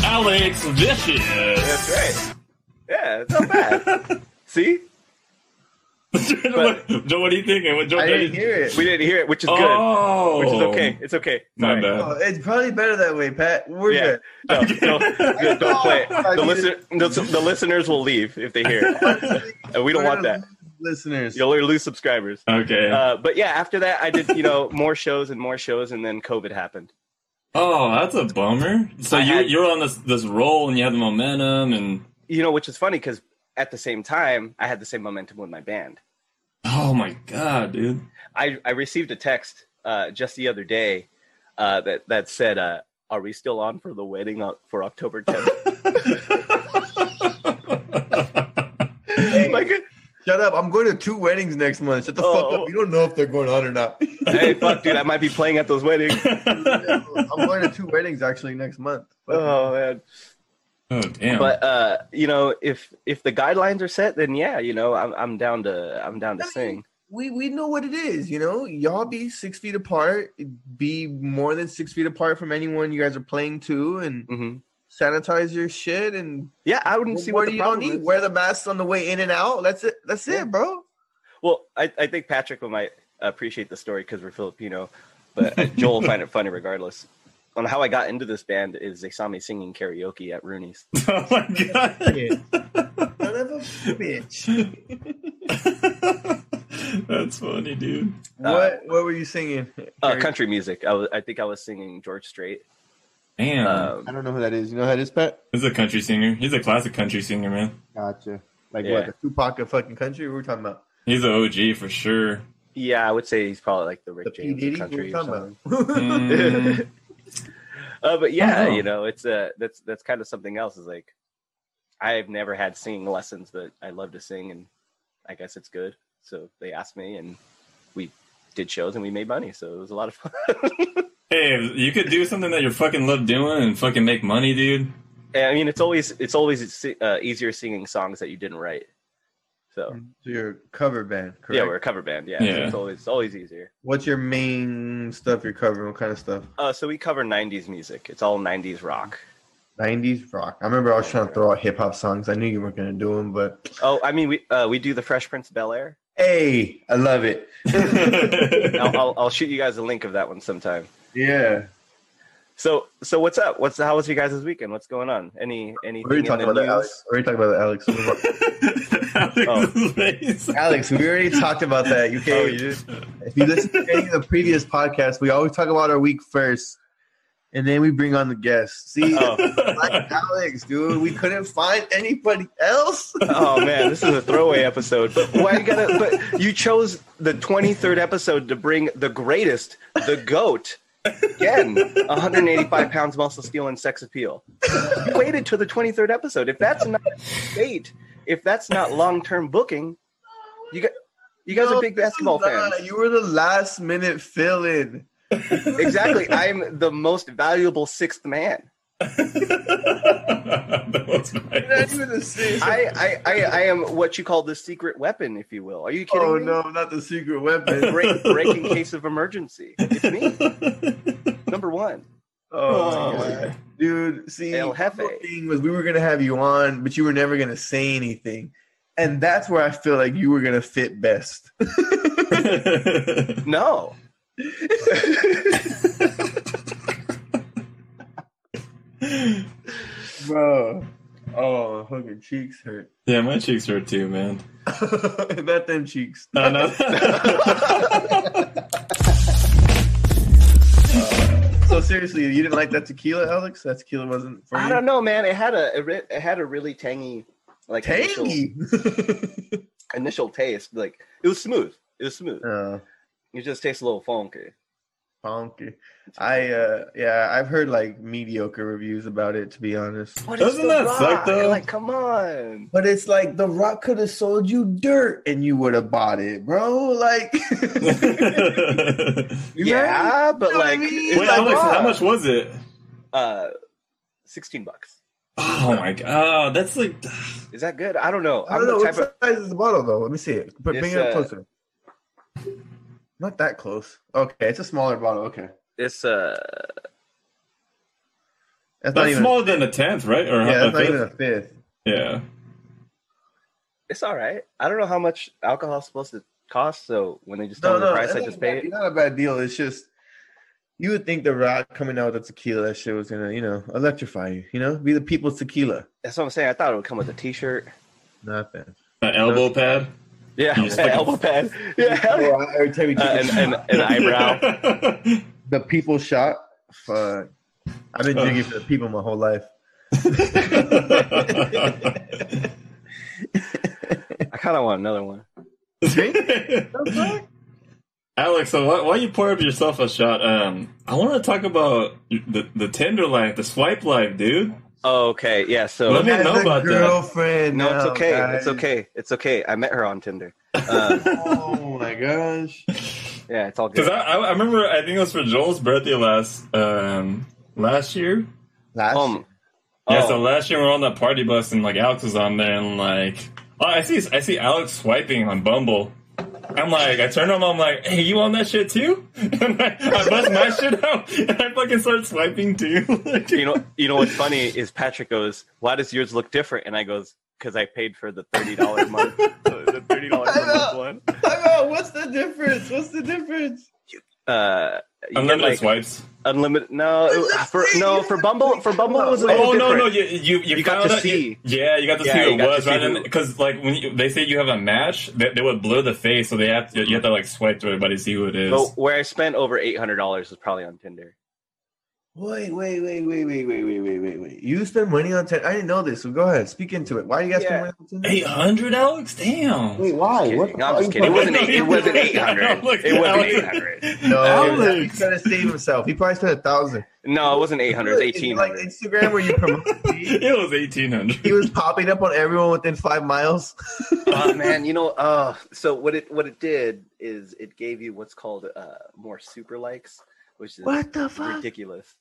[SPEAKER 1] Alex Vicious.
[SPEAKER 3] That's right. Yeah, it's not bad. See?
[SPEAKER 1] What- Joe, what are you thinking? What Joe
[SPEAKER 2] I didn't
[SPEAKER 1] did-
[SPEAKER 2] hear it.
[SPEAKER 3] We didn't hear it, which is good.
[SPEAKER 1] Oh,
[SPEAKER 3] Which is okay. It's okay.
[SPEAKER 1] My
[SPEAKER 3] Sorry.
[SPEAKER 1] bad.
[SPEAKER 2] Oh, it's probably better that way, Pat. We're
[SPEAKER 3] Yeah.
[SPEAKER 2] good.
[SPEAKER 3] No, don't, don't- don't play it.
[SPEAKER 2] I
[SPEAKER 3] The,
[SPEAKER 2] mean-
[SPEAKER 3] listen, the, the listeners will leave if they hear it. And we don't want that.
[SPEAKER 2] Listeners,
[SPEAKER 3] You'll lose subscribers.
[SPEAKER 1] Okay.
[SPEAKER 3] Uh, but yeah, after that, I did, you know, more shows and more shows, and then COVID happened.
[SPEAKER 1] Oh, that's a bummer. So
[SPEAKER 3] I
[SPEAKER 1] you
[SPEAKER 3] had-
[SPEAKER 1] you're on this this roll and you have the momentum and
[SPEAKER 3] You know, which is funny because at the same time, I had the same momentum with my band.
[SPEAKER 1] oh my god, dude.
[SPEAKER 3] I, I received a text uh, just the other day uh, that that said, uh, "Are we still on for the wedding on, for October 10th?" like,
[SPEAKER 2] Shut up! I'm going to two weddings next month. Shut the fuck
[SPEAKER 3] Oh.
[SPEAKER 2] up! You don't know if they're going on or not.
[SPEAKER 3] hey, fuck, dude, I might be playing at those weddings.
[SPEAKER 2] I'm going to two weddings actually next month. Fuck.
[SPEAKER 3] Oh man!
[SPEAKER 1] oh damn.
[SPEAKER 3] But uh, you know, if if the guidelines are set, then yeah, you know, I'm I'm down to I'm down to sing.
[SPEAKER 2] we we know what it is, you know. Y'all be six feet apart, be more than six feet apart from anyone you guys are playing to, and
[SPEAKER 3] hmm
[SPEAKER 2] sanitize your shit and
[SPEAKER 3] Yeah, I wouldn't see what the
[SPEAKER 2] you don't
[SPEAKER 3] problem
[SPEAKER 2] need.
[SPEAKER 3] is.
[SPEAKER 2] Wear the masks on the way in and out. That's it. That's
[SPEAKER 3] Yeah.
[SPEAKER 2] it, bro.
[SPEAKER 3] Well, I, I think Patrick will might appreciate the story because we're Filipino, but uh, Joel will find it funny regardless. On how I got into this band is they saw me singing karaoke at Rooney's.
[SPEAKER 1] oh my god.
[SPEAKER 2] Son of a bitch.
[SPEAKER 1] That's funny, dude.
[SPEAKER 2] What what were you singing?
[SPEAKER 3] Uh,
[SPEAKER 2] Gary?
[SPEAKER 3] country music. I was, I think I was singing George Strait.
[SPEAKER 1] Damn.
[SPEAKER 3] Um,
[SPEAKER 4] I don't know who that is. You know who that is, Pat?
[SPEAKER 1] He's a country singer. He's a classic country singer, man.
[SPEAKER 4] Gotcha. Like
[SPEAKER 3] Yeah.
[SPEAKER 4] what?
[SPEAKER 2] Tupac of fucking country. What were we talking about?
[SPEAKER 1] He's an OG for sure.
[SPEAKER 3] yeah, I would say he's probably like the Rick
[SPEAKER 2] The P
[SPEAKER 3] James of
[SPEAKER 2] Diddy. What were
[SPEAKER 3] country.
[SPEAKER 2] we
[SPEAKER 3] or
[SPEAKER 2] talking about?
[SPEAKER 1] Mm.
[SPEAKER 3] Uh, but yeah,
[SPEAKER 1] Oh, wow.
[SPEAKER 3] you know, it's uh, that's that's kind of something else. Is like, I've never had singing lessons, but I love to sing, and I guess it's good. So they asked me, and we did shows, and we made money. So it was a lot of fun.
[SPEAKER 1] hey, if you could do something that you fucking love doing and fucking make money, dude.
[SPEAKER 3] And, I mean, it's always it's always uh, easier singing songs that you didn't write. So
[SPEAKER 2] So your cover band, correct?
[SPEAKER 3] Mm. yeah, we're a cover band. Yeah, So
[SPEAKER 1] Yeah.
[SPEAKER 3] it's always it's always easier.
[SPEAKER 2] What's your main stuff you're covering? What kind of stuff?
[SPEAKER 3] Uh, so we cover '90s music. It's all '90s rock.
[SPEAKER 2] 90s rock. I remember I was trying to throw out hip hop songs. I knew you weren't going to do them, but
[SPEAKER 3] Oh, I mean, we uh, we do the Fresh Prince of Bel Air.
[SPEAKER 2] hey, I love it.
[SPEAKER 3] I'll, I'll I'll shoot you guys a link of that one sometime.
[SPEAKER 2] Yeah.
[SPEAKER 3] So so what's up? What's how was you guys this weekend? What's going on? Any
[SPEAKER 2] We
[SPEAKER 3] anything
[SPEAKER 2] already
[SPEAKER 3] in
[SPEAKER 2] talked
[SPEAKER 3] the
[SPEAKER 2] about that,
[SPEAKER 3] news?
[SPEAKER 2] Alex. We already talked about that, Alex. Move on.
[SPEAKER 3] oh.
[SPEAKER 1] Alex's face.
[SPEAKER 2] Alex, we already talked about that. You
[SPEAKER 1] Oh,
[SPEAKER 2] can't. if you listen to any of the previous podcasts, we always talk about our week first, and then we bring on the guests. See, like Alex, dude, we couldn't find anybody else.
[SPEAKER 3] Oh man, this is a throwaway episode. But why you gotta? But you chose the twenty third episode to bring the greatest, the goat. Again, 185 pounds muscle steel and sex appeal. You waited till the 23rd episode. If that's not fate, if that's not long term booking, you got you guys are big basketball fans.
[SPEAKER 2] You were the last minute fill in.
[SPEAKER 3] Exactly. I'm the most valuable sixth man.
[SPEAKER 1] that was
[SPEAKER 2] You're not
[SPEAKER 1] nice.
[SPEAKER 2] even the sixth.
[SPEAKER 3] I, I, I, I am what you call the secret weapon, if you will. Are you kidding
[SPEAKER 2] oh,
[SPEAKER 3] me?
[SPEAKER 2] no, not the secret weapon.
[SPEAKER 3] Break, breaking case of emergency. It's me, number one.
[SPEAKER 2] Oh, my God. dude. See,
[SPEAKER 3] El Jefe.
[SPEAKER 2] the thing was, we were gonna have you on, but you were never gonna say anything, and that's where I feel like you were gonna fit best.
[SPEAKER 3] No.
[SPEAKER 2] Bro, oh, my fucking cheeks hurt.
[SPEAKER 1] yeah, my cheeks hurt too, man.
[SPEAKER 2] Not them cheeks.
[SPEAKER 1] No, no.
[SPEAKER 2] So seriously, you didn't like that tequila, Alex? That tequila wasn't for
[SPEAKER 3] I
[SPEAKER 2] you.
[SPEAKER 3] don't know, man. It had a, it re- it had a really tangy, like initial,
[SPEAKER 2] Tangy.
[SPEAKER 3] initial taste. Like it was smooth. It was smooth.
[SPEAKER 2] oh,
[SPEAKER 3] It just tastes a little funky.
[SPEAKER 2] funky. I uh, yeah, I've heard like mediocre reviews about it. To be honest.
[SPEAKER 3] But
[SPEAKER 1] Doesn't
[SPEAKER 3] it's The
[SPEAKER 1] that suck,
[SPEAKER 3] Rock.
[SPEAKER 1] though?
[SPEAKER 3] Like, come on.
[SPEAKER 2] But it's like The Rock could have sold you dirt and you would have bought it, bro. Like,
[SPEAKER 3] Yeah, but
[SPEAKER 2] You know what I
[SPEAKER 3] like,
[SPEAKER 2] mean?
[SPEAKER 3] it's
[SPEAKER 1] Wait,
[SPEAKER 3] The
[SPEAKER 1] Alex, how
[SPEAKER 3] Rock.
[SPEAKER 1] much was it?
[SPEAKER 3] Uh, sixteen bucks.
[SPEAKER 1] Oh my god, that's like
[SPEAKER 3] Is that good? I don't know.
[SPEAKER 2] I
[SPEAKER 3] I'm
[SPEAKER 2] don't know
[SPEAKER 3] the
[SPEAKER 2] what
[SPEAKER 3] type of
[SPEAKER 2] size is the bottle though. Let me see it. But bring
[SPEAKER 3] It's,
[SPEAKER 2] it up
[SPEAKER 3] uh,
[SPEAKER 2] closer. Not that close. Okay, it's a smaller bottle. Okay,
[SPEAKER 3] it's uh
[SPEAKER 2] that's, not
[SPEAKER 1] that's
[SPEAKER 2] even.
[SPEAKER 1] smaller than a tenth, right? Or
[SPEAKER 2] yeah,
[SPEAKER 1] a
[SPEAKER 2] that's not
[SPEAKER 1] fifth?
[SPEAKER 2] even a fifth.
[SPEAKER 1] yeah.
[SPEAKER 3] it's all right. I don't know how much alcohol is supposed to cost, so when they just tell
[SPEAKER 2] No,
[SPEAKER 3] me
[SPEAKER 2] no,
[SPEAKER 3] the price,
[SPEAKER 2] it's
[SPEAKER 3] I
[SPEAKER 2] not
[SPEAKER 3] just
[SPEAKER 2] a
[SPEAKER 3] pay
[SPEAKER 2] bad-
[SPEAKER 3] it.
[SPEAKER 2] Not a bad deal. It's just you would think The Rock coming out with a tequila, that shit was gonna, you know, electrify you. You know, be the people's tequila.
[SPEAKER 3] That's what I'm saying. I thought it would come with a T-shirt.
[SPEAKER 2] Nothing.
[SPEAKER 1] An elbow pad.
[SPEAKER 3] Yeah,
[SPEAKER 1] You just
[SPEAKER 3] an
[SPEAKER 1] like-
[SPEAKER 3] elbow pad. Yeah, hell yeah.
[SPEAKER 2] Bro, I- every time you
[SPEAKER 3] Uh,
[SPEAKER 2] take a
[SPEAKER 3] an, an, an eyebrow.
[SPEAKER 2] the people shot. Fuck. I've
[SPEAKER 3] Oh.
[SPEAKER 2] been drinking for the people my whole life.
[SPEAKER 3] I kind of want another one.
[SPEAKER 1] Alex, so why, why you pour up yourself a shot? Um, I want to talk about the the Tinder life, the swipe life, dude.
[SPEAKER 3] Oh, okay, yeah. So
[SPEAKER 1] Let me- didn't
[SPEAKER 2] Has
[SPEAKER 1] know
[SPEAKER 2] a
[SPEAKER 1] about that.
[SPEAKER 2] girlfriend.
[SPEAKER 3] no, it's
[SPEAKER 2] now,
[SPEAKER 3] okay.
[SPEAKER 2] guys.
[SPEAKER 3] It's okay. It's okay. I met her on Tinder. Um,
[SPEAKER 2] Oh my gosh.
[SPEAKER 3] yeah, it's all
[SPEAKER 1] Because I,
[SPEAKER 3] good.
[SPEAKER 1] I, I remember, I think it was for Joel's birthday last um, last year.
[SPEAKER 2] Last
[SPEAKER 3] Um,
[SPEAKER 1] Yeah,
[SPEAKER 3] oh,
[SPEAKER 1] so last year we were on that party bus and like Alex was on there and like oh, I see I see Alex swiping on Bumble. I'm like, I turned on, I'm like, hey, you on that shit too? And I, I bust my shit out and I fucking start swiping too.
[SPEAKER 3] you know, you know what's funny is Patrick goes, "Why does yours look different?" And I goes, "Cause I paid for the thirty dollar month, the thirty dollar
[SPEAKER 2] I
[SPEAKER 3] month
[SPEAKER 2] know.
[SPEAKER 3] one."
[SPEAKER 2] Time out. What's the difference? What's the difference?
[SPEAKER 3] Uh, you get,
[SPEAKER 1] unlimited
[SPEAKER 3] like,
[SPEAKER 1] swipes.
[SPEAKER 3] unlimited. No,
[SPEAKER 2] Unlimited.
[SPEAKER 3] for no for Bumble for Bumble it was a little
[SPEAKER 1] Oh no
[SPEAKER 3] different.
[SPEAKER 1] no you you, you,
[SPEAKER 3] You got
[SPEAKER 1] found
[SPEAKER 3] to
[SPEAKER 1] out-
[SPEAKER 3] see.
[SPEAKER 1] yeah you got to
[SPEAKER 3] Yeah,
[SPEAKER 1] see
[SPEAKER 3] you
[SPEAKER 1] who it
[SPEAKER 3] got to
[SPEAKER 1] was
[SPEAKER 3] see
[SPEAKER 1] right
[SPEAKER 3] who-
[SPEAKER 1] because like when you, they say you have a match they, they would blur the face so they have to you have to like swipe through everybody to see who it is.
[SPEAKER 3] But where I spent over eight hundred dollars was probably on Tinder.
[SPEAKER 2] Wait, wait, wait, wait, wait, wait, wait, wait, wait, wait. You spend money on Tinder. I didn't know this, so go ahead. Speak into it. Why do you guys
[SPEAKER 3] Yeah.
[SPEAKER 2] spend money on Tinder?
[SPEAKER 1] Eight hundred Alex, damn.
[SPEAKER 4] Wait, why?
[SPEAKER 3] kidding.
[SPEAKER 4] What the
[SPEAKER 3] I'm just
[SPEAKER 4] fuck?
[SPEAKER 3] kidding. It wasn't eight- it wasn't 800.
[SPEAKER 1] Look,
[SPEAKER 3] It wasn't
[SPEAKER 1] Alex.
[SPEAKER 3] 800.
[SPEAKER 2] No, he's
[SPEAKER 1] Alex.
[SPEAKER 2] trying to save himself. He probably spent a thousand.
[SPEAKER 3] No, it wasn't eight hundred. It was eighteen
[SPEAKER 2] Like
[SPEAKER 3] hundred.
[SPEAKER 2] Instagram, where you promote.
[SPEAKER 1] It was eighteen
[SPEAKER 2] he
[SPEAKER 1] hundred.
[SPEAKER 2] was popping up on everyone within five miles.
[SPEAKER 3] oh man, you know, uh, so what it what it did is it gave you what's called uh, more super likes, which is
[SPEAKER 2] What the fuck?
[SPEAKER 3] ridiculous.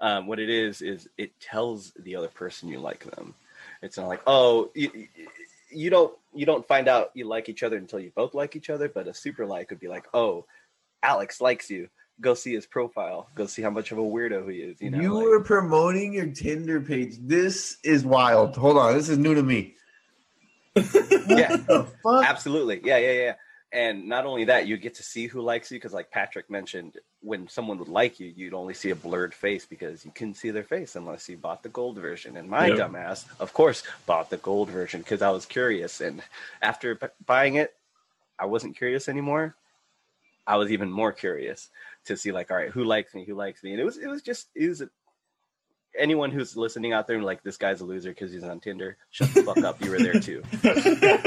[SPEAKER 3] Um, what it is is it tells the other person you like them. It's not like oh you, you don't you don't find out you like each other until you both like each other. But a super like would be like oh Alex likes you. Go see his profile. Go see how much of a weirdo he is.
[SPEAKER 2] You,
[SPEAKER 3] You know. like-
[SPEAKER 2] were promoting your Tinder page. This is wild. Hold on, this is new to me.
[SPEAKER 3] yeah.
[SPEAKER 2] The
[SPEAKER 3] Uh,
[SPEAKER 2] fuck?
[SPEAKER 3] Absolutely. Yeah, yeah, yeah. And not only that, you get to see who likes you because, like Patrick mentioned, when someone would like you, you'd only see a blurred face because you couldn't see their face unless you bought the gold version. And my
[SPEAKER 1] Yep.
[SPEAKER 3] dumbass, of course, bought the gold version because I was curious. And after b- buying it, I wasn't curious anymore. I was even more curious to see, like, all right, who likes me? Who likes me? And it was, it was just, it was a, anyone who's listening out there and like, this guy's a loser because he's on Tinder. Shut the fuck up. You were there too.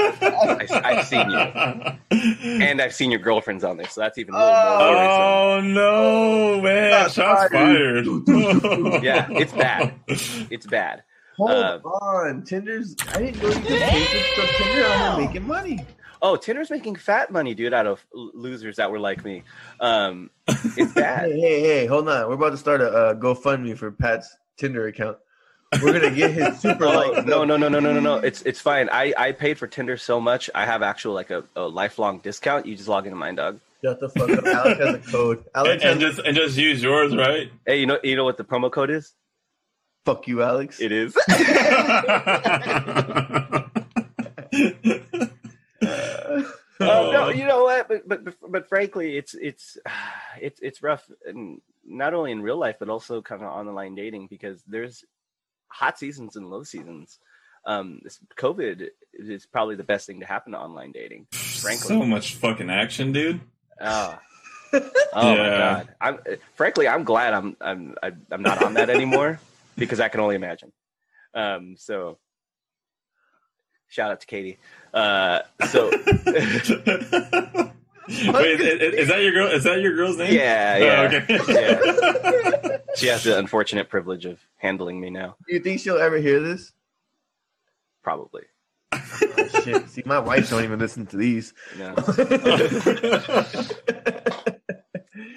[SPEAKER 3] I've seen
[SPEAKER 1] you.
[SPEAKER 3] and uh, I've seen your girlfriend's on there, so that's even a little more
[SPEAKER 1] Oh no, man!
[SPEAKER 2] Shots
[SPEAKER 1] Shots fired.
[SPEAKER 2] fired.
[SPEAKER 3] Yeah, it's bad. worrisome. It's bad.
[SPEAKER 2] Hold
[SPEAKER 3] Uh,
[SPEAKER 2] on, Tinder's. I didn't know you could take this from Tinder out here making money.
[SPEAKER 3] Oh, Tinder's making fat money, dude, out of l- losers that were like me. Um, it's bad.
[SPEAKER 2] Hey, hey, hey, hold on. We're about to start a uh, GoFundMe for Pat's Tinder account. We're gonna get his super
[SPEAKER 3] Oh,
[SPEAKER 2] like.
[SPEAKER 3] no, no, no, no, no, no, no. It's it's fine. I I paid for Tinder so much. I have actual like a, a lifelong discount. You just log into mine, dog.
[SPEAKER 2] shut the fuck up. Alex has a code.
[SPEAKER 1] and,
[SPEAKER 2] Alex
[SPEAKER 1] and
[SPEAKER 2] has
[SPEAKER 1] just and just use yours, right?
[SPEAKER 3] Hey, you know you know what the promo code is?
[SPEAKER 2] fuck you, Alex.
[SPEAKER 3] It is.
[SPEAKER 1] Oh.
[SPEAKER 3] Oh, no, you know what? But but but frankly, it's it's it's it's rough, and not only in real life, but also kind of online dating because there's hot seasons and low seasons. Um, this COVID is probably the best thing to happen to online dating. Frankly,
[SPEAKER 1] so much fucking action, dude.
[SPEAKER 3] oh, oh my
[SPEAKER 1] Yeah.
[SPEAKER 3] god! I'm frankly, I'm glad I'm I'm I'm I'm not on that anymore because I can only imagine. Um, so shout out to Katie. Uh, so
[SPEAKER 1] Wait, is, is- is that your girl? Is that your girl's name?
[SPEAKER 3] yeah,
[SPEAKER 1] Oh,
[SPEAKER 3] yeah.
[SPEAKER 1] okay.
[SPEAKER 3] She has the unfortunate privilege of handling me now,
[SPEAKER 2] Do you think she'll ever hear this?
[SPEAKER 3] probably.
[SPEAKER 2] Oh, shit. See, my wife don't even listen to these.
[SPEAKER 3] You know?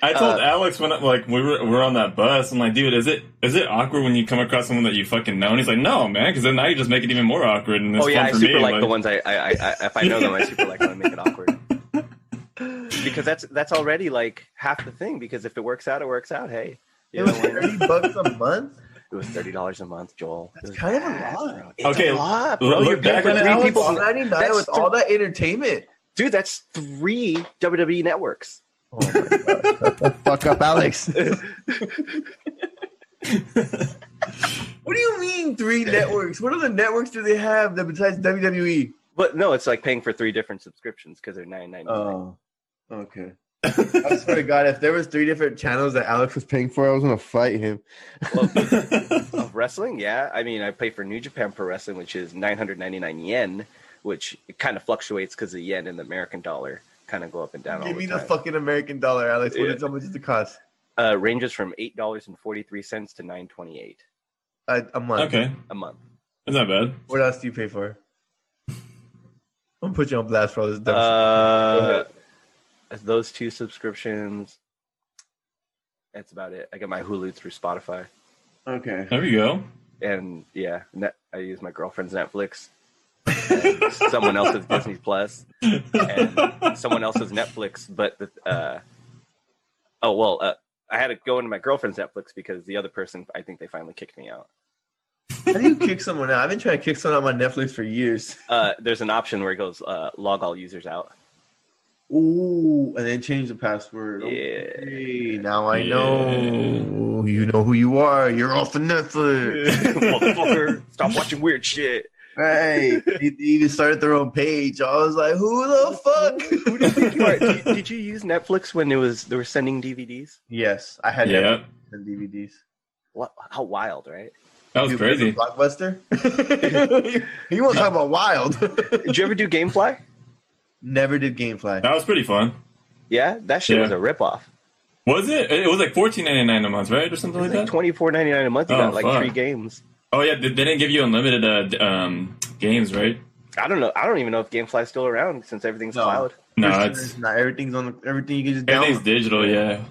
[SPEAKER 1] I told
[SPEAKER 3] Uh,
[SPEAKER 1] Alex when like we were we were on that bus. I'm like, dude, is it is it awkward when you come across someone that you fucking know? And he's like, no, man, because then now you just make it even more awkward. And it's
[SPEAKER 3] Oh yeah,
[SPEAKER 1] fun
[SPEAKER 3] I
[SPEAKER 1] for
[SPEAKER 3] super
[SPEAKER 1] me.
[SPEAKER 3] like, the ones I, I, I, I if I know them, I super like them and make it awkward because that's that's already like half the thing. Because if it works out, it works out. Hey,
[SPEAKER 2] It
[SPEAKER 3] you
[SPEAKER 2] was
[SPEAKER 3] know, and
[SPEAKER 2] thirty bucks a month.
[SPEAKER 3] it was thirty dollars a month, Joel. It
[SPEAKER 2] That's
[SPEAKER 3] was
[SPEAKER 2] kind of a
[SPEAKER 3] bad,
[SPEAKER 2] lot.
[SPEAKER 3] bro. It's
[SPEAKER 1] Okay,
[SPEAKER 3] a lot,
[SPEAKER 1] look-
[SPEAKER 3] bro. You're
[SPEAKER 1] look
[SPEAKER 3] paying
[SPEAKER 1] back
[SPEAKER 3] for
[SPEAKER 1] on it,
[SPEAKER 3] three
[SPEAKER 1] Alex.
[SPEAKER 3] people,
[SPEAKER 2] Four ninety nine
[SPEAKER 3] That's
[SPEAKER 2] with all that entertainment.
[SPEAKER 3] dude. That's three WWE networks.
[SPEAKER 2] Oh my God. Shut the fuck up, Alex. what do you mean three networks? What other networks do they have that besides E? WWE?
[SPEAKER 3] But no, it's like paying for three different subscriptions because they're nine ninety nine.
[SPEAKER 2] Oh, okay. I swear to God, if there was three different channels that Alex
[SPEAKER 4] Alex was paying for. it, I was gonna fight him.
[SPEAKER 3] Well, of wrestling, yeah. I mean, I pay for New Japan Pro Wrestling, which is 999 yen, which it kind of fluctuates because the yen and the American dollar kind of go up and down. all
[SPEAKER 2] give
[SPEAKER 3] the
[SPEAKER 2] me the
[SPEAKER 3] time.
[SPEAKER 2] fucking American dollar, Alex. What
[SPEAKER 3] Yeah.
[SPEAKER 2] is how much does it cost
[SPEAKER 3] uh, ranges from eight dollars and forty three cents to nine twenty eight
[SPEAKER 2] a, a month?
[SPEAKER 1] okay,
[SPEAKER 3] a month.
[SPEAKER 1] that's not bad.
[SPEAKER 2] What else do you pay for? I'm gonna put you on blast for all this dumb
[SPEAKER 3] Uh, those two subscriptions. That's about it. I get my Hulu through Spotify,
[SPEAKER 4] Okay.
[SPEAKER 1] There we go.
[SPEAKER 3] and yeah, net, I use my girlfriend's Netflix, and someone else's Disney Plus, and someone else's Netflix. But the, uh, oh well, uh, I had to go into my girlfriend's Netflix because the other person, I think they finally kicked me out.
[SPEAKER 2] shit. How do you kick someone out? I've been trying to kick someone out on Netflix for years.
[SPEAKER 3] Uh, there's an option where it goes uh, log all users out.
[SPEAKER 4] Ooh, and then change the password.
[SPEAKER 3] Yeah.
[SPEAKER 2] Hey, now I know you know who you are. You're off the Netflix.
[SPEAKER 3] motherfucker, stop watching weird shit.
[SPEAKER 2] Right? you, you started their own page. I was like, who the fuck?
[SPEAKER 3] Who do you think you are? Did, did you use Netflix when it was they were sending DVDs?
[SPEAKER 2] Yes, I had Netflix
[SPEAKER 1] Yeah,
[SPEAKER 2] and DVDs.
[SPEAKER 3] What? How wild, right?
[SPEAKER 1] that was
[SPEAKER 2] You
[SPEAKER 1] crazy.
[SPEAKER 2] Blockbuster. you want to talk about wild?
[SPEAKER 3] Did you ever do GameFly?
[SPEAKER 2] Never did GameFly.
[SPEAKER 1] That was pretty fun.
[SPEAKER 3] Yeah, that shit
[SPEAKER 1] Yeah.
[SPEAKER 3] was a ripoff.
[SPEAKER 1] Was it? It was like fourteen ninety nine a month, right, or
[SPEAKER 3] It
[SPEAKER 1] something
[SPEAKER 3] was
[SPEAKER 1] like
[SPEAKER 3] like
[SPEAKER 1] that.
[SPEAKER 3] twenty four ninety nine a month. You
[SPEAKER 1] Oh,
[SPEAKER 3] got like
[SPEAKER 1] fuck.
[SPEAKER 3] three games.
[SPEAKER 1] Oh yeah, they they didn't give you unlimited uh, d- um, games, right?
[SPEAKER 3] I don't know. I don't even know if GameFly's still around since everything's
[SPEAKER 2] No.
[SPEAKER 3] cloud.
[SPEAKER 1] No,
[SPEAKER 2] First
[SPEAKER 1] it's
[SPEAKER 2] generation, not everything's on the, everything you can just
[SPEAKER 1] everything's
[SPEAKER 2] download.
[SPEAKER 1] digital. Yeah.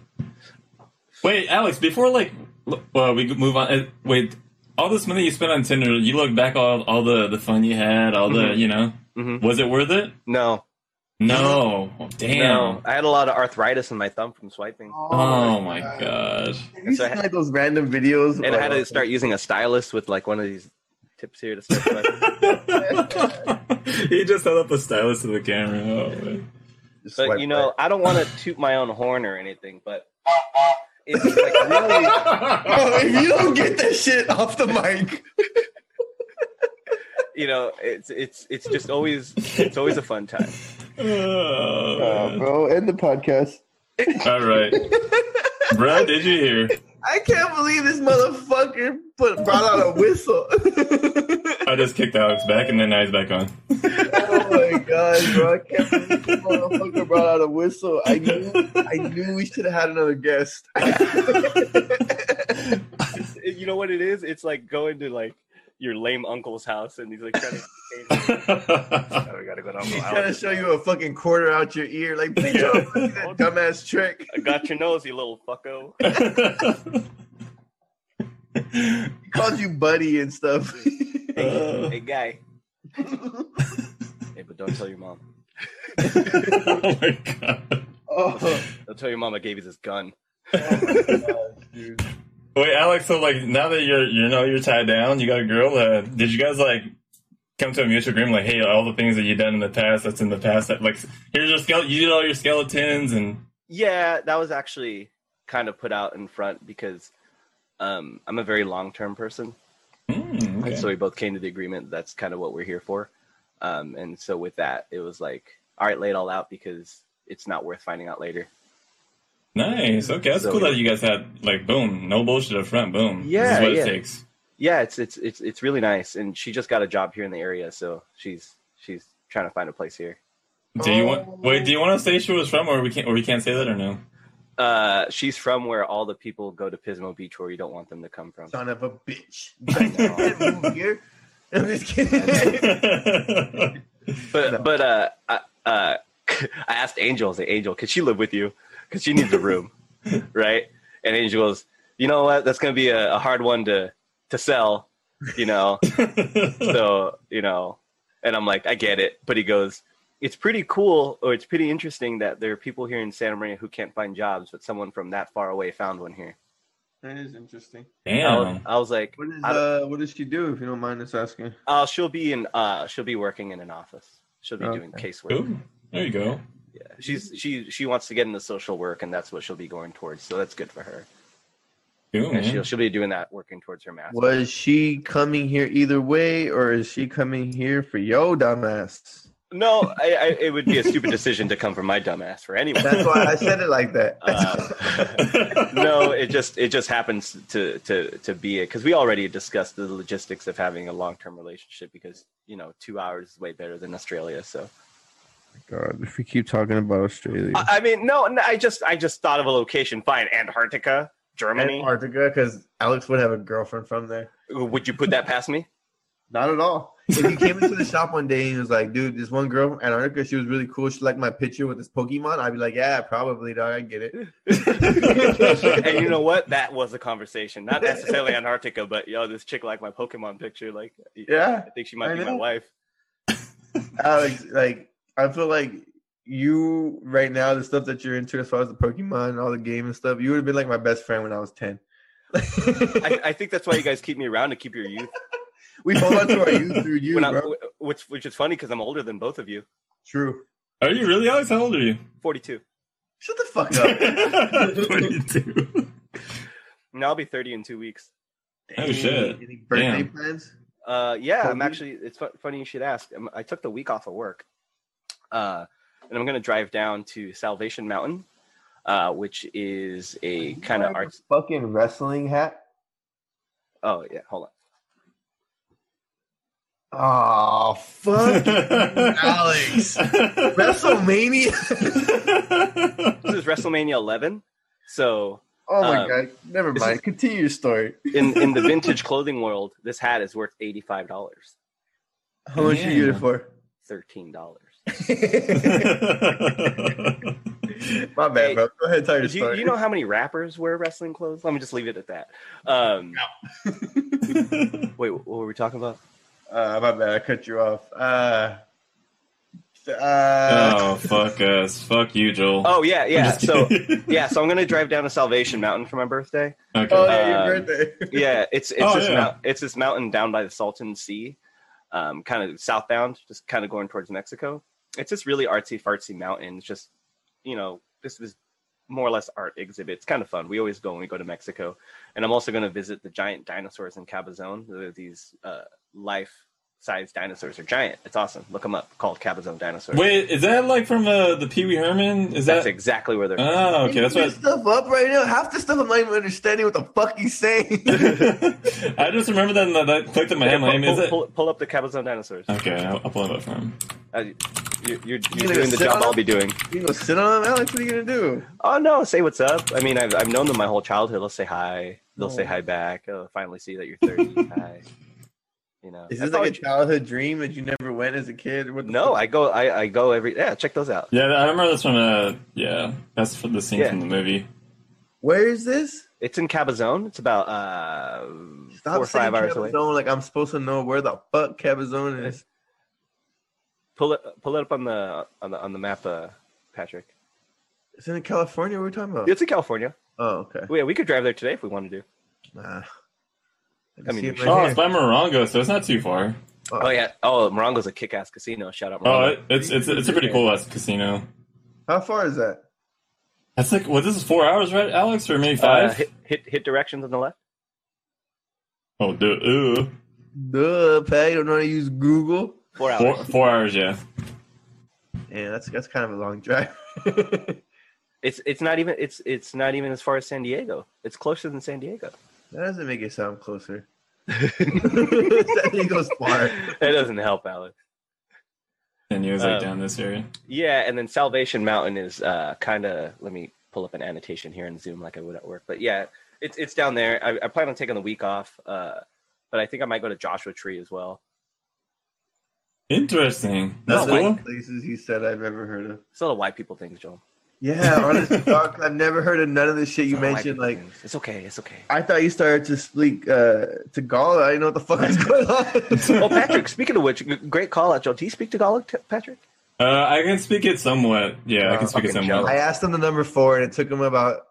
[SPEAKER 1] Wait, Alex. Before like, l- well, we could move on. Uh, wait, all this money you spent on Tinder, you look back all all the the fun you had, all the
[SPEAKER 3] Mhm.
[SPEAKER 1] you know,
[SPEAKER 3] hmm
[SPEAKER 1] was it worth it?
[SPEAKER 3] No,
[SPEAKER 1] No, damn.
[SPEAKER 3] no. I had a lot of arthritis in my thumb from swiping,
[SPEAKER 1] Oh, my gosh.
[SPEAKER 2] Have you
[SPEAKER 3] So I
[SPEAKER 2] seen
[SPEAKER 3] had-
[SPEAKER 2] like those random videos?
[SPEAKER 3] and I had to start using a stylus with like one of these tips here to start swiping.
[SPEAKER 1] he just held up a stylus to the camera. Oh, man.
[SPEAKER 2] Just
[SPEAKER 3] But
[SPEAKER 2] swipe
[SPEAKER 3] you know, I don't want to toot my own horn or anything, but it's like really
[SPEAKER 2] right.
[SPEAKER 1] Oh,
[SPEAKER 2] Bro, if Oh, you don't get that shit off the mic,
[SPEAKER 3] you know, it's it's it's just always it's always a fun time.
[SPEAKER 1] Oh,
[SPEAKER 4] Uh,
[SPEAKER 1] man.
[SPEAKER 4] bro, end the podcast.
[SPEAKER 1] All right. Bruh, did you hear?
[SPEAKER 2] I can't believe this motherfucker put brought out a whistle.
[SPEAKER 1] I just kicked Alex back and then now he's back on.
[SPEAKER 2] oh my god, bro! I can't believe this motherfucker brought out a whistle. I knew, I knew we should have had another guest.
[SPEAKER 3] It- you know what it is? It's like going to like your lame uncle's house and he's like trying to oh, we gotta go down
[SPEAKER 2] He's
[SPEAKER 3] the
[SPEAKER 2] trying to
[SPEAKER 3] alley.
[SPEAKER 2] show you a fucking quarter out your ear, like bitch, don't do that dumbass trick.
[SPEAKER 3] I got your nose, you little fucko.
[SPEAKER 2] He calls you buddy and stuff.
[SPEAKER 1] Uh,
[SPEAKER 3] Hey guy. hey, but don't tell your mom.
[SPEAKER 1] oh my god.
[SPEAKER 2] oh,
[SPEAKER 3] Don't tell your mom I gave you this gun.
[SPEAKER 2] dude.
[SPEAKER 1] Wait, Alex, so like now that you're you know you're tied down, you got a girl, uh, did you guys like come to a mutual agreement like, hey, all the things that you've done in the past, that's in the past that like here's your skeleton you did all your skeletons and
[SPEAKER 3] Yeah, that was actually kind of put out in front because um, I'm a very long term person.
[SPEAKER 1] Mm, okay.
[SPEAKER 3] And so we both came to the agreement that's kind of what we're here for. Um, and so with that, it was like, all right, lay it all out because it's not worth finding out later.
[SPEAKER 1] nice. Okay, that's
[SPEAKER 3] So
[SPEAKER 1] cool
[SPEAKER 3] we-
[SPEAKER 1] that you guys had like boom, no bullshit up front, boom. this
[SPEAKER 3] Yeah,
[SPEAKER 1] is what
[SPEAKER 3] yeah.
[SPEAKER 1] it takes.
[SPEAKER 3] Yeah, it's it's it's it's really nice. And she just got a job here in the area, so she's she's trying to find a place here.
[SPEAKER 1] Do you want wait, do you want to say she was from or we can't or we can't say that or no?
[SPEAKER 3] Uh, she's from where all the people go to Pismo Beach where you don't want them to come from.
[SPEAKER 2] Son of a bitch!
[SPEAKER 3] I know.
[SPEAKER 2] Can't move here. I'm just kidding.
[SPEAKER 3] but
[SPEAKER 2] No.
[SPEAKER 3] but uh, I, uh, I asked Angel, I was like, Angel, could she live with you? Because she needs a room, right? And Angel goes, you know what? That's gonna be a, a hard one to to sell, you know. so you know, and I'm like, I get it. But he goes, it's pretty cool, or it's pretty interesting that there are people here in Santa Maria who can't find jobs, but someone from that far away found one here.
[SPEAKER 4] That is interesting.
[SPEAKER 3] I, was,
[SPEAKER 1] Damn.
[SPEAKER 3] I was like,
[SPEAKER 4] What is
[SPEAKER 3] I don't-
[SPEAKER 4] uh, what does she do? If you don't mind us asking.
[SPEAKER 3] oh, she'll be in, uh, she'll be working in an office. She'll be doing casework.
[SPEAKER 1] Ooh, there you go.
[SPEAKER 3] Yeah, she's she she wants to get into social work, and that's what she'll be going towards. So that's good for her.
[SPEAKER 1] Cool,
[SPEAKER 3] and she'll
[SPEAKER 1] man.
[SPEAKER 3] she'll be doing that, working towards her master.
[SPEAKER 2] Was she coming here either way, or is she coming here for yo dumbass?
[SPEAKER 3] No, I, I, it would be a stupid decision to come from my dumbass for anyone.
[SPEAKER 2] That's why I said it like that.
[SPEAKER 3] Uh, no, it just it just happens to to to be it because we already discussed the logistics of having a long term relationship because you know two hours is way better than Australia. So
[SPEAKER 4] God, if we keep talking about Australia,
[SPEAKER 3] I, I mean, no, no, I just I just thought of a location. Fine, Antarctica, Germany.
[SPEAKER 2] Antarctica, because Alex would have a girlfriend from there.
[SPEAKER 3] would you put that past me?
[SPEAKER 4] not at all.
[SPEAKER 2] If he came into the shop one day and he was like, "Dude, this one girl from Antarctica, she was really cool. She liked my picture with this Pokemon." I'd be like, "Yeah, probably, dog. I get it."
[SPEAKER 3] and you know what? That was a conversation. Not necessarily Antarctica, but yo, this chick liked my Pokemon picture. Like,
[SPEAKER 2] Yeah,
[SPEAKER 3] I think she might
[SPEAKER 2] I
[SPEAKER 3] be my
[SPEAKER 2] know.
[SPEAKER 3] wife.
[SPEAKER 2] Alex. Like, I feel like you right now, the stuff that you're into, as far as the Pokemon and all the game and stuff, you would have been like my best friend when I was ten.
[SPEAKER 3] I, I think that's why you guys keep me around to keep your youth.
[SPEAKER 2] we hold on to our youth through you,
[SPEAKER 3] When I'm,
[SPEAKER 2] bro.
[SPEAKER 3] wh- which which is funny because I'm older than both of you.
[SPEAKER 2] True.
[SPEAKER 1] Are you really, Alex? How old are you?
[SPEAKER 3] Forty two.
[SPEAKER 2] Shut the fuck up.
[SPEAKER 1] Oh, 22.
[SPEAKER 3] Now I'll be thirty in two weeks.
[SPEAKER 1] Oh, shit.
[SPEAKER 2] Any birthday
[SPEAKER 1] Damn.
[SPEAKER 2] plans?
[SPEAKER 3] Uh, yeah,
[SPEAKER 2] Told
[SPEAKER 3] I'm
[SPEAKER 2] you?
[SPEAKER 3] actually. It's fu- funny you should ask. Um, I took the week off of work, uh, and I'm gonna drive down to Salvation Mountain, uh, which is a kind of arts.
[SPEAKER 2] Fucking wrestling hat.
[SPEAKER 3] Oh yeah, hold on.
[SPEAKER 2] Oh fuck, Alex. WrestleMania.
[SPEAKER 3] This is WrestleMania 11. So
[SPEAKER 2] Oh my
[SPEAKER 3] Um,
[SPEAKER 2] god. Never
[SPEAKER 3] this
[SPEAKER 2] mind. Continue your story.
[SPEAKER 3] in in the vintage clothing world, this hat is worth eighty five dollars,
[SPEAKER 2] How much you get it
[SPEAKER 1] Yeah.
[SPEAKER 2] for?
[SPEAKER 3] thirteen dollars.
[SPEAKER 2] my bad,
[SPEAKER 3] Hey,
[SPEAKER 2] bro. Go ahead, tell your
[SPEAKER 3] Do you,
[SPEAKER 2] story.
[SPEAKER 3] you know how many rappers wear wrestling clothes? Let me just leave it at that. Um, Wait, what were we talking about?
[SPEAKER 2] uh, my bad. I cut you off. Uh, uh,
[SPEAKER 1] oh fuck us! Fuck you, Joel.
[SPEAKER 3] Oh yeah, yeah.
[SPEAKER 1] Just
[SPEAKER 3] So
[SPEAKER 1] kidding.
[SPEAKER 3] yeah, so I'm gonna drive down to Salvation Mountain for my birthday.
[SPEAKER 1] okay.
[SPEAKER 2] oh yeah, your
[SPEAKER 3] um,
[SPEAKER 2] birthday.
[SPEAKER 3] yeah, it's it's
[SPEAKER 1] Oh,
[SPEAKER 3] this
[SPEAKER 1] yeah.
[SPEAKER 3] mount, it's this mountain down by the Salton Sea, um, kind of southbound, just kind of going towards Mexico. It's this really artsy fartsy mountain. It's just you know this is more or less art exhibit. It's kind of fun. We always go when we go to Mexico, and I'm also going to visit the giant dinosaurs in Cabazon. They're These uh, life size dinosaurs are giant. It's awesome. Look them up. Called Cabazon dinosaurs.
[SPEAKER 1] Wait, is that like from uh, the Pee Wee Herman? Is
[SPEAKER 3] that's
[SPEAKER 1] that?
[SPEAKER 3] exactly where they're.
[SPEAKER 1] Oh, okay. That's
[SPEAKER 2] Look
[SPEAKER 1] what.
[SPEAKER 2] this stuff up right now. Half the stuff I'm not even understanding what the fuck he's saying.
[SPEAKER 1] I just remember that and that, that clicked in my
[SPEAKER 3] Here,
[SPEAKER 1] head.
[SPEAKER 3] pull,
[SPEAKER 1] Like, I mean, is
[SPEAKER 3] pull-
[SPEAKER 1] it? Uh,
[SPEAKER 3] pull- pull up the Cabazon dinosaurs.
[SPEAKER 1] Okay, I'll, I'll pull it up for him.
[SPEAKER 3] Uh, you- you're you're,
[SPEAKER 2] gonna
[SPEAKER 3] you're doing the
[SPEAKER 2] sit
[SPEAKER 3] job
[SPEAKER 2] on
[SPEAKER 3] I'll
[SPEAKER 2] them?
[SPEAKER 3] be doing.
[SPEAKER 2] you gonna sit on him, Alex? What are you gonna do?
[SPEAKER 3] Oh no, say what's up. I mean, I've I've known them my whole childhood. They'll say hi. They'll say
[SPEAKER 2] Oh.
[SPEAKER 3] hi back. Oh, finally see that you're 30. hi. You know.
[SPEAKER 2] Is
[SPEAKER 3] I
[SPEAKER 2] this like a
[SPEAKER 3] thought-
[SPEAKER 2] childhood dream that you never went as a kid? What the
[SPEAKER 3] no,
[SPEAKER 2] fuck?
[SPEAKER 3] I go I, I go every yeah, check those out.
[SPEAKER 1] Yeah, I remember this from. Uh, yeah, that's from the scene
[SPEAKER 3] Yeah.
[SPEAKER 1] from the movie.
[SPEAKER 2] Where is this?
[SPEAKER 3] It's in Cabazon. It's about uh
[SPEAKER 2] Stop
[SPEAKER 3] four or
[SPEAKER 2] saying
[SPEAKER 3] five hours away.
[SPEAKER 2] Cabazon Like I'm supposed to know where the fuck Cabazon is.
[SPEAKER 3] Pull it pull it up on the on the on the map, uh, Patrick.
[SPEAKER 2] It's in California. What are we talking about?
[SPEAKER 3] It's in California.
[SPEAKER 2] Oh, okay.
[SPEAKER 3] Well, Yeah, we could drive there today if we wanted to.
[SPEAKER 2] Nah. I,
[SPEAKER 3] mean, we should-
[SPEAKER 1] Oh, it's by Morongo, so it's not too far.
[SPEAKER 3] Oh yeah. Oh, Morongo's a kick ass casino. Shout out
[SPEAKER 1] Oh,
[SPEAKER 3] Morongo.
[SPEAKER 1] it, it's it's it's a pretty cool ass casino.
[SPEAKER 2] How far is that?
[SPEAKER 1] That's like what this is four hours, right, Alex, or maybe
[SPEAKER 3] uh,
[SPEAKER 1] five?
[SPEAKER 3] hit, hit hit directions on the left.
[SPEAKER 1] oh, dude, ooh,
[SPEAKER 2] Duh, Pat, you don't know how to use Google.
[SPEAKER 3] Four hours.
[SPEAKER 1] four four hours, yeah.
[SPEAKER 2] Yeah, that's that's kind of a long drive.
[SPEAKER 3] It's it's not even it's it's not even as far as San Diego. It's closer than San Diego.
[SPEAKER 2] That doesn't make it sound closer. that thing goes far.
[SPEAKER 3] that doesn't help, Alex.
[SPEAKER 1] And he was like
[SPEAKER 3] Um,
[SPEAKER 1] down this area.
[SPEAKER 3] Yeah, and then Salvation Mountain is uh, kind of. Let me pull up an annotation here in Zoom, like I would at work. But yeah, it's it's down there. I, I plan on taking the week off, uh, but I think I might go to Joshua Tree as well.
[SPEAKER 1] Interesting.
[SPEAKER 2] That's
[SPEAKER 1] That's
[SPEAKER 2] the
[SPEAKER 1] cool.
[SPEAKER 2] only places he said I've ever heard of.
[SPEAKER 3] It's a lot of white people things, Joel.
[SPEAKER 2] Yeah, honestly, dog, I've never heard of none of this shit you
[SPEAKER 3] It's a lot of white
[SPEAKER 2] mentioned.
[SPEAKER 3] people
[SPEAKER 2] Like,
[SPEAKER 3] things. it's okay, it's okay.
[SPEAKER 2] I thought you started to speak uh, Tagalog. I didn't know what the fuck was going on.
[SPEAKER 3] oh, Patrick. Speaking of which, g- great call out, Joel. Do you speak Tagalog, T- Patrick?
[SPEAKER 1] Uh, I can speak it somewhat. Yeah, I
[SPEAKER 3] Oh,
[SPEAKER 1] can speak it
[SPEAKER 3] fucking
[SPEAKER 1] somewhat.
[SPEAKER 2] I asked him the number four, and it took him about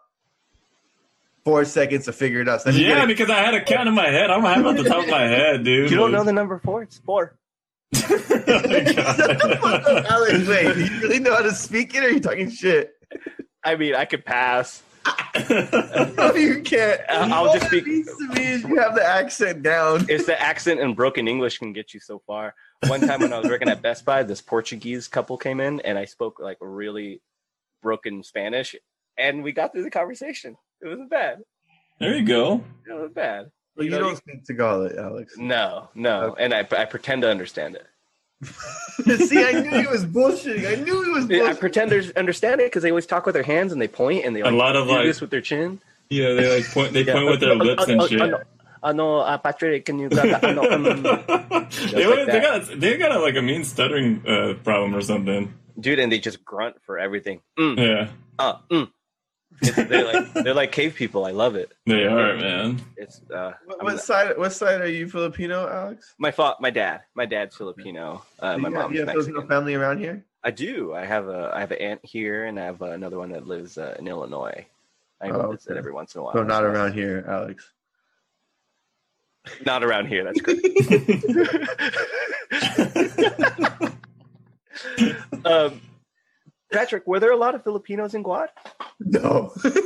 [SPEAKER 2] four seconds to figure it out. So I didn't
[SPEAKER 1] Yeah,
[SPEAKER 2] get it.
[SPEAKER 1] because I had a count in my head. I don't have it off the top of my head, dude.
[SPEAKER 3] You don't know
[SPEAKER 1] Like-
[SPEAKER 3] the number four? It's four.
[SPEAKER 2] Shut the fuck
[SPEAKER 1] Oh,
[SPEAKER 2] up, Alex. Wait, do you really know how to speak it, or are you talking shit?
[SPEAKER 3] I mean, I could pass.
[SPEAKER 1] Oh God.
[SPEAKER 2] No, you can't.
[SPEAKER 3] I'll- I'll
[SPEAKER 2] All
[SPEAKER 3] just
[SPEAKER 2] that
[SPEAKER 3] speak-
[SPEAKER 2] means to me is you have the accent down.
[SPEAKER 3] it's the accent and broken English can get you so far. one time when I was working at Best Buy, this Portuguese couple came in and I spoke like really broken Spanish and we got through the conversation. It wasn't bad.
[SPEAKER 1] There you go.
[SPEAKER 3] It wasn't bad.
[SPEAKER 2] But you
[SPEAKER 3] know,
[SPEAKER 2] don't speak Tagalog, Alex.
[SPEAKER 3] No, no. And I, I pretend to understand it.
[SPEAKER 2] See, I knew he was bullshitting. I knew he was
[SPEAKER 3] I
[SPEAKER 2] bullshitting.
[SPEAKER 3] pretend to understand it because they always talk with their hands and they point and they
[SPEAKER 1] A
[SPEAKER 3] like,
[SPEAKER 1] lot of
[SPEAKER 3] do
[SPEAKER 1] like,
[SPEAKER 3] this with their chin.
[SPEAKER 1] yeah, they like point, they
[SPEAKER 3] Yeah.
[SPEAKER 1] point with their
[SPEAKER 3] Oh,
[SPEAKER 1] lips
[SPEAKER 3] oh,
[SPEAKER 1] and
[SPEAKER 3] oh,
[SPEAKER 1] shit.
[SPEAKER 3] oh, no. Oh no, uh, Patrick, can you grab that? Oh, no, um,
[SPEAKER 1] they,
[SPEAKER 3] like
[SPEAKER 1] they
[SPEAKER 3] that.
[SPEAKER 1] got they got like a mean stuttering uh, problem or something.
[SPEAKER 3] dude, and they just grunt for everything. Mm,
[SPEAKER 1] Yeah,
[SPEAKER 3] uh, mm. It's- they're like they're like cave people. I love it.
[SPEAKER 1] they are man.
[SPEAKER 3] It's uh,
[SPEAKER 2] What,
[SPEAKER 3] I'm
[SPEAKER 2] what
[SPEAKER 3] not-
[SPEAKER 2] side? What side are you, Filipino, Alex?
[SPEAKER 3] my fa- my dad, my dad's Filipino. Uh,
[SPEAKER 2] Do
[SPEAKER 3] my
[SPEAKER 2] you have,
[SPEAKER 3] mom's
[SPEAKER 2] you have Filipino
[SPEAKER 3] Mexican.
[SPEAKER 2] family around here?
[SPEAKER 3] I do. I have a I have an aunt here, and I have another one that lives uh, in Illinois. I
[SPEAKER 2] Oh,
[SPEAKER 3] visit
[SPEAKER 2] okay.
[SPEAKER 3] every once in a while.
[SPEAKER 2] No, not around here, Alex.
[SPEAKER 3] Not around here. That's correct. um, Patrick, were there a lot of Filipinos in Guad?
[SPEAKER 2] No.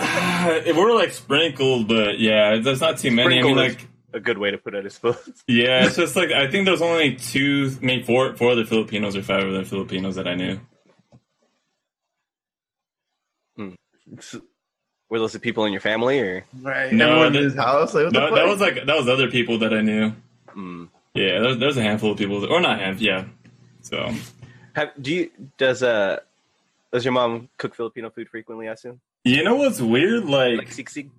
[SPEAKER 1] Ah, We're like sprinkled, but yeah, there's not too many.
[SPEAKER 3] Sprinkled
[SPEAKER 1] I mean,
[SPEAKER 3] is-
[SPEAKER 1] like
[SPEAKER 3] A good way to put it, I suppose.
[SPEAKER 1] yeah, it's just like I think there's only two, maybe four, four other Filipinos or five other Filipinos that I knew.
[SPEAKER 3] Were those the people in your family, or?
[SPEAKER 2] right.
[SPEAKER 1] No,
[SPEAKER 2] Everyone
[SPEAKER 1] that-
[SPEAKER 2] in his house. Like, what
[SPEAKER 1] That,
[SPEAKER 2] the
[SPEAKER 1] that
[SPEAKER 2] fuck?
[SPEAKER 1] was like that was other people that I knew.
[SPEAKER 3] Mm.
[SPEAKER 1] Yeah, there's, there's a handful of people, that, or not half, yeah. So
[SPEAKER 3] Have, do you does uh does your mom cook Filipino food frequently? I assume
[SPEAKER 1] you know what's weird?
[SPEAKER 3] like
[SPEAKER 1] Like
[SPEAKER 3] siksik.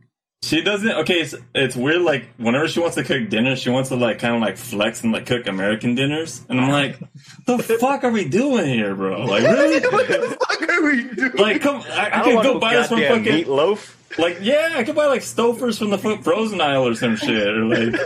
[SPEAKER 1] she doesn't. Okay, it's, it's weird. Like whenever she wants to cook dinner, she wants to like kind of like flex and like cook American dinners, and I'm like, the fuck are we doing here, bro? Like really?
[SPEAKER 2] what the fuck are we doing?
[SPEAKER 1] Like come, I, I,
[SPEAKER 3] I don't
[SPEAKER 1] could
[SPEAKER 3] want
[SPEAKER 1] go
[SPEAKER 3] to
[SPEAKER 1] buy this from
[SPEAKER 3] goddamn
[SPEAKER 1] fucking
[SPEAKER 3] meatloaf.
[SPEAKER 1] like yeah, I could buy like Stouffer's from the fu- frozen aisle or some shit, or like.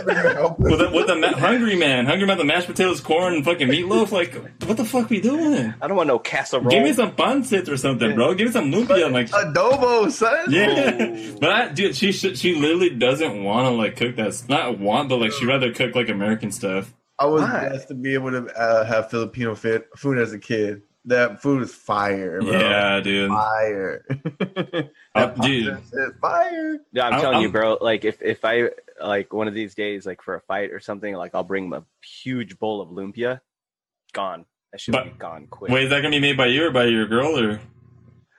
[SPEAKER 1] With the, with the ma- hungry man, hungry man, the mashed potatoes, corn, and fucking meatloaf. Like, what the fuck we doing?
[SPEAKER 3] I don't want no casserole.
[SPEAKER 1] Give me some pancit or something, bro. Give me some lumpia. I'm like,
[SPEAKER 2] Adobo, son.
[SPEAKER 1] yeah. But I, dude, she sh- she literally doesn't want to like cook that. s- Not want, but like she would rather cook like American stuff.
[SPEAKER 2] I was
[SPEAKER 3] Why?
[SPEAKER 2] blessed to be able to uh, have Filipino fit, food as a kid. That food is fire, bro.
[SPEAKER 1] Yeah, dude.
[SPEAKER 2] Fire.
[SPEAKER 1] Uh,
[SPEAKER 2] That
[SPEAKER 1] dude.
[SPEAKER 2] pasta is fire.
[SPEAKER 3] No, I'm
[SPEAKER 1] I'm-
[SPEAKER 3] telling you,
[SPEAKER 1] I'm-
[SPEAKER 3] bro. Like if if I like one of these days, like for a fight or something, like I'll bring a huge bowl of lumpia. Gone. That should
[SPEAKER 1] But-
[SPEAKER 3] be gone quick.
[SPEAKER 1] Wait, is that gonna be made by you or by your girl or?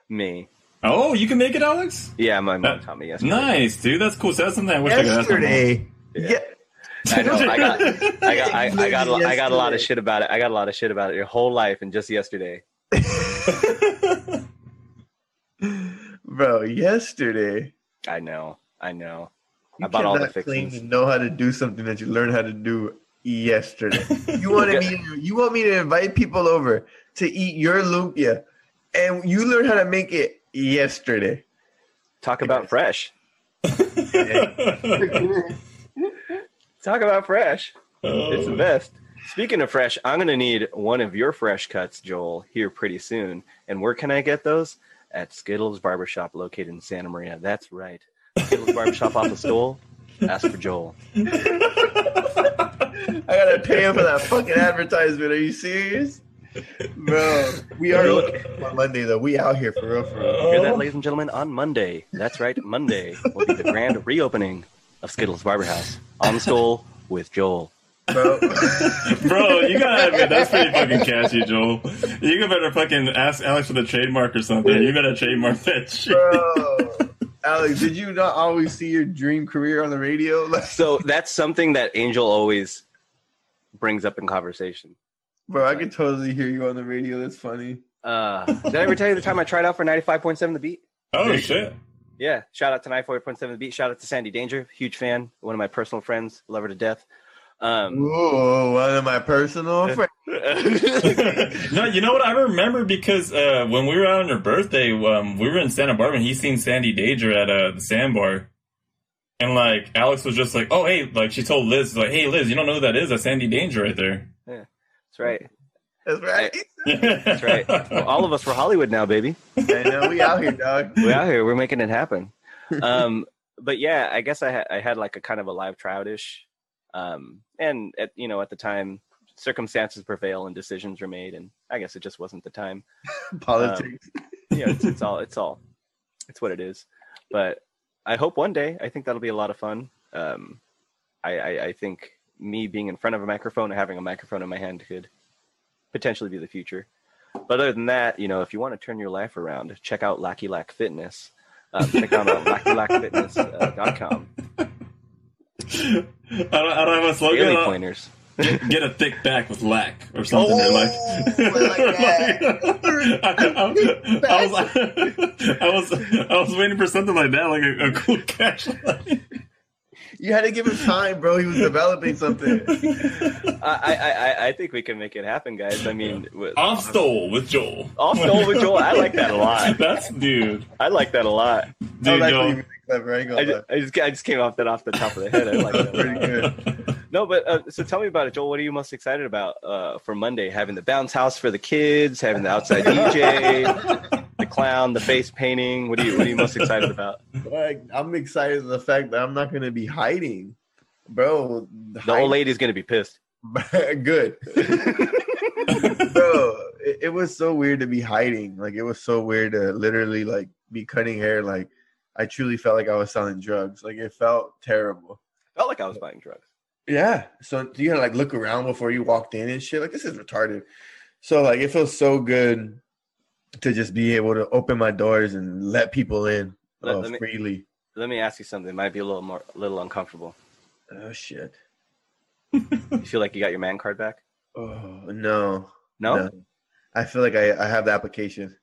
[SPEAKER 3] Me.
[SPEAKER 1] Oh, you can make it, Alex.
[SPEAKER 3] Yeah, my
[SPEAKER 1] Uh,
[SPEAKER 3] mom taught me yesterday.
[SPEAKER 1] Nice, dude. That's cool. So that's something I wish
[SPEAKER 2] Yesterday.
[SPEAKER 3] Yeah.
[SPEAKER 2] Yeah.
[SPEAKER 3] I know. I got.
[SPEAKER 1] I got.
[SPEAKER 3] I got. I, I got. a- I got a lot of
[SPEAKER 2] Yesterday.
[SPEAKER 3] shit about it. I got a lot of shit about it your whole life and just yesterday.
[SPEAKER 2] Bro, yesterday.
[SPEAKER 3] I know. I know.
[SPEAKER 2] You
[SPEAKER 3] I bought all the
[SPEAKER 2] cannot claim
[SPEAKER 3] fixings.
[SPEAKER 2] to know how to do something that you learned how to do yesterday. You wanted me. to- You want me to invite people over to eat your lumpia, and you learned how to make it yesterday.
[SPEAKER 3] Talk about fresh.
[SPEAKER 1] oh,
[SPEAKER 3] Talk about fresh. It's the best. Speaking of fresh, I'm going to need one of your fresh cuts, Joel, here pretty soon. And where can I get those? At Skittles Barbershop located in Santa Maria. That's right. Skittles Barbershop off the Stool. Ask for Joel.
[SPEAKER 2] I gotta pay him for that fucking advertisement. Are you serious, bro? We are looking on Monday though. We out here for real, for real.
[SPEAKER 3] Hear that, ladies and gentlemen? On Monday. That's right. Monday will be the grand reopening of Skittles Barber House on the Stool with Joel.
[SPEAKER 2] bro.
[SPEAKER 1] Oh. Bro, you gotta admit that's pretty fucking catchy, Joel. You better fucking ask Alex for the trademark or something. You gotta trademark that shit.
[SPEAKER 2] bro. Alex, did you not always see your dream career on the radio? Like,
[SPEAKER 3] So that's something that Angel always brings up in conversation.
[SPEAKER 2] bro, I could totally hear you on the radio. That's funny.
[SPEAKER 3] Uh, did I ever tell you the time I tried out for 95.7 The Beat?
[SPEAKER 1] Oh shit!
[SPEAKER 3] Yeah, shout out to 94.7 The Beat. Shout out to Sandy Danger, huge fan, one of my personal friends, love her to death. Um,
[SPEAKER 2] Ooh, one of my personal friends.
[SPEAKER 1] no, you know what? I remember because uh, when we were out on her birthday, um, we were in Santa Barbara, and he seen Sandy Danger at uh, the Sandbar, and like Alex was just like, "Oh hey," like she told Liz, like, "Hey Liz, you don't know who that is? That's Sandy Danger right there."
[SPEAKER 3] that's right.
[SPEAKER 2] That's right.
[SPEAKER 1] That's
[SPEAKER 3] That's right. Well, all of us were Hollywood now, baby.
[SPEAKER 2] I know we out here, dog.
[SPEAKER 3] We're out here. We're making it happen. Um, but yeah, I guess I, ha- I had like a kind of a live troutish. Um, and at, you know, at the time, circumstances prevail and decisions are made. And I guess it just wasn't the time.
[SPEAKER 2] Um, Politics.
[SPEAKER 3] yeah, it's, it's all it's all it's what it is. But I hope one day. I think that'll be a lot of fun. Um, I, I I think me being in front of a microphone and having a microphone in my hand could potentially be the future. But other than that, you know, if you want to turn your life around, check out Lackey Lack Fitness. Uh, check out uh, LackyLackFitness.com.
[SPEAKER 1] I, don't, I don't have a slogan. I
[SPEAKER 3] Daily
[SPEAKER 1] don't-
[SPEAKER 3] pointers.
[SPEAKER 1] get, get a thick back with lack or something.
[SPEAKER 2] Oh,
[SPEAKER 1] or like,
[SPEAKER 2] I
[SPEAKER 1] I, I- I was, I was, I was waiting for something like that, like a, a cool cash line.
[SPEAKER 2] You had to give him time, bro. He was developing something.
[SPEAKER 3] I, I, I, I think we can make it happen, guys. I mean, with,
[SPEAKER 1] I'm stole with Joel.
[SPEAKER 3] I'm stole with Joel. I like that a lot.
[SPEAKER 1] That's dude,
[SPEAKER 3] I like that a lot.
[SPEAKER 2] I
[SPEAKER 1] dude,
[SPEAKER 2] was actually
[SPEAKER 1] Joel.
[SPEAKER 2] really clever. I ain't
[SPEAKER 3] I
[SPEAKER 2] gonna
[SPEAKER 3] just,
[SPEAKER 2] lie.
[SPEAKER 3] I just, I just came off that off the top of the head. I like that. a
[SPEAKER 2] Pretty
[SPEAKER 3] lot.
[SPEAKER 2] good.
[SPEAKER 3] No, but uh, so tell me about it, Joel. What are you most excited about uh, for Monday? Having the bounce house for the kids, having the outside DJ, the clown, the face painting. What are you What are you most excited about?
[SPEAKER 4] Like, I'm excited at the fact that I'm not going to be hiding.
[SPEAKER 2] Bro,
[SPEAKER 3] The old lady's gonna be pissed.
[SPEAKER 2] good. Bro, it, it was so weird to be hiding. Like it was so weird to literally like be cutting hair. Like I truly felt like I was selling drugs. Like it felt terrible.
[SPEAKER 3] Felt like I was buying drugs.
[SPEAKER 2] Yeah. So you had to like look around before you walked in and shit. Like this is retarded. So like it feels so good to just be able to open my doors and let people in
[SPEAKER 3] Let-
[SPEAKER 2] uh,
[SPEAKER 3] let me-
[SPEAKER 2] freely.
[SPEAKER 3] Let me ask you something. It might be a little more, a little uncomfortable.
[SPEAKER 2] Oh shit.
[SPEAKER 3] You feel like you got your man card back?
[SPEAKER 2] Oh no.
[SPEAKER 3] No.
[SPEAKER 2] I feel like I, I have the application.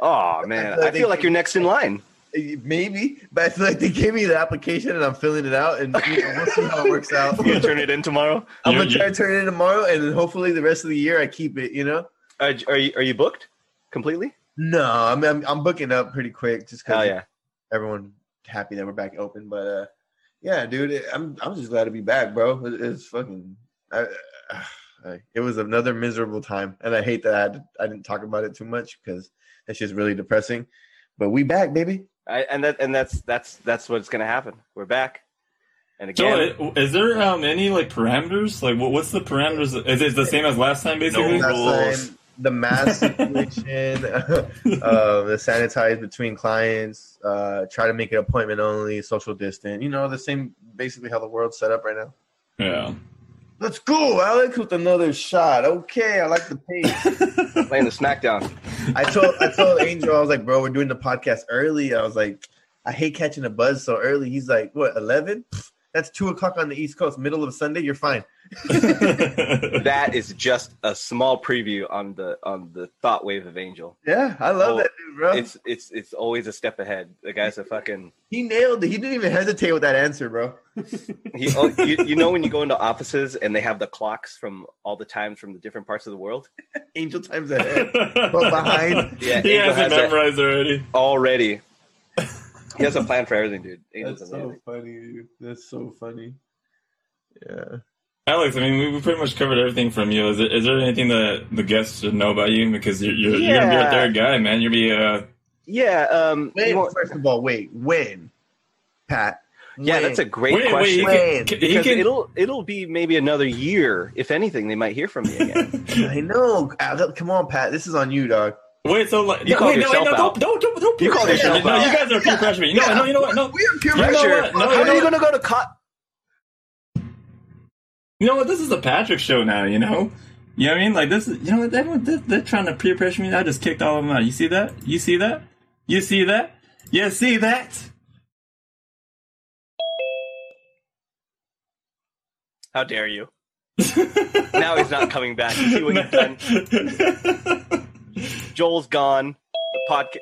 [SPEAKER 3] Oh man, I feel like you're next in line.
[SPEAKER 2] Eh, Maybe, but I feel like they gave me the application and I'm filling it out and you know, we'll see how it works out.
[SPEAKER 3] You gonna turn it in tomorrow?
[SPEAKER 2] I'm
[SPEAKER 1] You're-
[SPEAKER 2] gonna try to turn it in tomorrow and then hopefully the rest of the year I keep it, you know?
[SPEAKER 3] Are, are you Are you booked completely?
[SPEAKER 2] No, I'm I'm, I'm booking up pretty quick just
[SPEAKER 3] Oh
[SPEAKER 2] because
[SPEAKER 3] yeah.
[SPEAKER 2] everyone happy that we're back open. But uh, yeah, dude, it- I'm I'm just glad to be back, bro. It, it's fucking, I, I, it was another miserable time, and I hate that I, had to- I didn't talk about it too much because that's just really depressing. But we back, baby.
[SPEAKER 3] I, and that and that's that's that's what's gonna happen. We're back, and again,
[SPEAKER 1] Joel, is there um, any like parameters? Like, what, what's the parameters? Is it the same as last time, basically?
[SPEAKER 2] Last
[SPEAKER 3] rules.
[SPEAKER 2] time, the mask situation, uh, the sanitize between clients, uh, try to make an appointment only, social distant. You know, the same basically how the world's set up right now.
[SPEAKER 1] Yeah.
[SPEAKER 2] Let's go, Alex, with another shot. Okay, I like the pace.
[SPEAKER 3] playing the SmackDown.
[SPEAKER 2] I told I told Angel, I was like, bro, we're doing the podcast early. I was like, I hate catching a buzz so early. He's like, what, eleven? That's two o'clock on the East Coast, middle of Sunday. You're fine.
[SPEAKER 3] That is just a small preview on the on the thought wave of Angel.
[SPEAKER 2] Yeah, I love
[SPEAKER 3] Oh,
[SPEAKER 2] that dude, bro.
[SPEAKER 3] It's it's it's always a step ahead. The guy's a fucking.
[SPEAKER 2] he nailed it. He didn't even hesitate with that answer, bro.
[SPEAKER 3] He, oh, you, you know when you go into offices and they have the clocks from all the times from the different parts of the world
[SPEAKER 2] Angel times ahead. But behind-
[SPEAKER 3] Yeah,
[SPEAKER 1] he
[SPEAKER 3] Angel
[SPEAKER 1] has it
[SPEAKER 3] has that.
[SPEAKER 1] memorized already.
[SPEAKER 3] already. He has a plan for everything, dude. Angel's
[SPEAKER 4] That's so
[SPEAKER 3] amazing.
[SPEAKER 4] funny, dude. That's so funny.
[SPEAKER 2] Yeah.
[SPEAKER 1] Alex, I mean, we, we pretty much covered everything from you. Is, there- is there anything that the guests should know about you? Because you're you're, you're gonna be
[SPEAKER 3] Yeah.
[SPEAKER 1] a third guy, man. You're gonna be uh,
[SPEAKER 3] Yeah. Um.
[SPEAKER 2] Wait,
[SPEAKER 3] you want-
[SPEAKER 2] first of all, wait, when? Pat.
[SPEAKER 3] yeah,
[SPEAKER 2] when?
[SPEAKER 3] that's a great
[SPEAKER 1] wait,
[SPEAKER 3] question.
[SPEAKER 1] wait.
[SPEAKER 2] Wayne,
[SPEAKER 1] He can, can- he
[SPEAKER 3] because
[SPEAKER 1] can-
[SPEAKER 3] it'll it'll be maybe another year, if anything, they mimight hear from me again.
[SPEAKER 2] I know. Alex, Come on, Pat. This is on you, dog.
[SPEAKER 1] wait. So like,
[SPEAKER 3] You
[SPEAKER 1] no,
[SPEAKER 3] called
[SPEAKER 1] wait, no, wait,
[SPEAKER 3] yourself
[SPEAKER 1] no,
[SPEAKER 3] out.
[SPEAKER 1] don't, don't, don't, don't.
[SPEAKER 3] You called
[SPEAKER 1] peer pressure
[SPEAKER 3] yourself
[SPEAKER 1] me. No,
[SPEAKER 3] out.
[SPEAKER 1] you guys are peer pressure me. No, no, you know what? No,
[SPEAKER 2] We are pure
[SPEAKER 1] You know
[SPEAKER 2] pressure.
[SPEAKER 1] what? No,
[SPEAKER 3] How
[SPEAKER 1] you know
[SPEAKER 3] are you
[SPEAKER 1] what?
[SPEAKER 3] gonna go to co-
[SPEAKER 1] you know what? This is the Patrick show now. You know. You know what I mean? Like this is. You know what? Everyone, they're, they're trying to peer pressure me. I just kicked all of them out. You see that? You see that? You see that? You see that?
[SPEAKER 3] How dare you? Now he's not coming back. You see what you've done? Joel's gone. The podcast.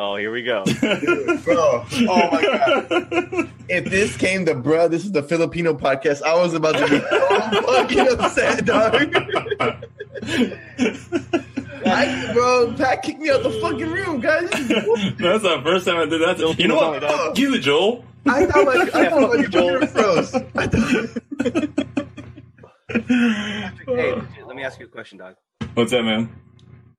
[SPEAKER 3] Oh, here we go.
[SPEAKER 2] Bro, oh my god. If this came to bruh, this is the Filipino podcast. I was about to be so fucking upset, dog. I, bro, Pat kicked me out the fucking room, guys.
[SPEAKER 1] That's the first time I did that. You know what? Fuck you, Joel.
[SPEAKER 2] I thought my, I thought my
[SPEAKER 3] Yeah, Joel.
[SPEAKER 2] computer froze. I thought,
[SPEAKER 3] Hey, let me ask you a question, dog.
[SPEAKER 1] What's that, man?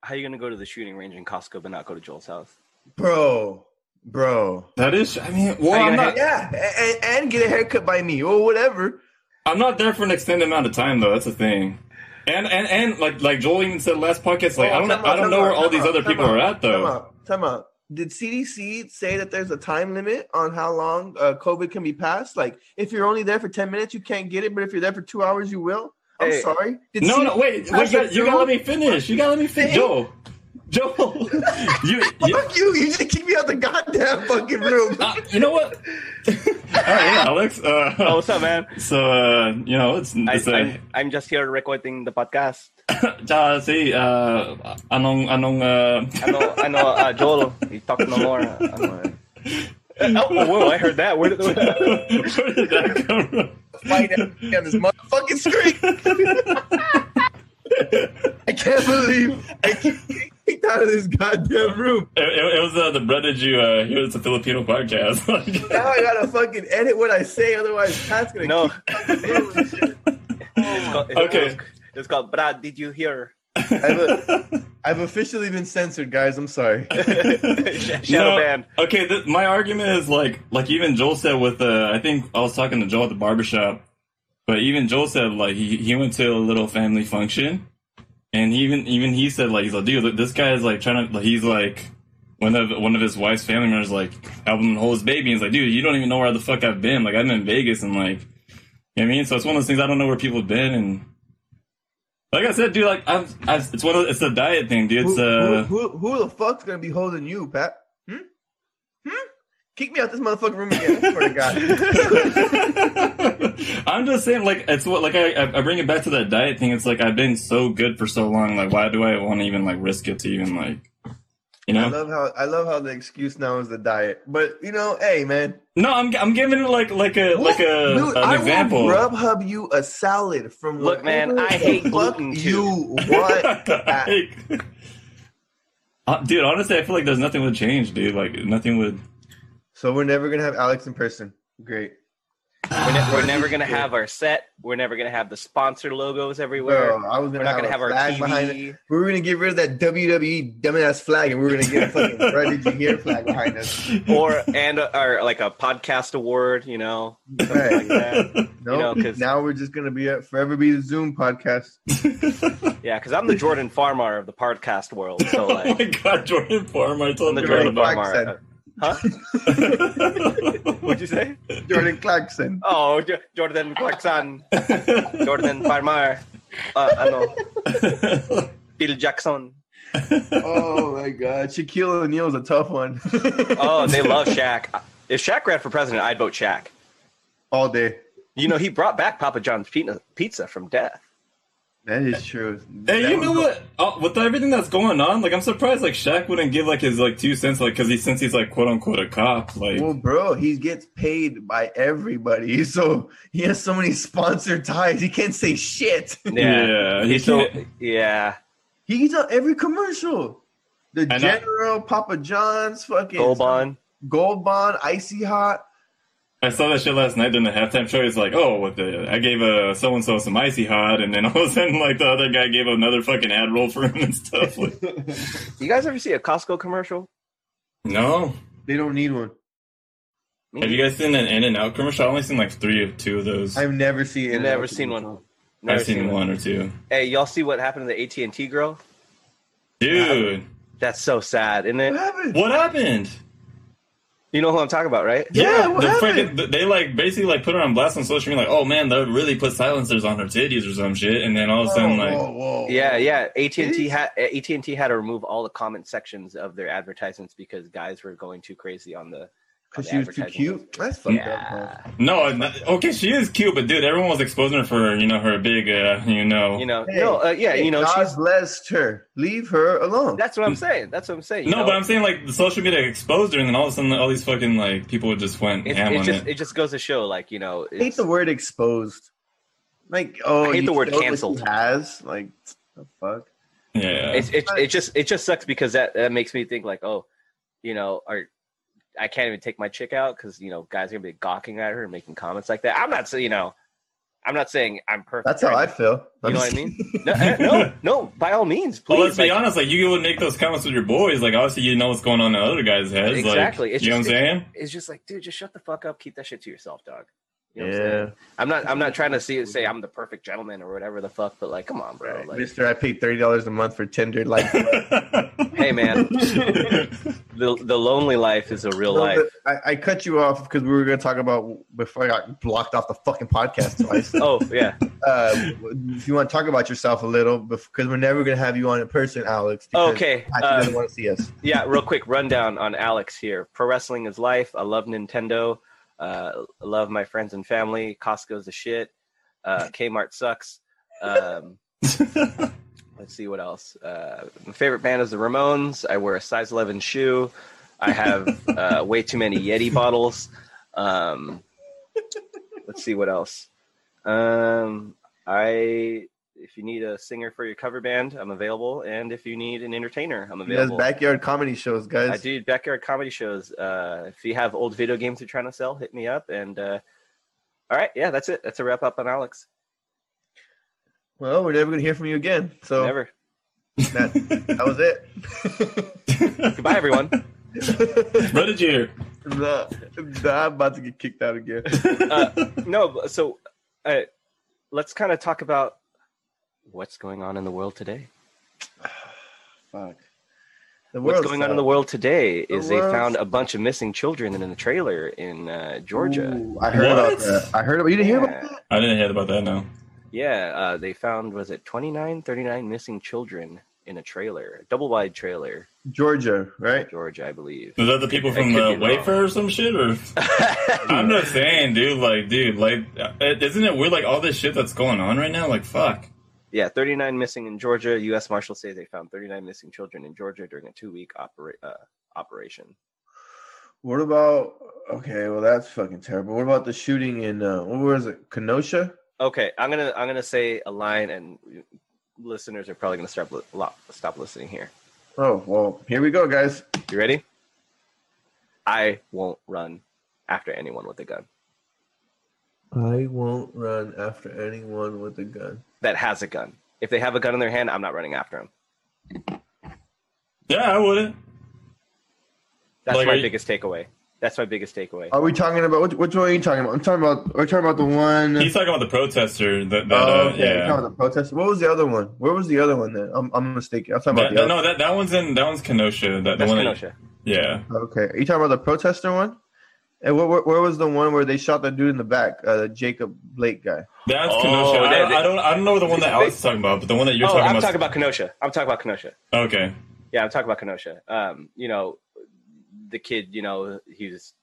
[SPEAKER 3] How are you gonna go to the shooting range in Costco but not go to Joel's house?
[SPEAKER 2] bro, bro.
[SPEAKER 1] That is, I mean, well,
[SPEAKER 3] Are you
[SPEAKER 1] I'm
[SPEAKER 3] gonna
[SPEAKER 1] not,
[SPEAKER 2] Yeah, and, and get a haircut by me or whatever.
[SPEAKER 1] I'm not there for an extended amount of time though. That's the thing. And and and like like Joel even said last podcast, like
[SPEAKER 2] Oh,
[SPEAKER 1] I don't know,
[SPEAKER 2] time out,
[SPEAKER 1] I don't
[SPEAKER 2] time
[SPEAKER 1] know where
[SPEAKER 2] out,
[SPEAKER 1] all
[SPEAKER 2] time
[SPEAKER 1] these
[SPEAKER 2] out,
[SPEAKER 1] other
[SPEAKER 2] time
[SPEAKER 1] people
[SPEAKER 2] out,
[SPEAKER 1] are at
[SPEAKER 2] Time
[SPEAKER 1] though.
[SPEAKER 2] out, time out.
[SPEAKER 5] did CDC say that there's a time limit on how long uh, COVID can be passed? Like, if you're only there for 10 minutes, you can't get it, but if you're there for two hours, you will? I'm
[SPEAKER 3] Hey.
[SPEAKER 5] sorry. Did
[SPEAKER 1] No,
[SPEAKER 5] CDC
[SPEAKER 1] no, wait, wait,
[SPEAKER 5] pass
[SPEAKER 1] you,
[SPEAKER 5] it
[SPEAKER 1] you gotta
[SPEAKER 5] through?
[SPEAKER 1] let me finish. You gotta let me finish, Joel. Joel, you, you,
[SPEAKER 5] Fuck you. You just kicked me out the goddamn fucking room.
[SPEAKER 1] uh, you know what? All right, yeah, Alex. Uh,
[SPEAKER 3] Oh, what's up, man?
[SPEAKER 1] So uh, you know, it's,
[SPEAKER 3] I,
[SPEAKER 1] it's a,
[SPEAKER 3] I'm, I'm just here recording the podcast.
[SPEAKER 1] uh, see, uh, anong anong uh,
[SPEAKER 3] I know, I know, uh, Joel, you talk no more. I'm, uh, oh, whoa, I heard that. Where did,
[SPEAKER 1] where did that come from?
[SPEAKER 5] Fight everybody on this motherfucking screen.
[SPEAKER 2] I can't believe I can't get kicked out of this goddamn room.
[SPEAKER 1] It, it, it was uh, the bread that you uh, here. It's a Filipino podcast.
[SPEAKER 2] Now I gotta fucking edit what I say, otherwise Pat's gonna
[SPEAKER 3] no,
[SPEAKER 2] kick me out and shit.
[SPEAKER 3] it's called, it's
[SPEAKER 1] Okay.
[SPEAKER 3] called- It's called Brad. Did you hear?
[SPEAKER 2] I've, I've officially been censored, guys. I'm sorry.
[SPEAKER 3] Shadow
[SPEAKER 1] No.
[SPEAKER 3] ban.
[SPEAKER 1] okay, th- my argument is like like even Joel said with uh, I think I was talking to Joel at the barbershop, but even Joel said like he, he went to a little family function, and even even he said like he's like dude this guy is like trying to like, he's like one of one of his wife's family members like helping him hold his baby. And he's like dude you don't even know where the fuck I've been like I'm in Vegas and like you know what I mean so it's one of those things I don't know where people have been and. Like I said, dude, like I'm, I, it's one of it's a diet thing, dude.
[SPEAKER 5] Who,
[SPEAKER 1] It's uh,
[SPEAKER 5] who, who, who the fuck's gonna be holding you, Pat? Hmm? Hmm? Kick me out this motherfucking room again. I swear to God.
[SPEAKER 1] I'm just saying, like it's what, like I, I- I bring it back to that diet thing. It's like I've been so good for so long. Like, why do I want to even like risk it to even like, you
[SPEAKER 2] I
[SPEAKER 1] know?
[SPEAKER 2] love how I love how the excuse now is the diet. But you know, hey man,
[SPEAKER 1] No, I'm I'm giving it like like a like a
[SPEAKER 5] Dude,
[SPEAKER 1] uh, an
[SPEAKER 5] I
[SPEAKER 1] example.
[SPEAKER 5] will Grubhub you a salad from
[SPEAKER 3] Look, man,
[SPEAKER 5] wherever
[SPEAKER 3] I
[SPEAKER 5] the
[SPEAKER 3] hate
[SPEAKER 5] fuck
[SPEAKER 3] gluten, too.
[SPEAKER 5] you. What?
[SPEAKER 1] Like, uh, dude, honestly, I feel like there's nothing would change, dude. Like nothing would.
[SPEAKER 2] so we're never gonna have Alex in person. Great.
[SPEAKER 3] We're, ne- we're never gonna have our set. We're never gonna have the sponsor logos everywhere.
[SPEAKER 2] Bro, Oh, I was
[SPEAKER 3] we're
[SPEAKER 2] gonna
[SPEAKER 3] not
[SPEAKER 2] have,
[SPEAKER 3] gonna have
[SPEAKER 2] a
[SPEAKER 3] our
[SPEAKER 2] flag behind it.
[SPEAKER 3] TV.
[SPEAKER 2] We were gonna get rid of that WWE dumbass flag, and we were gonna get a fucking Red Did You Hear flag behind us.
[SPEAKER 3] or and or like a podcast award, you know, something like that.
[SPEAKER 2] No,
[SPEAKER 3] know, 'cause-
[SPEAKER 2] now we're just gonna be a, forever be the Zoom podcast.
[SPEAKER 3] Yeah, because I'm the Jordan Farmer of the podcast world. So
[SPEAKER 1] oh my
[SPEAKER 3] like,
[SPEAKER 1] god, Jordan Farmer! I told
[SPEAKER 3] I'm the
[SPEAKER 1] you
[SPEAKER 3] Jordan
[SPEAKER 1] about
[SPEAKER 2] Jordan
[SPEAKER 3] Farmer.
[SPEAKER 2] Clarkson.
[SPEAKER 1] it.
[SPEAKER 3] What'd you say?
[SPEAKER 2] Jordan Clarkson.
[SPEAKER 3] Oh, J- Jordan Clarkson, Jordan Farmer, uh, ano, Bill Jackson.
[SPEAKER 2] Oh my God, Shaquille O'Neal's a tough one.
[SPEAKER 3] Oh, they love Shaq. If Shaq ran for president, I'd vote Shaq.
[SPEAKER 2] All day.
[SPEAKER 3] You know, he brought back Papa John's pizza, pizza from death.
[SPEAKER 2] That is true.
[SPEAKER 1] Hey,
[SPEAKER 2] That
[SPEAKER 1] you know
[SPEAKER 2] was-
[SPEAKER 1] what? Uh, with everything that's going on, like I'm surprised like Shaq wouldn't give like his like two cents, like because he since he's like quote unquote a cop, like
[SPEAKER 2] Well, bro, he gets paid by everybody, so he has so many sponsored ties. He can't say shit.
[SPEAKER 1] yeah, he
[SPEAKER 3] He's so,
[SPEAKER 1] can't-
[SPEAKER 3] yeah.
[SPEAKER 2] He's on every commercial. The
[SPEAKER 1] I know.
[SPEAKER 2] General, Papa John's, fucking
[SPEAKER 3] Gold Bond.
[SPEAKER 2] Gold Bond, Icy Hot.
[SPEAKER 1] I saw that shit last night during the halftime show. He's like, oh, what the? I gave uh, so and so some icy hot, and then all of a sudden like the other guy gave another fucking ad roll for him and stuff. Like,
[SPEAKER 3] You guys ever see a Costco commercial?
[SPEAKER 1] no,
[SPEAKER 2] They don't need one.
[SPEAKER 1] have you guys seen an In and Out commercial? I only seen like three or two of those. I've,
[SPEAKER 2] I've never seen.
[SPEAKER 3] You've
[SPEAKER 2] it.
[SPEAKER 3] never seen one. Never
[SPEAKER 1] seen, one or two.
[SPEAKER 3] Hey, y'all see what happened to the AT and T girl?
[SPEAKER 1] Dude,
[SPEAKER 3] That's so sad, isn't
[SPEAKER 2] What
[SPEAKER 3] it?
[SPEAKER 2] happened?
[SPEAKER 1] what happened?
[SPEAKER 3] You know who I'm talking about, right?
[SPEAKER 2] Yeah, what
[SPEAKER 1] the
[SPEAKER 2] happened?
[SPEAKER 1] frickin- they like basically like put her on blast on social media, like, oh man, they really put silencers on her titties or some shit, and then all of a sudden like,
[SPEAKER 2] whoa, whoa.
[SPEAKER 3] Yeah, yeah. AT and T had AT and T had to remove all the comment sections of their advertisements because guys were going too crazy on the. on
[SPEAKER 2] Because
[SPEAKER 3] the
[SPEAKER 2] she was too
[SPEAKER 3] advertisements.
[SPEAKER 2] cute. That's fucked up. bro.
[SPEAKER 3] Yeah,
[SPEAKER 1] no, I'm not- okay, she is cute, but dude, everyone was exposing her for you know her big, uh, you know,
[SPEAKER 3] you know,
[SPEAKER 2] Hey,
[SPEAKER 3] no, uh, yeah, you know,
[SPEAKER 2] God
[SPEAKER 3] she's.
[SPEAKER 2] blessed her. Leave her alone.
[SPEAKER 3] That's what I'm saying. That's what I'm saying. you
[SPEAKER 1] no,
[SPEAKER 3] know?
[SPEAKER 1] but I'm saying like the social media exposed her, and then all of a sudden all these fucking like people just went
[SPEAKER 3] It,
[SPEAKER 1] ham
[SPEAKER 3] it
[SPEAKER 1] on
[SPEAKER 3] just
[SPEAKER 1] it.
[SPEAKER 3] it just goes to show, like you know,
[SPEAKER 2] I hate
[SPEAKER 3] it's-
[SPEAKER 2] the word exposed. Like, oh,
[SPEAKER 3] I hate
[SPEAKER 2] you
[SPEAKER 3] the word
[SPEAKER 2] showed what she
[SPEAKER 3] canceled.
[SPEAKER 2] Has like the fuck.
[SPEAKER 1] yeah,
[SPEAKER 3] it's it, it just it just sucks because that, that makes me think like oh you know are i can't even take my chick out because you know guys are gonna be gawking at her and making comments like that i'm not saying you know i'm not saying i'm perfect
[SPEAKER 2] That's how I feel.
[SPEAKER 3] you know what i mean no, eh, no no by all means please
[SPEAKER 1] well, let's be
[SPEAKER 3] like,
[SPEAKER 1] honest. Like you would make those comments with your boys. Like obviously you know what's going on in other guys' heads.
[SPEAKER 3] Exactly.
[SPEAKER 1] Like,
[SPEAKER 3] It's
[SPEAKER 1] you know what I'm
[SPEAKER 3] just-
[SPEAKER 1] saying?
[SPEAKER 3] it's just like dude just shut the fuck up keep that shit to yourself dog you know what I'm,
[SPEAKER 2] Yeah,
[SPEAKER 3] saying? I'm not i'm not trying to see say i'm the perfect gentleman or whatever the fuck but like come on bro like
[SPEAKER 2] Mister, I paid thirty dollars a month for Tinder. Like,
[SPEAKER 3] hey hey man, the the lonely life is a real
[SPEAKER 4] No,
[SPEAKER 3] life.
[SPEAKER 4] but I, I cut you off because we were going to talk about before I got blocked off the fucking podcast twice.
[SPEAKER 3] Oh yeah,
[SPEAKER 4] uh, if you want to talk about yourself a little, because we're never going to have you on in person, Alex. because
[SPEAKER 3] okay.
[SPEAKER 4] Patrick
[SPEAKER 3] uh,
[SPEAKER 4] doesn't want to see us.
[SPEAKER 3] yeah, real quick rundown on Alex here. Pro wrestling is life. I love Nintendo. Uh, I love my friends and family. Costco's a shit. Uh, Kmart sucks. Um, let's see what else. Uh, my favorite band is the Ramones. I wear a size 11 shoe. I have uh, way too many Yeti bottles. Um, let's see what else. Um, I. If you need a singer for your cover band, I'm available. And if you need an entertainer, I'm
[SPEAKER 4] He does
[SPEAKER 3] available.
[SPEAKER 4] backyard comedy shows, guys.
[SPEAKER 3] I do backyard comedy shows. Uh, if you have old video games you're trying to sell, hit me up. And uh, all right, yeah, that's it. That's a wrap up on Alex.
[SPEAKER 4] Well, we're never going to hear from you again. So
[SPEAKER 3] Never.
[SPEAKER 4] That, that was it.
[SPEAKER 3] Goodbye, everyone.
[SPEAKER 1] Bredigier.
[SPEAKER 4] Nah, nah, I'm about to get kicked out again.
[SPEAKER 3] Uh, no, but- so uh, let's kind of talk about what's going on in the world today.
[SPEAKER 2] Fuck.
[SPEAKER 4] The
[SPEAKER 3] What's
[SPEAKER 4] world's
[SPEAKER 3] going on in
[SPEAKER 4] up.
[SPEAKER 3] the world today is they
[SPEAKER 4] world's-
[SPEAKER 3] found a bunch of missing children in a trailer in uh, Georgia.
[SPEAKER 2] Ooh,
[SPEAKER 4] I heard about
[SPEAKER 1] What?
[SPEAKER 4] that. I heard about you didn't hear about
[SPEAKER 3] Yeah.
[SPEAKER 4] that?
[SPEAKER 1] I didn't hear about that. No.
[SPEAKER 3] Yeah, uh, they found, was it 29, 39 missing children in a trailer, double wide trailer,
[SPEAKER 4] Georgia, right?
[SPEAKER 3] Georgia, I believe.
[SPEAKER 1] Is that the people
[SPEAKER 3] It
[SPEAKER 1] from
[SPEAKER 3] could
[SPEAKER 1] the
[SPEAKER 3] be wrong.
[SPEAKER 1] Wafer or some shit? Or I'm just saying, dude. Like, dude, like, it, isn't it weird? Like all this shit that's going on right now. Like, fuck.
[SPEAKER 3] Yeah, 39 missing in Georgia. U.S. Marshals say they found 39 missing children in Georgia during a two-week opera- uh, operation.
[SPEAKER 2] What about okay? Well, that's fucking terrible. What about the shooting in uh, what was it? Kenosha?
[SPEAKER 3] Okay, I'm gonna I'm gonna say a line, and listeners are probably gonna stop li- lo- stop listening here.
[SPEAKER 2] Oh well, here we go, guys.
[SPEAKER 3] You ready? I won't run after anyone with a gun
[SPEAKER 2] I won't run after anyone with a gun.
[SPEAKER 3] that has a gun. If they have a gun in their hand, I'm not running after them.
[SPEAKER 1] Yeah, I wouldn't.
[SPEAKER 3] That's
[SPEAKER 1] Like, are
[SPEAKER 3] my
[SPEAKER 1] you- Oh,
[SPEAKER 3] biggest takeaway. That's my biggest takeaway.
[SPEAKER 2] Are we talking about which, which one are you talking about? I'm talking about. We're talking about the one.
[SPEAKER 1] He's talking about the protester. That, that
[SPEAKER 2] Oh,
[SPEAKER 1] uh,
[SPEAKER 2] okay. You're talking
[SPEAKER 1] yeah.
[SPEAKER 2] about the protest. What was the other one? Where was the other one? Then I'm, I'm mistaken. I'm talking
[SPEAKER 1] That,
[SPEAKER 2] about
[SPEAKER 1] that-
[SPEAKER 2] the
[SPEAKER 1] no, that, that one's in that one's Kenosha. That the
[SPEAKER 3] That's
[SPEAKER 1] one. that-
[SPEAKER 3] Kenosha.
[SPEAKER 1] yeah.
[SPEAKER 2] other. Okay, are you talking about the protester one? And where, where, where was the one where they shot the dude in the back, uh, the Jacob Blake guy?
[SPEAKER 1] That's
[SPEAKER 3] Oh,
[SPEAKER 1] Kenosha. I,
[SPEAKER 3] that-
[SPEAKER 1] don't- I don't. I don't know the one that
[SPEAKER 3] They-
[SPEAKER 1] Alex is talking about, but the one that you're
[SPEAKER 3] oh,
[SPEAKER 1] talking
[SPEAKER 3] I'm
[SPEAKER 1] about.
[SPEAKER 3] talking about Kenosha. I'm talking about Kenosha.
[SPEAKER 1] Okay.
[SPEAKER 3] Yeah, I'm talking about Kenosha. Um, you know, the kid, you know, he was,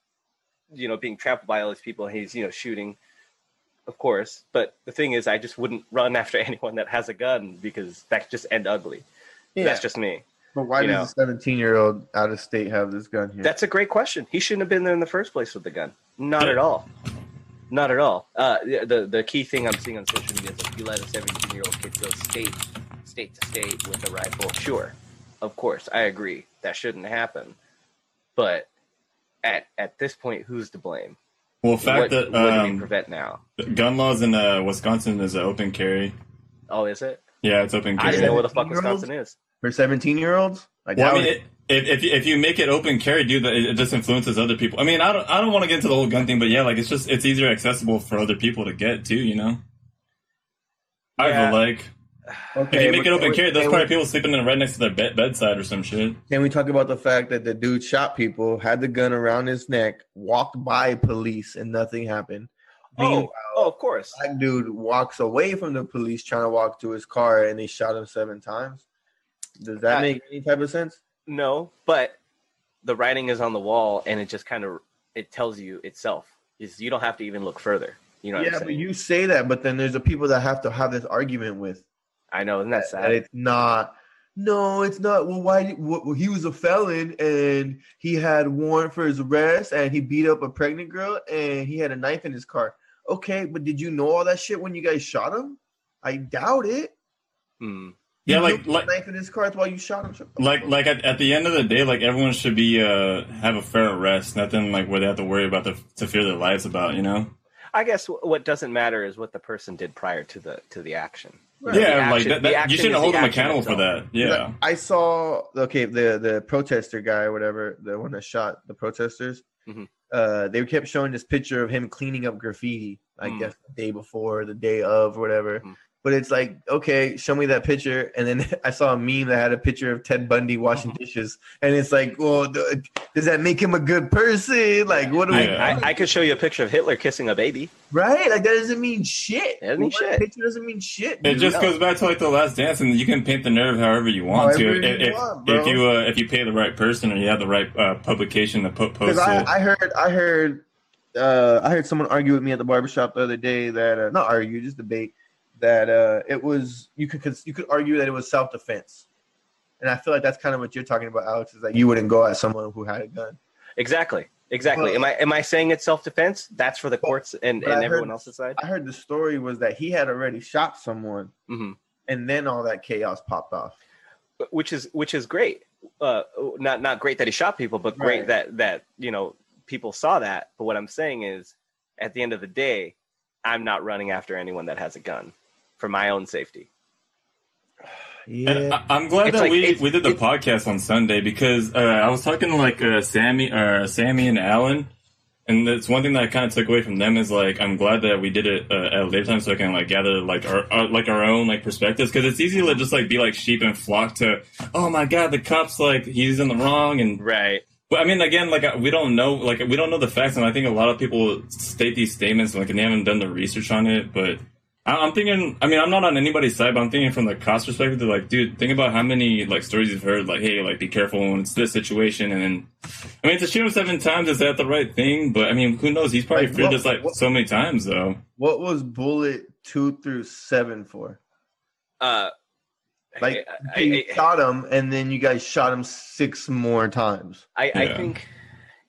[SPEAKER 3] you know, being trampled by all these people, and he's, you know, shooting, of course. But the thing is, I just wouldn't run after anyone that has a gun because that just end ugly. That's just me.
[SPEAKER 2] But why
[SPEAKER 3] you
[SPEAKER 2] does
[SPEAKER 3] know.
[SPEAKER 2] a 17 year old out of state have this gun here?
[SPEAKER 3] That's a great question. He shouldn't have been there in the first place with the gun. Not at all. Not at all. Uh, the, the the key thing I'm seeing on social media is like you let a 17 year old kid go state state to state with a rifle. Sure, of course, I agree that shouldn't happen. But at at this point, who's to blame?
[SPEAKER 1] Well, fact
[SPEAKER 3] what,
[SPEAKER 1] that
[SPEAKER 3] what do we
[SPEAKER 1] um,
[SPEAKER 3] prevent now?
[SPEAKER 1] gun laws in uh, Wisconsin is uh, open carry.
[SPEAKER 3] Oh, is it?
[SPEAKER 1] Yeah, it's open
[SPEAKER 3] I
[SPEAKER 1] carry.
[SPEAKER 3] didn't know what the fuck
[SPEAKER 2] 17-year-olds?
[SPEAKER 3] Wisconsin is.
[SPEAKER 2] For 17 year olds? I
[SPEAKER 1] Well,
[SPEAKER 2] doubt
[SPEAKER 1] I mean,
[SPEAKER 2] it.
[SPEAKER 1] it, if, if you- if you make it open carry, dude, that- it, it just influences other people. I mean, I don't I don't want to get into the whole gun thing, but yeah, like it's just it's easier accessible for other people to get too. You know, I
[SPEAKER 3] Yeah.
[SPEAKER 1] feel like if
[SPEAKER 2] Okay,
[SPEAKER 1] you make
[SPEAKER 2] but
[SPEAKER 1] it open
[SPEAKER 2] can
[SPEAKER 1] carry,
[SPEAKER 2] we-
[SPEAKER 1] there's
[SPEAKER 2] can
[SPEAKER 1] probably
[SPEAKER 2] we-
[SPEAKER 1] people sleeping in right next to their bed, bedside or some shit.
[SPEAKER 2] Can we talk about the fact that the dude shot people, had the gun around his neck, walked by police, and nothing happened?
[SPEAKER 3] Oh,
[SPEAKER 2] Meanwhile,
[SPEAKER 3] oh, of course.
[SPEAKER 2] black dude walks away from the police trying to walk to his car, and they shot him seven times. Does that
[SPEAKER 3] I-
[SPEAKER 2] make any type of sense?
[SPEAKER 3] No, but the writing is on the wall, and it just kind of it tells you itself. Is you don't have to even look further. You know what
[SPEAKER 2] Yeah,
[SPEAKER 3] I'm
[SPEAKER 2] but
[SPEAKER 3] saying?
[SPEAKER 2] you say that, but then there's the people that have to have this argument with
[SPEAKER 3] I know, isn't that
[SPEAKER 2] that
[SPEAKER 3] sad?
[SPEAKER 2] it's not. No, it's not. Well, why? did- Well, he was a felon, and he had warrant for his arrest, and he beat up a pregnant girl, and he had a knife in his car. Okay, but did you know all that shit when you guys shot him? I doubt it.
[SPEAKER 3] Mm.
[SPEAKER 2] He
[SPEAKER 1] Yeah,
[SPEAKER 2] knew
[SPEAKER 1] like
[SPEAKER 2] he
[SPEAKER 1] like
[SPEAKER 2] had a knife in his car. That's why you shot him. Shut the
[SPEAKER 1] like
[SPEAKER 2] fuck
[SPEAKER 1] like at, at the end of the day, like everyone should be uh have a fair arrest. Nothing like where they have to worry about the, to fear their lives about. You know.
[SPEAKER 3] I guess wh- what doesn't matter is what the person did prior to the to the action.
[SPEAKER 2] up.
[SPEAKER 3] the
[SPEAKER 1] Yeah, like
[SPEAKER 3] action-
[SPEAKER 1] that,
[SPEAKER 3] the
[SPEAKER 1] that,
[SPEAKER 3] action
[SPEAKER 1] you shouldn't
[SPEAKER 3] is
[SPEAKER 1] hold
[SPEAKER 3] the
[SPEAKER 1] them
[SPEAKER 3] action
[SPEAKER 1] accountable for
[SPEAKER 3] itself.
[SPEAKER 1] that. Yeah.
[SPEAKER 2] I saw okay the the protester guy or whatever the one that shot the protesters.
[SPEAKER 3] Mhm.
[SPEAKER 2] Uh, they kept showing this picture of him cleaning up graffiti. I
[SPEAKER 3] Mm.
[SPEAKER 2] guess the day before, the day of, or whatever.
[SPEAKER 3] Mm.
[SPEAKER 2] But it's like, okay, show me that picture. And then I saw a meme that had a picture of Ted Bundy washing
[SPEAKER 3] Mm-hmm.
[SPEAKER 2] dishes, and it's like, well, th- does that make him a good person? Like, what do we?
[SPEAKER 1] Yeah.
[SPEAKER 3] I, I could show you a picture of Hitler kissing a baby.
[SPEAKER 2] Right? Like that doesn't mean shit.
[SPEAKER 3] That doesn't mean
[SPEAKER 2] That
[SPEAKER 3] shit.
[SPEAKER 2] Picture doesn't mean shit.
[SPEAKER 1] It
[SPEAKER 2] dude.
[SPEAKER 1] just
[SPEAKER 3] No.
[SPEAKER 1] goes back to like the last dance, and you can paint the narrative however you want
[SPEAKER 2] However
[SPEAKER 1] to. If,
[SPEAKER 2] you
[SPEAKER 1] if,
[SPEAKER 2] want, bro.
[SPEAKER 1] if you uh, if you pay the right person or you have the right uh, publication to put post
[SPEAKER 2] Because
[SPEAKER 1] it.
[SPEAKER 2] I, I heard, I heard, uh, I heard someone argue with me at the barbershop the other day that uh, not argue, just debate that uh, it was you could cons- you could argue that it was self defense, and I feel like that's kind of what you're talking about, Alex. Is that you wouldn't go at someone who had a gun?
[SPEAKER 3] Exactly. Exactly. am I am I saying it's self defense? That's for the courts and,
[SPEAKER 2] but
[SPEAKER 3] and
[SPEAKER 2] I
[SPEAKER 3] everyone
[SPEAKER 2] heard-
[SPEAKER 3] else's side.
[SPEAKER 2] I heard the story was that he had already shot someone,
[SPEAKER 3] hmm
[SPEAKER 2] and then all that chaos popped off.
[SPEAKER 3] Which is which is great. Uh, not not great that he shot people, but great
[SPEAKER 2] Right.
[SPEAKER 3] that that you know people saw that. But what I'm saying is, at the end of the day, I'm not running after anyone that has a gun for my own safety.
[SPEAKER 1] And uh,
[SPEAKER 2] Yeah,
[SPEAKER 1] I, I'm glad
[SPEAKER 3] It's
[SPEAKER 1] that
[SPEAKER 3] like-
[SPEAKER 1] we,
[SPEAKER 3] it's-
[SPEAKER 1] we did the
[SPEAKER 3] it's-
[SPEAKER 1] podcast on Sunday because uh, I was talking to like uh, Sammy uh, Sammy and Alan, and that's one thing that I kind of took away from them is like I'm glad that we did it uh, at a later time so I can like gather like our, our like our own like perspectives because it's easy to just like be like sheep and flock to oh my god the cops like he's in the wrong and
[SPEAKER 3] Right.
[SPEAKER 1] Well, I mean, again, like I- we don't know, like we don't know the facts, and I think a lot of people state these statements like and they haven't done the research on it. But I, I'm thinking, I mean, I'm not on anybody's side, but I'm thinking from the cost perspective. They're like, dude, think about how many like stories you've heard, like, hey, like be careful when it's this situation, and then I mean, to shoot him seven times is that the right thing? But I mean, who knows? He's probably
[SPEAKER 2] Like,
[SPEAKER 1] feared
[SPEAKER 2] what-
[SPEAKER 1] this like
[SPEAKER 2] what-
[SPEAKER 1] so many times though.
[SPEAKER 2] what was bullet two through seven for?
[SPEAKER 3] Uh,
[SPEAKER 2] Like
[SPEAKER 3] I-
[SPEAKER 2] you
[SPEAKER 3] I-
[SPEAKER 2] shot him, and then you guys shot him six more times.
[SPEAKER 3] I, I
[SPEAKER 1] Yeah.
[SPEAKER 3] think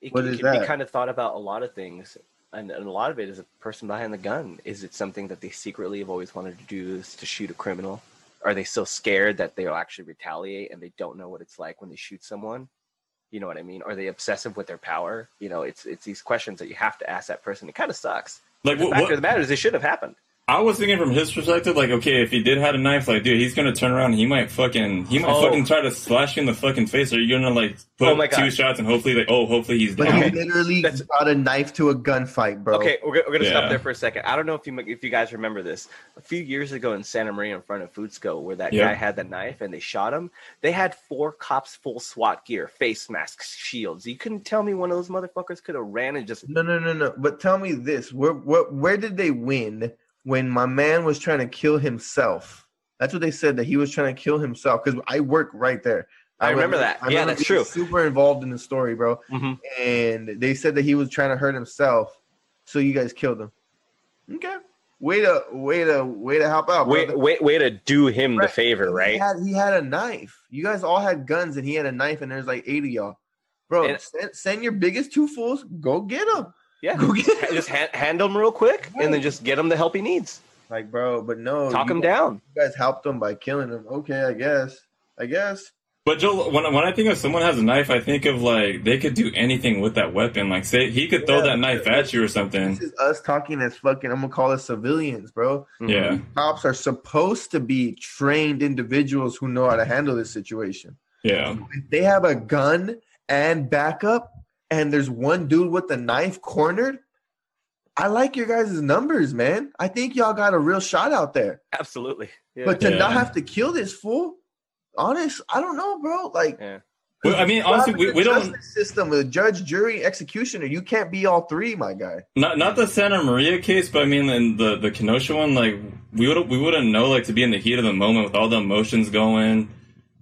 [SPEAKER 3] it
[SPEAKER 2] What
[SPEAKER 3] can,
[SPEAKER 2] is
[SPEAKER 3] can be
[SPEAKER 2] that?
[SPEAKER 3] kind of thought about a lot of things, and, and a lot of it is a person behind the gun. Is it something that they secretly have always wanted to do? Is to shoot a criminal? Are they so scared that they'll actually retaliate and they don't know what it's like when they shoot someone? You know what I mean? Are they obsessive with their power? You know, it's it's these questions that you have to ask that person. It kind of sucks.
[SPEAKER 1] Like,
[SPEAKER 3] The
[SPEAKER 1] what,
[SPEAKER 3] fact
[SPEAKER 1] what,
[SPEAKER 3] of the matter is, it should have happened.
[SPEAKER 1] I was thinking from his perspective, like, okay, if he did had a knife, like, dude, he's gonna turn around. And he might fucking, he might
[SPEAKER 3] Oh.
[SPEAKER 1] fucking try to slash you in the fucking face, or you're gonna like put
[SPEAKER 3] Oh my
[SPEAKER 1] two
[SPEAKER 3] God.
[SPEAKER 1] shots and hopefully, like, oh, hopefully he's
[SPEAKER 2] Like
[SPEAKER 1] down.
[SPEAKER 2] he literally
[SPEAKER 3] That's-
[SPEAKER 2] got a knife to a gunfight, bro.
[SPEAKER 3] Okay, we're, go- we're gonna
[SPEAKER 1] Yeah.
[SPEAKER 3] stop there for a second. I don't know if you if you guys remember this. A few years ago in Santa Maria, in front of Foodsco, where that
[SPEAKER 1] Yeah.
[SPEAKER 3] guy had the knife and they shot him. They had four cops full SWAT gear, face masks, shields. You couldn't tell me one of those motherfuckers could have ran and just.
[SPEAKER 2] No, no, no, no. But tell me this: where, where, where did they win when my man was trying to kill himself? That's what they said that he was trying to kill himself because I work right there.
[SPEAKER 3] I remember
[SPEAKER 2] was-
[SPEAKER 3] that. Yeah, that's
[SPEAKER 2] being
[SPEAKER 3] true.
[SPEAKER 2] Super involved in the story, bro.
[SPEAKER 3] Mhm.
[SPEAKER 2] And they said that he was trying to hurt himself, so you guys killed him. Okay, way to way to way to help out. bro.
[SPEAKER 3] Wait, wait, way to do him the
[SPEAKER 2] Right.
[SPEAKER 3] favor,
[SPEAKER 2] He
[SPEAKER 3] right?
[SPEAKER 2] had, he had a knife. You guys all had guns, and he had a knife, and there's like eight of y'all. Bro,
[SPEAKER 3] And-
[SPEAKER 2] send, send your biggest two fools. Go get them.
[SPEAKER 3] Yeah,
[SPEAKER 2] Go get
[SPEAKER 3] Ha-
[SPEAKER 2] 'em.
[SPEAKER 3] just hand, hand him real quick, and then just get him the help he needs.
[SPEAKER 2] Like, bro, but no.
[SPEAKER 3] Talk
[SPEAKER 2] Oh, you,
[SPEAKER 3] him down.
[SPEAKER 2] You guys helped him by killing him. Okay, I guess. I guess.
[SPEAKER 1] But Joel, when when I think of someone has a knife, I think of like they could do anything with that weapon. Like, say he could throw
[SPEAKER 2] Yeah.
[SPEAKER 1] that knife at you or something.
[SPEAKER 2] This is us talking as fucking, I'm going to call us civilians, bro.
[SPEAKER 1] Yeah,
[SPEAKER 2] Cops are supposed to be trained individuals who know how to handle this situation.
[SPEAKER 1] yeah.
[SPEAKER 2] If they have a gun and backup, and there's one dude with a knife cornered, I like your guys' numbers, man. I think y'all got a real shot out there.
[SPEAKER 3] absolutely. Yeah.
[SPEAKER 2] But to not
[SPEAKER 1] Yeah.
[SPEAKER 2] have to kill this fool, honest, I don't know, bro. Like,
[SPEAKER 3] Yeah.
[SPEAKER 1] Well, I mean,
[SPEAKER 2] what
[SPEAKER 1] honestly,
[SPEAKER 2] happened
[SPEAKER 1] we,
[SPEAKER 2] to
[SPEAKER 1] we
[SPEAKER 2] the
[SPEAKER 1] don't
[SPEAKER 2] justice system with a judge, jury, executioner. You can't be all three, my guy.
[SPEAKER 1] Not not the Santa Maria case, but I mean in the the Kenosha one, like we would we wouldn't know like to be in the heat of the moment with all the emotions going.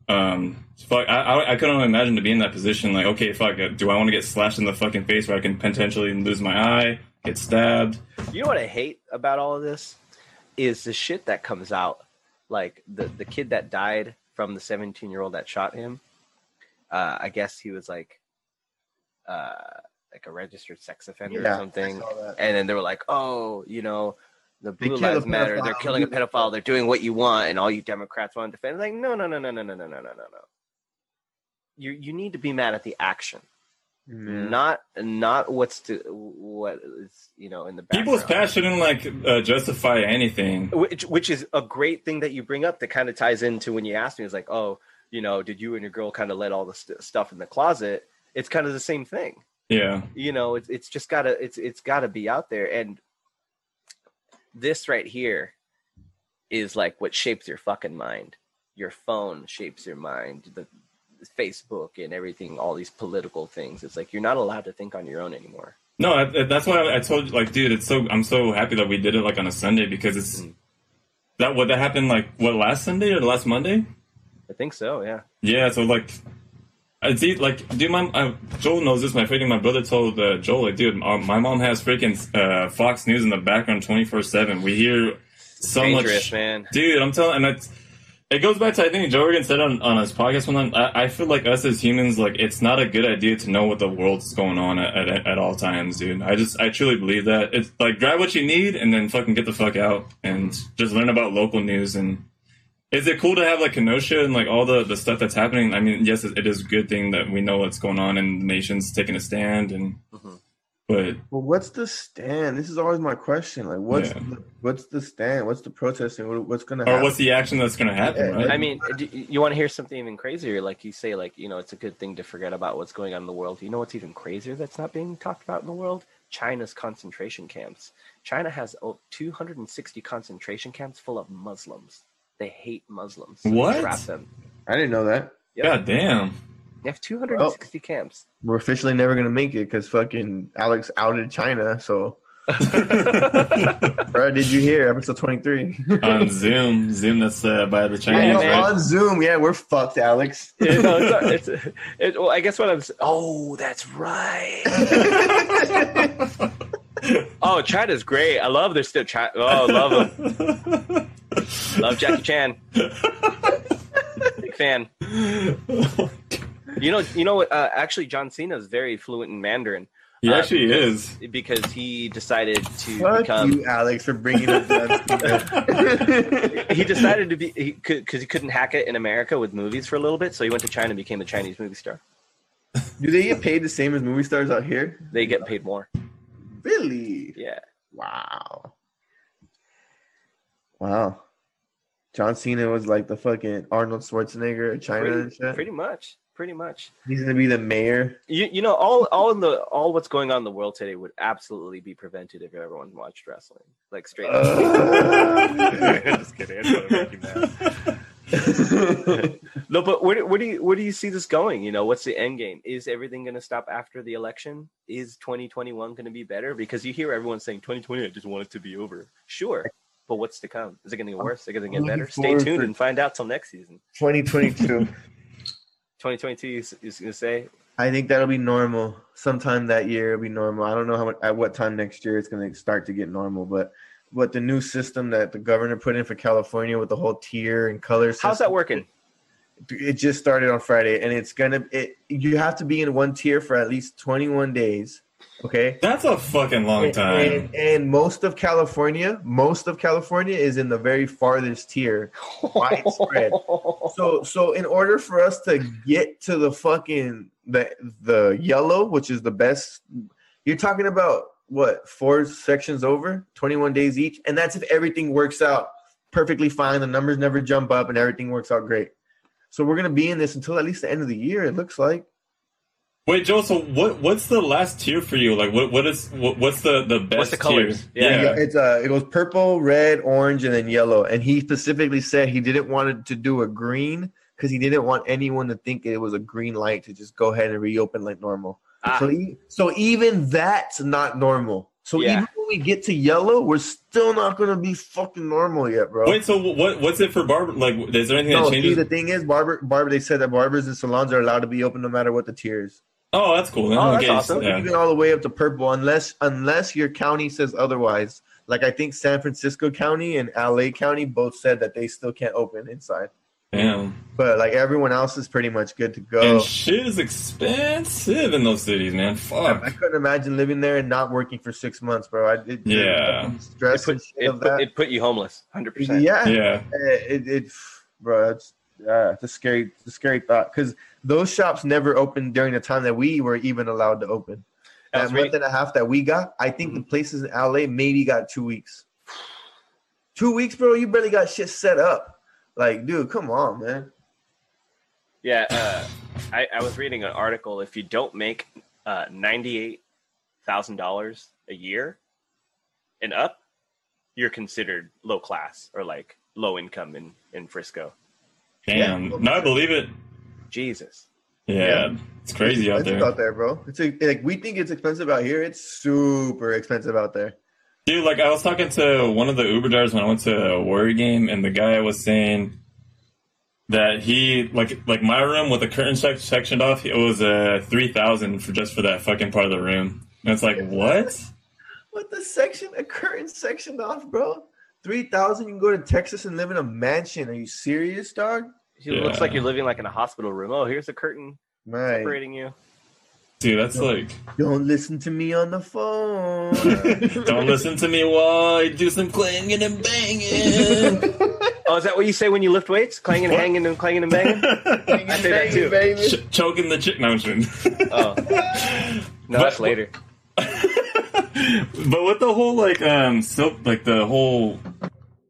[SPEAKER 1] Um, fuck, I I, I couldn't imagine to be in that position. Like, okay, fuck, uh, do I want to get slashed in the fucking face where I can potentially lose my eye, get stabbed?
[SPEAKER 3] You know what I hate about all of this is the shit that comes out. Like the the kid that died from the 17 year old that shot him. Uh, I guess he was like, uh, like a registered sex offender or something.
[SPEAKER 2] I saw that.
[SPEAKER 3] And then they were like, oh, you know, the
[SPEAKER 2] They
[SPEAKER 3] blue
[SPEAKER 2] kill a
[SPEAKER 3] lives matter. They're
[SPEAKER 2] pedophile.
[SPEAKER 3] killing a pedophile. They're doing what you want, and all you Democrats want to defend. Like, no, no, no, no, no, no, no, no, no, no. You you need to be mad at the action, not not what's to what is you know in the background
[SPEAKER 1] People's past shouldn't like uh, justify anything.
[SPEAKER 3] which which is a great thing that you bring up that kind of ties into when you asked me it's like oh you know did you and your girl kind of let all the st- stuff in the closet it's kind of the same thing
[SPEAKER 1] Yeah,
[SPEAKER 3] you know it's, it's just gotta it's it's gotta be out there and this right here is like what shapes your fucking mind. Your phone shapes your mind. The Facebook and everything, all these political things. It's like you're not allowed to think on your own anymore.
[SPEAKER 1] No, I, I- that's why I, I told you, like, dude, it's so I'm so happy that we did it like on a Sunday because it's
[SPEAKER 3] Mm.
[SPEAKER 1] that what that happened like what last Sunday or last Monday?
[SPEAKER 3] I think so, yeah.
[SPEAKER 1] Yeah, so like, I did like, dude, my uh, Joel knows this. My freaking my brother told uh, Joel, like, dude, uh, my mom has freaking uh, Fox News in the background twenty four seven. We hear so
[SPEAKER 3] Dangerous,
[SPEAKER 1] much,
[SPEAKER 3] man.
[SPEAKER 1] dude. I'm telling, and it's it goes back to I think Joe Rogan said on, on his podcast one time. I, I feel like us as humans, like, it's not a good idea to know what the world's going on at, at, at all times, dude. I just I truly believe that it's like grab what you need and then fucking get the fuck out and just learn about local news and is it cool to have like Kenosha and like all the, the stuff that's happening? I mean, yes, it, it is a good thing that we know what's going on and the nation's taking a stand and,
[SPEAKER 3] Mhm.
[SPEAKER 1] but
[SPEAKER 2] Well, what's the stand? This is always my question. Like, what's
[SPEAKER 1] Yeah.
[SPEAKER 2] the, what's the stand? What's the protesting? What, what's gonna
[SPEAKER 1] or
[SPEAKER 2] happen?
[SPEAKER 1] what's the action that's going to happen?
[SPEAKER 2] Yeah,
[SPEAKER 1] right?
[SPEAKER 3] I mean, do, you want to hear something even crazier? Like you say, like you know, it's a good thing to forget about what's going on in the world. You know what's even crazier that's not being talked about in the world? China's concentration camps. China has oh, 260 concentration camps full of Muslims. They hate Muslims. They
[SPEAKER 1] What?
[SPEAKER 3] Trap them.
[SPEAKER 2] I didn't know that.
[SPEAKER 1] God damn.
[SPEAKER 3] They have 260 camps.
[SPEAKER 2] We're officially never gonna make it because fucking Alex outed China. So, bro, did you hear episode twenty three?
[SPEAKER 1] on Zoom, Zoom that's uh, by the
[SPEAKER 3] Uh, Yeah,
[SPEAKER 1] Chinese,
[SPEAKER 3] man.
[SPEAKER 1] right?
[SPEAKER 2] on Zoom, yeah, we're fucked, Alex.
[SPEAKER 3] Yeah, no, it's not, it's, it, well, I guess what I'm. s- Oh, that's right. oh, China's great. I love their still. Chi- oh, love them. Love Jackie Chan. Big fan. You know, you know what? Uh, actually, John Cena is very fluent in Mandarin
[SPEAKER 1] He actually is.
[SPEAKER 3] because he decided to
[SPEAKER 2] Fuck
[SPEAKER 3] become.
[SPEAKER 2] you, Alex, for bringing up that.
[SPEAKER 3] He decided to be because he, could, 'cause he couldn't hack it in America with movies for a little bit, so he went to China and became a Chinese movie star.
[SPEAKER 2] Do they get paid the same as movie stars out here?
[SPEAKER 3] They get paid more.
[SPEAKER 2] Really?
[SPEAKER 3] Yeah.
[SPEAKER 2] Wow. Wow. John Cena was like the fucking Arnold Schwarzenegger of China and
[SPEAKER 3] Pretty,
[SPEAKER 2] shit.
[SPEAKER 3] pretty much. Pretty much.
[SPEAKER 2] He's gonna be the mayor.
[SPEAKER 3] you you know all all in the all what's going on in the world today would absolutely be prevented if everyone watched wrestling like straight up. just kidding I just wanna make you mad. no but where, do- where do you where do you see this going you know what's the end game is everything going to stop after the election is 2021 going to be better because you hear everyone saying 2020 i just want it to be over sure but what's to come is it going to get worse is it going to get
[SPEAKER 2] looking
[SPEAKER 3] better stay
[SPEAKER 2] forward
[SPEAKER 3] tuned
[SPEAKER 2] for-
[SPEAKER 3] and find out till next season
[SPEAKER 2] 2022.
[SPEAKER 3] 2022 is, is going to say
[SPEAKER 2] I think that'll be normal. Sometime that year it'll be normal. I don't know how much, at what time next year it's gonna start to get normal, but but the new system that the governor put in for California with the whole tier and color system,
[SPEAKER 3] how's that working
[SPEAKER 2] it just started on Friday and it's gonna it you have to be in one tier for at least 21 days. Okay.
[SPEAKER 1] That's a fucking long time.
[SPEAKER 2] And, and most of California, most of California is in the very farthest tier. Widespread.
[SPEAKER 3] Oh,
[SPEAKER 2] So, so in order for us to get to the fucking the the yellow, which is the best, you're talking about what four sections over, 21 days each, and that's if everything works out perfectly fine. The numbers never jump up, and everything works out great. So we're gonna be in this until at least the end of the year. It looks like.
[SPEAKER 1] Wait, Joel, so what, what's the last tier for you? Like, what, what is, what, what's the, the best
[SPEAKER 3] the
[SPEAKER 1] tier?
[SPEAKER 3] colors?
[SPEAKER 1] Yeah.
[SPEAKER 3] Yeah.
[SPEAKER 2] Yeah, it's uh, it goes purple, red, orange, and then yellow. And he specifically said he didn't want to do a green because he didn't want anyone to think it was a green light to just go ahead and reopen like normal.
[SPEAKER 3] Ah.
[SPEAKER 2] So, e- so even that's not normal. So
[SPEAKER 3] Yeah.
[SPEAKER 2] even when we get to yellow, we're still not gonna be fucking normal yet, bro.
[SPEAKER 1] Wait, so what, what's it for Barbara? Like, is there anything
[SPEAKER 2] no,
[SPEAKER 1] that
[SPEAKER 2] see,
[SPEAKER 1] changes?
[SPEAKER 2] the thing is, barber, barber, they said that barbers and salons are allowed to be open no matter what the tiers.
[SPEAKER 1] Oh, that's cool. Then.
[SPEAKER 3] Oh, that's
[SPEAKER 1] okay,
[SPEAKER 3] awesome.
[SPEAKER 1] yeah.
[SPEAKER 2] even all the way up to purple unless unless your county says otherwise like i think san francisco county and la county both said that they still can't open inside
[SPEAKER 1] Damn.
[SPEAKER 2] but like everyone else is pretty much good to go
[SPEAKER 1] And shit is expensive in those cities, man.
[SPEAKER 2] i
[SPEAKER 1] Fuck.
[SPEAKER 2] couldn't imagine living there and not working for six months bro i did
[SPEAKER 1] Yeah.
[SPEAKER 2] stress
[SPEAKER 3] it put,
[SPEAKER 2] and shit
[SPEAKER 3] it,
[SPEAKER 2] of
[SPEAKER 3] put,
[SPEAKER 2] that
[SPEAKER 3] it put you homeless 100%
[SPEAKER 2] yeah,
[SPEAKER 1] Yeah.
[SPEAKER 2] it, it bro it's uh, it's a scary, it's a scary thought because those shops never opened during the time that we were even allowed to open.
[SPEAKER 3] That
[SPEAKER 2] That
[SPEAKER 3] was
[SPEAKER 2] month
[SPEAKER 3] re-
[SPEAKER 2] and a half that we got, I think the places in LA maybe got two weeks. Two weeks, bro. You barely got shit set up. Like, dude, come on, man.
[SPEAKER 3] Yeah, uh, I, I was reading an article. If you don't make uh, ninety-eight thousand dollars a year and up, you're considered low class or like low income in in Frisco.
[SPEAKER 1] Damn. No, I believe it.
[SPEAKER 3] Jesus.
[SPEAKER 1] Yeah, it's crazy out
[SPEAKER 6] It's
[SPEAKER 1] there.
[SPEAKER 6] out there, bro.
[SPEAKER 2] It's a, like we think it's expensive out here. It's super expensive out there.
[SPEAKER 1] Dude, like I was talking to one of the Uber drivers when I went to a Warrior game, and the guy was saying that he like like my room with the curtain sec- sectioned off. It was uh, three thousand for just for that fucking part of the room. And it's like what?
[SPEAKER 2] What the section? A curtain sectioned off, bro. Three thousand. You can go to Texas and live in a mansion. Are you serious, dog?
[SPEAKER 3] It looks
[SPEAKER 1] Yeah.
[SPEAKER 3] like you're living like in a hospital room. Oh, here's a curtain
[SPEAKER 2] My,
[SPEAKER 3] separating you.
[SPEAKER 1] Dude, that's like
[SPEAKER 2] don't listen to me on the phone.
[SPEAKER 1] don't listen to me while I do some clanging and banging.
[SPEAKER 3] Oh, is that what you say when you lift weights? Clanging,
[SPEAKER 1] What?
[SPEAKER 3] hanging, and clanging and banging. I say that too.
[SPEAKER 1] Ch- choking the chick notion.
[SPEAKER 3] Oh, no, that's
[SPEAKER 1] But-
[SPEAKER 3] later.
[SPEAKER 1] but with the whole like um silk like the whole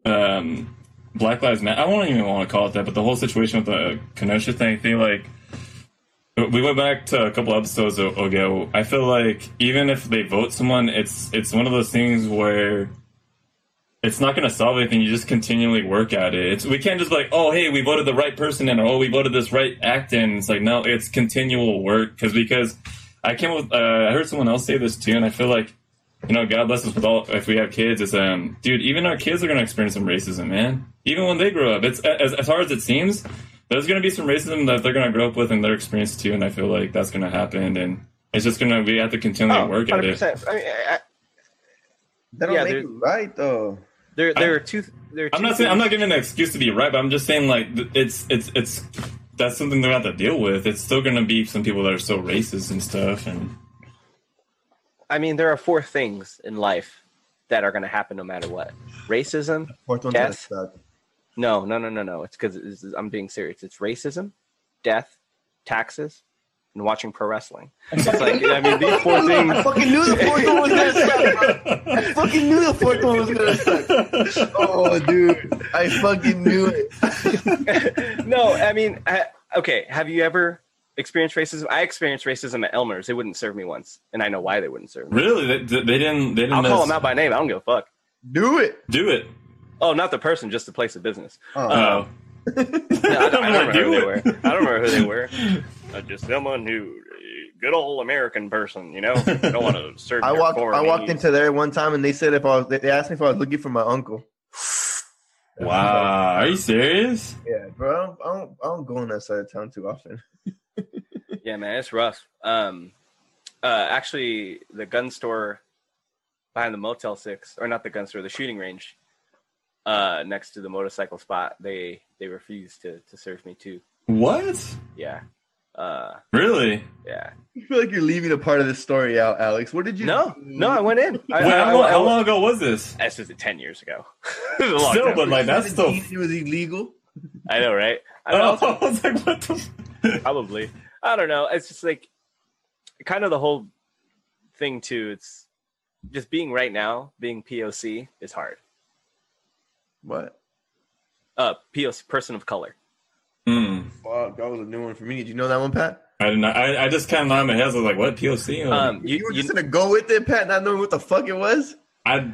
[SPEAKER 1] um black lives matter i don't even want to call it that but the whole situation with the kenosha thing thing like we went back to a couple episodes a- ago i feel like even if they vote someone it's it's one of those things where it's not going to solve anything. You just continually work at it. It's, we can't just be like, oh, hey, we voted the right person in, or oh, we voted this right act in. It's like no, it's continual work because because I came with uh, I heard someone else say this too, and I feel like you know, God bless us with all. If we have kids, it's um, dude, even our kids are gonna experience some racism, man. Even when they grow up, it's as, as hard as it seems. There's gonna be some racism that they're gonna grow up with and their experience too, and I feel like that's gonna happen, and it's just gonna we have to continually
[SPEAKER 3] Oh,
[SPEAKER 1] work at it.
[SPEAKER 3] 100%. I mean, I- I-
[SPEAKER 2] That don't
[SPEAKER 3] Yeah,
[SPEAKER 2] make
[SPEAKER 3] there-
[SPEAKER 2] it right though.
[SPEAKER 3] there, there are two. There are
[SPEAKER 1] I'm
[SPEAKER 3] two
[SPEAKER 1] not saying I'm
[SPEAKER 3] things-
[SPEAKER 1] not giving an excuse to be right, but I'm just saying like th- it's it's it's that's something they're gonna have to deal with. It's still gonna be some people that are so racist and stuff, and
[SPEAKER 3] I mean, there are four things in life that are going to happen no matter what. Racism.
[SPEAKER 2] Fourth one
[SPEAKER 3] Yes.
[SPEAKER 2] yes. suck.
[SPEAKER 3] No, no, no, no, no. It's because I'm being serious. It's racism, death, taxes, and watching pro wrestling. It's like I mean, these four
[SPEAKER 2] I
[SPEAKER 3] things.
[SPEAKER 2] fucking knew the fourth one was gonna suck. bro. I fucking knew the fourth one was gonna suck. Oh, dude, I fucking knew it.
[SPEAKER 3] no, I mean, I, okay. Have you ever experienced racism? I experienced racism at Elmer's. They wouldn't serve me once, and I know why they wouldn't serve me.
[SPEAKER 1] really, they, they didn't they didn't
[SPEAKER 3] I'll call
[SPEAKER 1] just
[SPEAKER 3] them out by name. I don't give a fuck.
[SPEAKER 2] Do it.
[SPEAKER 1] do it.
[SPEAKER 3] Oh, not the person, just the place of business.
[SPEAKER 2] Oh.
[SPEAKER 1] Oh.
[SPEAKER 3] No, Uh, I, don't, I don't
[SPEAKER 1] I'm like,
[SPEAKER 3] remember who they were.
[SPEAKER 1] "Do
[SPEAKER 3] I don't remember who they were. Uh, just someone who, uh, good old American person, you know. I don't want to serve.
[SPEAKER 2] I
[SPEAKER 3] their
[SPEAKER 2] walked. I
[SPEAKER 3] foreign
[SPEAKER 2] walked
[SPEAKER 3] needs.
[SPEAKER 2] into there one time, and they said if I was, they asked me if I was looking for my uncle.
[SPEAKER 1] Wow, are you serious?
[SPEAKER 2] Yeah, bro. I don't. I don't go on that side of town too often.
[SPEAKER 3] Yeah, man, it's rough. Um, uh, actually, the gun store behind the Motel Six, or not the gun store, the shooting range, uh, next to the motorcycle spot, they they refused to to serve me too.
[SPEAKER 1] What?
[SPEAKER 3] Yeah, uh,
[SPEAKER 1] Really?
[SPEAKER 3] yeah.
[SPEAKER 2] You feel like you're leaving a part of this story out, Alex. What did you?
[SPEAKER 3] No, no, I went in. I,
[SPEAKER 1] Wait,
[SPEAKER 3] I- I-
[SPEAKER 1] how, long,
[SPEAKER 3] I-
[SPEAKER 1] how long ago was this?
[SPEAKER 3] This was ten years ago. It was a long
[SPEAKER 1] Still,
[SPEAKER 3] time.
[SPEAKER 1] but like that's still.
[SPEAKER 2] It was illegal.
[SPEAKER 3] I know, right? I know,
[SPEAKER 1] Oh, I was like, what the?
[SPEAKER 3] probably. I don't know. It's just like kind of the whole thing too. It's just being right now, being POC is hard.
[SPEAKER 2] What?
[SPEAKER 3] uh POC person of color.
[SPEAKER 1] Hmm.
[SPEAKER 2] Fuck, that was a new one for me. Did you know that one, Pat?
[SPEAKER 1] I didn't. know- I, I just kind of nodded my head. I was like, what POC?
[SPEAKER 3] Um
[SPEAKER 2] Oh, You,
[SPEAKER 3] you,
[SPEAKER 2] were
[SPEAKER 3] you,
[SPEAKER 2] just gonna go with it, Pat, not knowing what the fuck it was.
[SPEAKER 1] I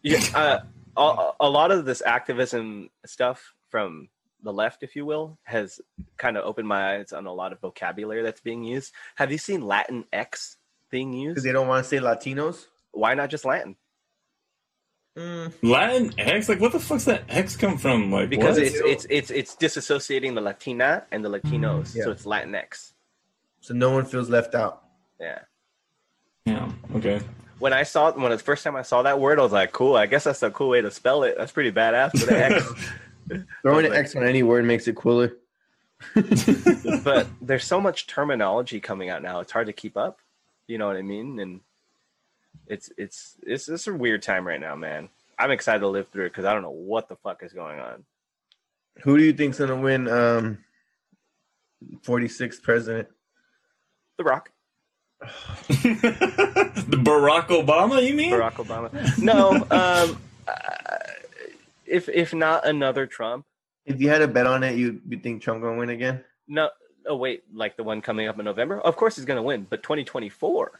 [SPEAKER 3] you- uh, a, a lot of this activism stuff from the left, if you will, has kind of opened my eyes on a lot of vocabulary that's being used. Have you seen Latin X being
[SPEAKER 2] Because
[SPEAKER 3] used?
[SPEAKER 2] they don't want to say Latinos.
[SPEAKER 3] Why not just Latin?
[SPEAKER 2] Mm,
[SPEAKER 1] Latin X. Like, what the fuck's that X come from? Like,
[SPEAKER 3] Because
[SPEAKER 1] what?
[SPEAKER 3] it's it's it's it's disassociating the Latina and the Latinos,
[SPEAKER 2] Yeah.
[SPEAKER 3] so it's Latinx.
[SPEAKER 2] so no one feels left out.
[SPEAKER 3] Yeah.
[SPEAKER 1] yeah. Okay.
[SPEAKER 3] When I saw when the first time I saw that word, I was like, "Cool! I guess that's a cool way to spell it. That's pretty badass." With an X.
[SPEAKER 2] Throwing an X on any word makes it cooler.
[SPEAKER 3] but there's so much terminology coming out now. It's hard to keep up. You know what I mean? And it's it's it's it's a weird time right now, man. I'm excited to live through it because I don't know what the fuck is going on.
[SPEAKER 2] Who do you think's gonna win? Um, 46th president.
[SPEAKER 3] The Rock,
[SPEAKER 1] the Barack Obama. You mean?
[SPEAKER 3] Barack Obama. No, um, uh, if if not another Trump,
[SPEAKER 2] If you had a bet on it, you you think Trump gonna win again?
[SPEAKER 3] no. Oh wait, like the one coming up in November. Of course he's going to win, but 2024,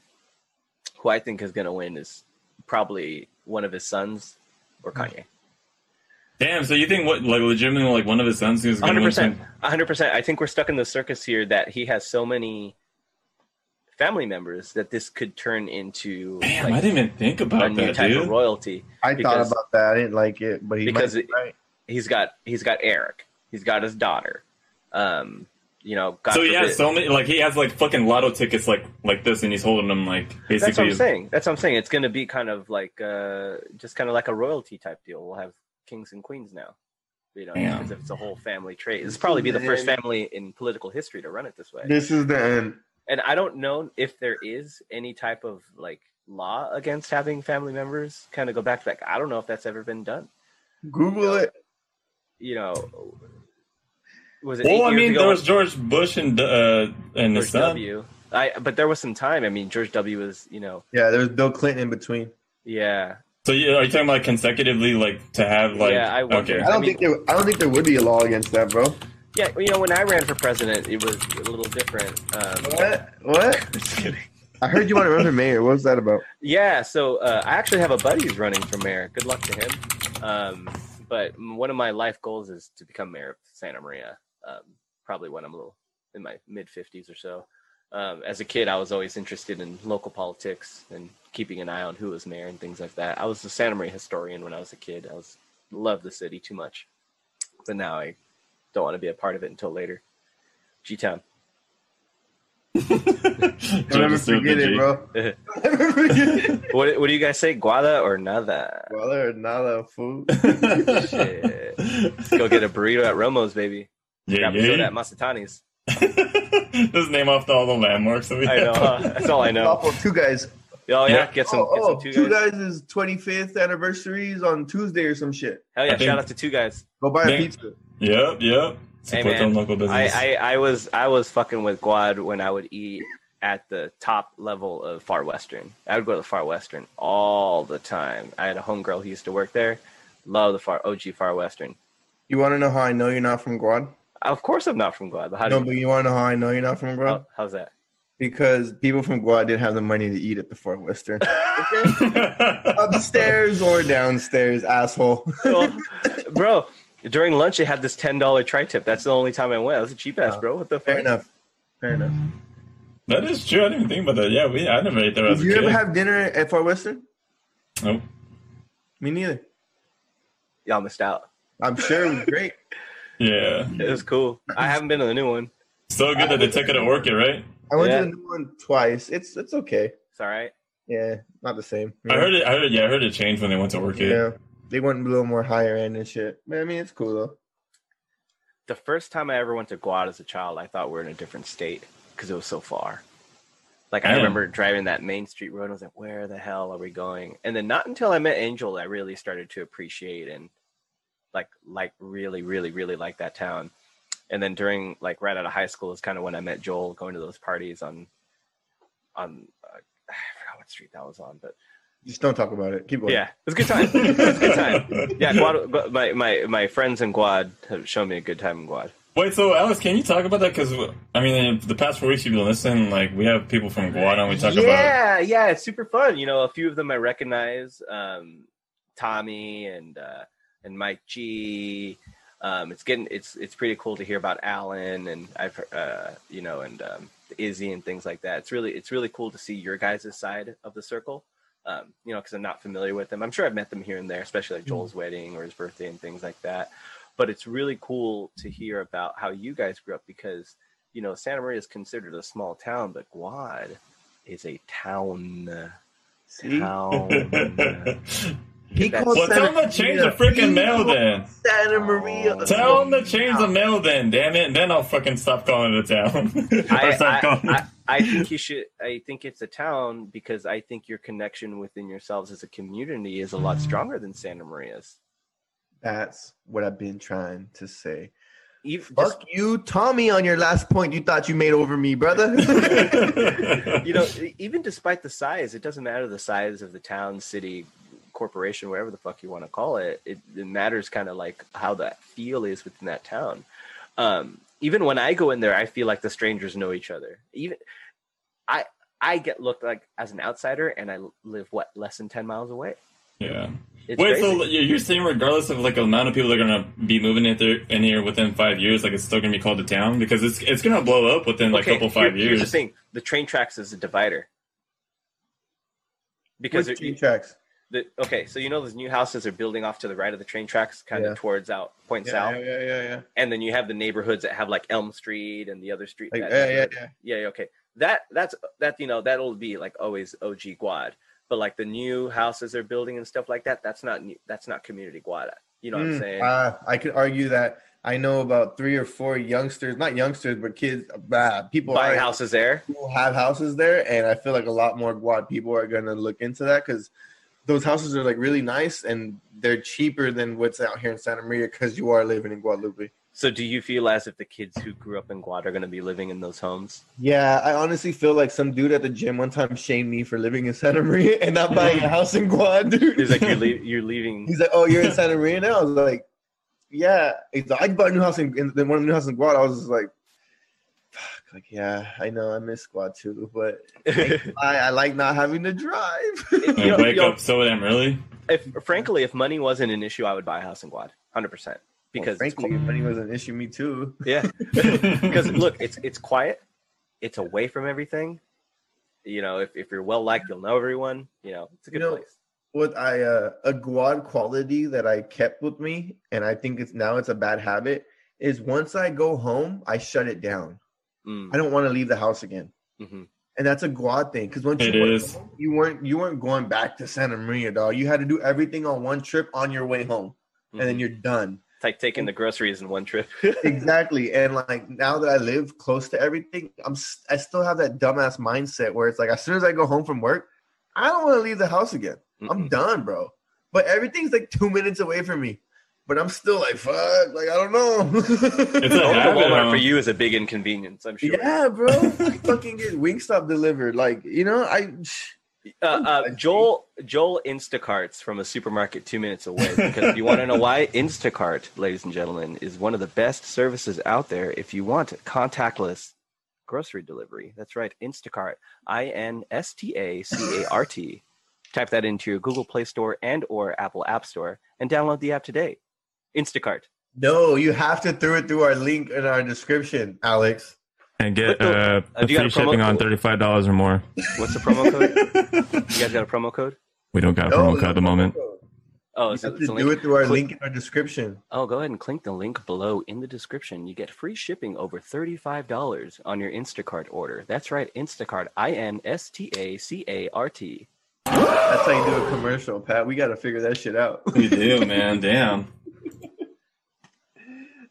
[SPEAKER 3] who I think is going to win is probably one of his sons or Kanye.
[SPEAKER 1] Damn. So you think what like legitimately like one of his sons is going to
[SPEAKER 3] hundred
[SPEAKER 1] win?
[SPEAKER 3] percent,
[SPEAKER 1] some-
[SPEAKER 3] hundred percent. I think we're stuck in the circus here that he has so many family members that this could turn into
[SPEAKER 1] Damn,
[SPEAKER 3] like,
[SPEAKER 1] I didn't even think
[SPEAKER 3] a
[SPEAKER 1] about
[SPEAKER 3] new
[SPEAKER 1] that,
[SPEAKER 3] type
[SPEAKER 1] dude.
[SPEAKER 3] of royalty.
[SPEAKER 2] I thought
[SPEAKER 3] Because-
[SPEAKER 2] about that. I didn't like it, but he
[SPEAKER 3] because
[SPEAKER 2] might
[SPEAKER 3] it- he's got he's got Eric, he's got his daughter. Um, you know, God
[SPEAKER 1] so he
[SPEAKER 3] forbid-
[SPEAKER 1] has so many, like he has like fucking lotto tickets, like like this, and he's holding them like basically.
[SPEAKER 3] That's what I'm saying. That's what I'm saying. It's going to be kind of like uh, just kind of like a royalty type deal. We'll have kings and queens now. You know,
[SPEAKER 1] Damn.
[SPEAKER 3] because if it's a whole family trait, this probably be the first family in political history to run it this way.
[SPEAKER 4] This is the end.
[SPEAKER 3] and I don't know if there is any type of like law against having family members kind of go back to that. I don't know if that's ever been done.
[SPEAKER 4] Google it.
[SPEAKER 3] You know, was it? eight
[SPEAKER 1] Well, I
[SPEAKER 3] years
[SPEAKER 1] mean,
[SPEAKER 3] ago
[SPEAKER 1] there
[SPEAKER 3] when
[SPEAKER 1] was George Bush and uh, and his
[SPEAKER 3] George
[SPEAKER 1] son.
[SPEAKER 3] W. I but there was some time. I mean, George W. was you know,
[SPEAKER 4] Yeah, there was Bill Clinton in between.
[SPEAKER 3] yeah,
[SPEAKER 1] So yeah, are you talking about consecutively, like to have like?
[SPEAKER 3] Yeah, I wonder.
[SPEAKER 1] okay.
[SPEAKER 2] I don't
[SPEAKER 3] mean-
[SPEAKER 2] think there. I don't think there would be a law against that, bro.
[SPEAKER 3] yeah. You know, when I ran for president, it was a little different. Um,
[SPEAKER 4] What? What?
[SPEAKER 2] I heard you want to run for mayor. What was that about?
[SPEAKER 3] yeah, so uh, I actually have a buddy who's running for mayor. Good luck to him. Um, but m- one of my life goals is to become mayor of Santa Maria. Um, probably when I'm a little in my mid fifties or so. Um, as a kid, I was always interested in local politics and keeping an eye on who was mayor and things like that. I was a Santa Maria historian when I was a kid. I was loved the city too much, but now I don't want to be a part of it until later. G Town.
[SPEAKER 1] Don't
[SPEAKER 4] Don't ever forget it, bro. Never forget it.
[SPEAKER 3] What, what do you guys say, guada or nada?
[SPEAKER 4] Brother, not a fool.
[SPEAKER 3] Shit. Go get a burrito at Romo's, baby.
[SPEAKER 1] Yeah,
[SPEAKER 3] Grab a soda
[SPEAKER 1] yeah.
[SPEAKER 3] at Masatani's.
[SPEAKER 1] Just name off all the landmarks that we
[SPEAKER 3] I know.
[SPEAKER 1] have.
[SPEAKER 3] huh? That's all I know.
[SPEAKER 4] Awful. oh, Two guys.
[SPEAKER 3] Oh yeah,
[SPEAKER 1] Yeah.
[SPEAKER 3] get some,
[SPEAKER 4] Oh,
[SPEAKER 3] get
[SPEAKER 4] oh,
[SPEAKER 3] some two,
[SPEAKER 4] two
[SPEAKER 3] guys.
[SPEAKER 4] guys is 25th anniversary is on Tuesday or some shit.
[SPEAKER 3] Hell
[SPEAKER 1] I
[SPEAKER 3] yeah!
[SPEAKER 1] think-
[SPEAKER 3] Shout out to two guys.
[SPEAKER 4] Go buy a
[SPEAKER 1] Thank-
[SPEAKER 4] pizza.
[SPEAKER 1] Yep, yep.
[SPEAKER 3] Hey,
[SPEAKER 1] Support
[SPEAKER 3] man,
[SPEAKER 1] them local business.
[SPEAKER 3] I, I I was I was fucking with Guad when I would eat at the top level of Far Western. I would go to the Far Western all the time. I had a homegirl who used to work there. Love the Far OG Far Western.
[SPEAKER 4] You want to know how I know you're not from Guad?
[SPEAKER 3] Of course, I'm not from Guad. But how do
[SPEAKER 4] No,
[SPEAKER 3] you,
[SPEAKER 4] but you want to know how I know you're not from Guad?
[SPEAKER 3] how- how's that?
[SPEAKER 4] Because people from Guad didn't have the money to eat at the Fort Western. Upstairs or downstairs, asshole.
[SPEAKER 3] Well, bro, during lunch they had this ten dollar tri tip. That's the only time I went. That was a cheap ass, bro. What the
[SPEAKER 4] Fair
[SPEAKER 3] fuck?
[SPEAKER 4] enough. Fair enough.
[SPEAKER 1] that is true. I didn't even think about that. Yeah, we I never ate there as
[SPEAKER 4] Did
[SPEAKER 1] a
[SPEAKER 4] you
[SPEAKER 1] kid.
[SPEAKER 4] ever have dinner at Fort Western?
[SPEAKER 1] Nope.
[SPEAKER 4] Me neither.
[SPEAKER 3] Y'all missed out.
[SPEAKER 4] I'm sure it was great.
[SPEAKER 1] Yeah.
[SPEAKER 3] It was cool. I haven't been to the new one.
[SPEAKER 1] So good that they took it to Orchid, right?
[SPEAKER 4] I went
[SPEAKER 3] Yeah.
[SPEAKER 4] to the new one twice. It's it's okay.
[SPEAKER 3] It's all right.
[SPEAKER 4] Yeah, not the same.
[SPEAKER 1] I heard it. I heard. Yeah, I heard it changed when they went to Orchid.
[SPEAKER 4] Yeah, they went a little more higher end and shit. But I mean, it's cool though.
[SPEAKER 3] The first time I ever went to Guad as a child, I thought we were in a different state because it was so far. Like I
[SPEAKER 1] Yeah.
[SPEAKER 3] remember driving that main street road. I was like, "Where the hell are we going?" And then not until I met Angel, I really started to appreciate and like like really really really like that town. And then during like right out of high school is kind of when I met Joel, going to those parties on on uh, I forgot what street that was on, but
[SPEAKER 4] Just don't talk about it. Keep going.
[SPEAKER 3] yeah, it was a good time. it was a good time. Yeah, Guad, Gu- my my my friends in Guad have shown me a good time in Guad.
[SPEAKER 1] Wait, so Alex, can you talk about that? Because I mean, the past four weeks you've been listening. Like, we have people from Guadalajara. We talk about.
[SPEAKER 3] yeah, yeah, it's super fun. You know, a few of them I recognize, um, Tommy and uh, and Mike G. Um, it's getting it's it's pretty cool to hear about Alan and I've uh, you know and um, Izzy and things like that. It's really it's really cool to see your guys' side of the circle. Um, you know, because I'm not familiar with them. I'm sure I've met them here and there, especially like Joel's wedding or his birthday and things like that. But it's really cool to hear about how you guys grew up because you know Santa Maria is considered a small town, but Guad is a town.
[SPEAKER 4] See?
[SPEAKER 3] Town.
[SPEAKER 4] He
[SPEAKER 3] That's-
[SPEAKER 4] calls
[SPEAKER 1] well,
[SPEAKER 4] Santa
[SPEAKER 1] tell them to change the
[SPEAKER 4] Maria.
[SPEAKER 1] freaking mail
[SPEAKER 4] He
[SPEAKER 1] then.
[SPEAKER 4] calls Santa Maria.
[SPEAKER 3] Oh.
[SPEAKER 1] Tell them to change the mail then. Damn it! Then I'll fucking stop calling it a town.
[SPEAKER 3] I,
[SPEAKER 1] or stop
[SPEAKER 3] I,
[SPEAKER 1] calling. it-
[SPEAKER 3] I, I think you should. I think it's a town because I think your connection within yourselves as a community is a lot stronger than Santa Maria's.
[SPEAKER 4] That's what I've been trying to say.
[SPEAKER 3] Even,
[SPEAKER 4] Fuck you, Tommy, on your last point you thought you made over me, brother.
[SPEAKER 3] you know, e, even despite the size, it doesn't matter the size of the town, city, corporation, whatever the fuck you want to call it. It, it matters kind of like how that feel is within that town. Um, even when I go in there, I feel like the strangers know each other. Even I, I get looked like as an outsider, and I live what less than ten miles away.
[SPEAKER 1] Yeah.
[SPEAKER 3] It's
[SPEAKER 1] Wait,
[SPEAKER 3] crazy.
[SPEAKER 1] so you're you're saying regardless of like the amount of people that are gonna be moving in there in here within five years, like it's still gonna be called a town because it's it's gonna blow up within like a couple
[SPEAKER 3] here-
[SPEAKER 1] five
[SPEAKER 3] Here's the
[SPEAKER 1] years.
[SPEAKER 3] thing: the train tracks is a divider. Because
[SPEAKER 2] With
[SPEAKER 3] it-
[SPEAKER 2] two tracks.
[SPEAKER 3] the, okay, so you know those new houses are building off to the right of the train tracks, kind
[SPEAKER 2] Yeah.
[SPEAKER 3] of towards out, points
[SPEAKER 2] Yeah,
[SPEAKER 3] out,
[SPEAKER 2] yeah, yeah, yeah, yeah.
[SPEAKER 3] and then you have the neighborhoods that have like Elm Street and the other street.
[SPEAKER 2] Like,
[SPEAKER 3] that
[SPEAKER 2] yeah, yeah,
[SPEAKER 3] neighborhood.
[SPEAKER 2] yeah.
[SPEAKER 3] yeah, yeah, okay. That that's that you know that'll be like always OG Guad, but like the new houses they're building and stuff like that, that's not new, that's not community Guad. You know what I'm
[SPEAKER 2] Mm,
[SPEAKER 3] saying?
[SPEAKER 2] Uh, I could argue that I know about three or four youngsters, not youngsters, but kids, uh, people
[SPEAKER 3] Buying
[SPEAKER 2] our-
[SPEAKER 3] houses there.
[SPEAKER 2] who have houses there, and I feel like a lot more Guad people are going to look into that because those houses are like really nice and they're cheaper than what's out here in Santa Maria because you are living in Guadalupe.
[SPEAKER 3] So do you feel as if the kids who grew up in Guad are going to be living in those homes?
[SPEAKER 2] Yeah, I honestly feel like some dude at the gym one time shamed me for living in Santa Maria and not buying a house in Guad, dude.
[SPEAKER 3] He's like you're, lea- you're leaving.
[SPEAKER 2] He's like, "Oh, you're in Santa Maria now." I was like, "Yeah." He's like, "I bought a new house in, in then one of the new houses in Guad." I was just like, "Fuck!" Like, yeah, I know I miss Guad too, but I, I like not having to drive.
[SPEAKER 3] You
[SPEAKER 1] And
[SPEAKER 3] know-
[SPEAKER 1] wake
[SPEAKER 3] you know,
[SPEAKER 1] up so damn early.
[SPEAKER 3] If frankly, if money wasn't an issue, I would buy a house in Guad, hundred percent. Because it's
[SPEAKER 2] frankly, money was an issue. Me too.
[SPEAKER 3] qu- yeah, because look, it's it's quiet, it's away from everything. You know, if, if you're well liked, you'll know everyone. You know, it's a
[SPEAKER 2] You
[SPEAKER 3] good
[SPEAKER 2] know-
[SPEAKER 3] place.
[SPEAKER 2] What I uh, a Guad quality that I kept with me, and I think it's now it's a bad habit. Is once I go home, I shut it down.
[SPEAKER 3] Mm,
[SPEAKER 2] I don't want to leave the house again,
[SPEAKER 3] mhm.
[SPEAKER 2] and that's a Guad thing. Because once
[SPEAKER 1] It
[SPEAKER 2] you went
[SPEAKER 1] is.
[SPEAKER 2] home, you weren't you weren't going back to Santa Maria, dog. You had to do everything on one trip on your way home. and then you're done.
[SPEAKER 3] mm-hmm. It's like taking the groceries in one trip.
[SPEAKER 2] exactly. And like now that I live close to everything, I'm s- I still have that dumbass mindset where it's like as soon as I go home from work, I don't want to leave the house again. I'm
[SPEAKER 3] Mm-mm.
[SPEAKER 2] done, bro. But everything's like two minutes away from me. But I'm still like fuck. Like I don't
[SPEAKER 1] It's a
[SPEAKER 2] know.
[SPEAKER 3] Going to
[SPEAKER 1] habit,
[SPEAKER 3] Walmart
[SPEAKER 1] huh?
[SPEAKER 3] for you is a big inconvenience. I'm sure.
[SPEAKER 2] yeah, bro. I fucking get Wingstop delivered. Like you know, I
[SPEAKER 3] Uh, uh, Joel Joel Instacarts from a supermarket two minutes away because you want to know why Instacart, ladies and gentlemen, is one of the best services out there. If you want contactless grocery delivery, that's right, Instacart, I N S T A C A R T. Type that into your Google Play Store and or Apple App Store and download the app today. Instacart.
[SPEAKER 2] no. You have to throw it through our link in our description, Alex.
[SPEAKER 1] And
[SPEAKER 3] get, uh, uh, do you got a free promo shipping on code?
[SPEAKER 1] five dollars or more.
[SPEAKER 3] What's the promo code? you guys got a promo code?
[SPEAKER 1] We don't got
[SPEAKER 2] a promo No, code at the
[SPEAKER 1] moment.
[SPEAKER 2] You
[SPEAKER 3] Oh, it's,
[SPEAKER 2] have
[SPEAKER 3] it's a
[SPEAKER 2] to
[SPEAKER 3] link.
[SPEAKER 2] do it through our
[SPEAKER 3] Click-
[SPEAKER 2] link in our description.
[SPEAKER 3] Oh, go ahead and click the link below in the description. You get free shipping over $35 on your Instacart order. That's right, Instacart, I N S T A C A R T.
[SPEAKER 2] That's how you do a commercial, Pat. We got to figure that shit out.
[SPEAKER 1] We do, man. Damn.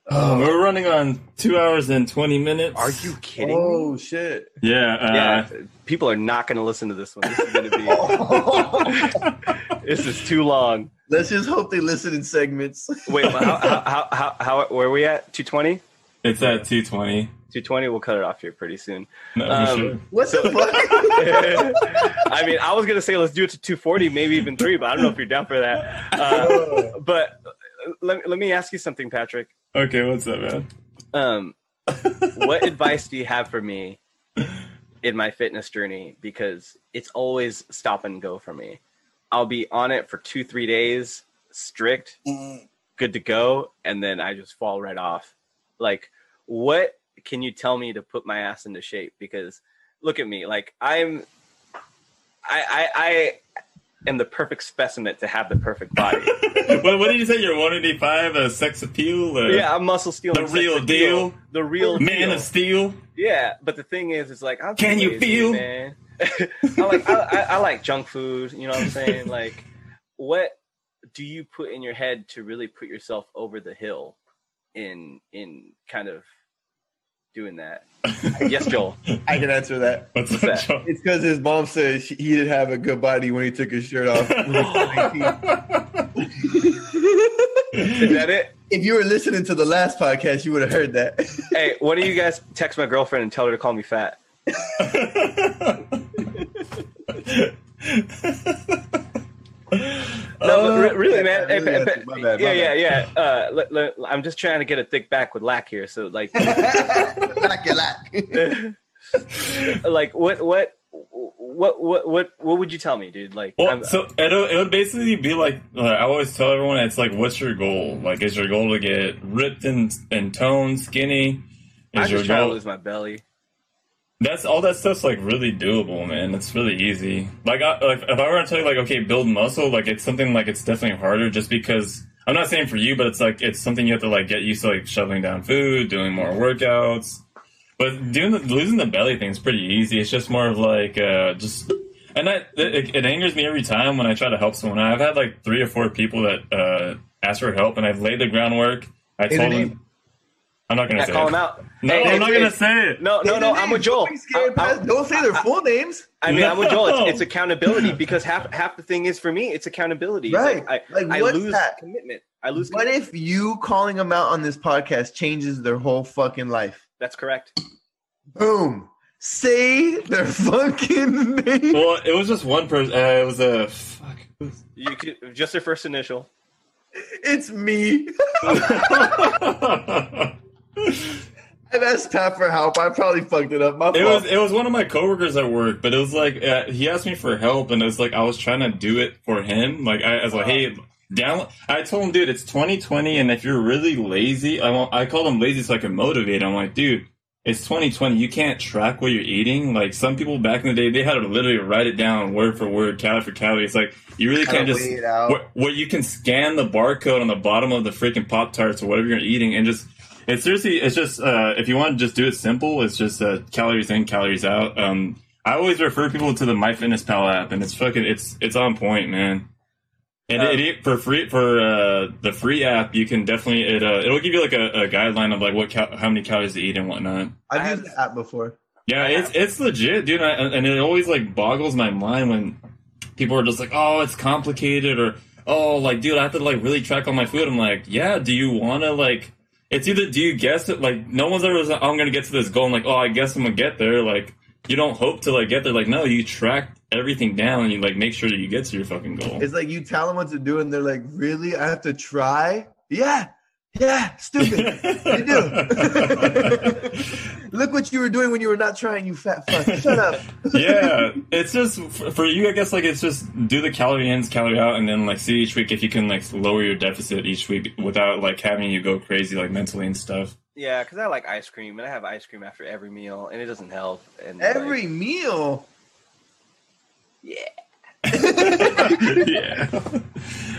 [SPEAKER 1] Oh, we're running on two hours and twenty minutes.
[SPEAKER 3] Are you kidding me?
[SPEAKER 2] oh shit!
[SPEAKER 1] Yeah. Uh,
[SPEAKER 3] Yeah, people are not going to listen to this one. This is going to be, this is too long.
[SPEAKER 2] Let's just hope they listen in segments.
[SPEAKER 3] Wait, but how, how, how, how, how, where are we at? 220?
[SPEAKER 1] It's at two twenty.
[SPEAKER 3] 220, we'll cut it off here pretty soon.
[SPEAKER 1] No, for
[SPEAKER 3] Um,
[SPEAKER 1] sure.
[SPEAKER 2] What the fuck?
[SPEAKER 3] I mean, I was gonna say let's do it to 240, maybe even three, but I don't know if you're down for that. Uh, but uh, let, let me ask you something, Patrick.
[SPEAKER 1] Okay, what's up, man?
[SPEAKER 3] Um, what advice do you have for me in my fitness journey? Because it's always stop and go for me. I'll be on it for two, three days, strict,
[SPEAKER 1] Mm-hmm.
[SPEAKER 3] good to go, and then I just fall right off. Like, what can you tell me to put my ass into shape? Because look at me, like I'm, I, I, I am the perfect specimen to have the perfect body.
[SPEAKER 1] what, what did you say? You're one eighty five. A sex appeal. uh,
[SPEAKER 3] yeah, I'm muscle stealing.
[SPEAKER 1] The real deal.
[SPEAKER 3] The real
[SPEAKER 1] Man
[SPEAKER 3] deal.
[SPEAKER 1] of Steel.
[SPEAKER 3] Yeah, but the thing is, it's like I'm
[SPEAKER 1] Can you
[SPEAKER 3] lazy,
[SPEAKER 1] feel?
[SPEAKER 3] Man. I like I, I, I like junk food. You know what I'm saying? like, what do you put in your head to really put yourself over the hill in in kind of doing that? yes, Joel.
[SPEAKER 2] I can answer that.
[SPEAKER 1] What's,
[SPEAKER 3] What's
[SPEAKER 1] up,
[SPEAKER 3] that?
[SPEAKER 1] Joe?
[SPEAKER 2] It's because his mom said she, he didn't have a good body when he took his shirt off.
[SPEAKER 3] Is that it?
[SPEAKER 2] if you were listening to the last podcast, you would have heard that.
[SPEAKER 3] Hey, what do you guys text my girlfriend and tell her to call me fat? No,
[SPEAKER 2] Oh,
[SPEAKER 1] Uh,
[SPEAKER 3] but re- really, man.
[SPEAKER 2] Really,
[SPEAKER 3] Hey,
[SPEAKER 2] that's-
[SPEAKER 3] pa-
[SPEAKER 2] my
[SPEAKER 3] pa-
[SPEAKER 2] bad, my
[SPEAKER 3] yeah, yeah, yeah, Uh, le- le- I'm just trying to get a thick back with lack here. So, like,
[SPEAKER 2] Lack it, lack.
[SPEAKER 3] like what what what what what what would you tell me, dude? Like,
[SPEAKER 1] Well,
[SPEAKER 3] I'm-
[SPEAKER 1] so it'll, it would basically be like uh, I always tell everyone it's like, what's your goal? Like, is your goal to get ripped and and toned, skinny?
[SPEAKER 3] I'm
[SPEAKER 1] Is your
[SPEAKER 3] just trying to
[SPEAKER 1] goal?
[SPEAKER 3] lose my belly.
[SPEAKER 1] That's all that stuff's like really doable, man. It's really easy. Like, I, like if I were to tell you, like, okay, build muscle, like it's something like it's definitely harder, just because I'm not saying for you, but it's like it's something you have to like get used to, like shoveling down food, doing more workouts. But doing the, losing the belly thing is pretty easy. It's just more of like uh, just, and that it, it angers me every time when I try to help someone. I've had like three or four people that uh, ask for help, and I've laid the groundwork. I
[SPEAKER 7] Hey,
[SPEAKER 1] told
[SPEAKER 7] the
[SPEAKER 1] them, I'm not gonna
[SPEAKER 3] Yeah,
[SPEAKER 1] say
[SPEAKER 3] call
[SPEAKER 1] it.
[SPEAKER 3] him out.
[SPEAKER 1] No,
[SPEAKER 3] Hey,
[SPEAKER 1] I'm not
[SPEAKER 3] hey,
[SPEAKER 1] gonna
[SPEAKER 3] hey.
[SPEAKER 1] say it.
[SPEAKER 3] No, no, no. I'm with Joel.
[SPEAKER 2] Don't be scared,
[SPEAKER 3] I- I-
[SPEAKER 2] Pat. Don't say their full names.
[SPEAKER 3] I mean, I'm with Joel. It's,
[SPEAKER 1] No.
[SPEAKER 3] it's accountability because half half the thing is for me, it's accountability. It's
[SPEAKER 2] Right.
[SPEAKER 3] Like,
[SPEAKER 2] Like,
[SPEAKER 3] I, I
[SPEAKER 2] what's
[SPEAKER 3] lose
[SPEAKER 2] that?
[SPEAKER 3] commitment. I lose.
[SPEAKER 2] What
[SPEAKER 3] Commitment.
[SPEAKER 2] if you calling them out on this podcast changes their whole fucking life?
[SPEAKER 3] That's correct.
[SPEAKER 2] Boom. Say their fucking name.
[SPEAKER 1] Well, it was just one person. Uh, it was a fuck.
[SPEAKER 3] You could, just their first initial.
[SPEAKER 2] It's me.
[SPEAKER 1] it
[SPEAKER 2] I've asked Pat for help. I probably fucked it up. My fault.
[SPEAKER 1] was it was one of my coworkers at work, but it was like uh, he asked me for help, and it's like I was trying to do it for him. Like I, I was like, hey, down. I told him, dude, it's 2020, and if you're really lazy, I want. I called him lazy so I can motivate. him. I'm like, dude. It's 2020. You can't track what you're eating. Like some people back in the day, they had to literally write it down word for word, calorie for calorie. It's like you really can't just
[SPEAKER 7] Wait out.
[SPEAKER 1] where, where you can scan the barcode on the bottom of the freaking pop tarts or whatever you're eating and just it's seriously it's just uh, if you want to just do it simple it's just uh, calories in calories out um, i always refer people to the myfitnesspal app and it's fucking it's it's on point man and it, it, for free for uh, the free app you can definitely it uh, it'll give you like a, a guideline of like what cal- how many calories to eat and whatnot
[SPEAKER 2] I've used
[SPEAKER 3] I have-
[SPEAKER 2] the app before.
[SPEAKER 1] yeah, it's it's legit, dude. I, and it always like boggles my mind when people are just like, "Oh, it's complicated," or "Oh, like, dude, I have to like really track all my food." I'm like, "Yeah, do you want to like?" It's either do you guess it? Like, no one's ever. Said, I'm gonna get to this goal. I'm like, "Oh, I guess I'm gonna get there." Like, you don't hope to like get there. Like, no, you track everything down and you like make sure that you get to your fucking goal.
[SPEAKER 2] It's like you tell them what to do, and they're like, "Really? I have to try?" Yeah, yeah. Stupid. you do. Look what you were doing when you were not trying. You fat fuck. Shut up.
[SPEAKER 1] yeah, it's just f- for you. I guess like it's just do the calorie ins, calorie out, and then like see each week if you can like lower your deficit each week without like having you go crazy like mentally and stuff.
[SPEAKER 3] Yeah, because I like ice cream and I have ice cream after every meal and it doesn't help. And like,
[SPEAKER 2] Every meal.
[SPEAKER 1] yeah.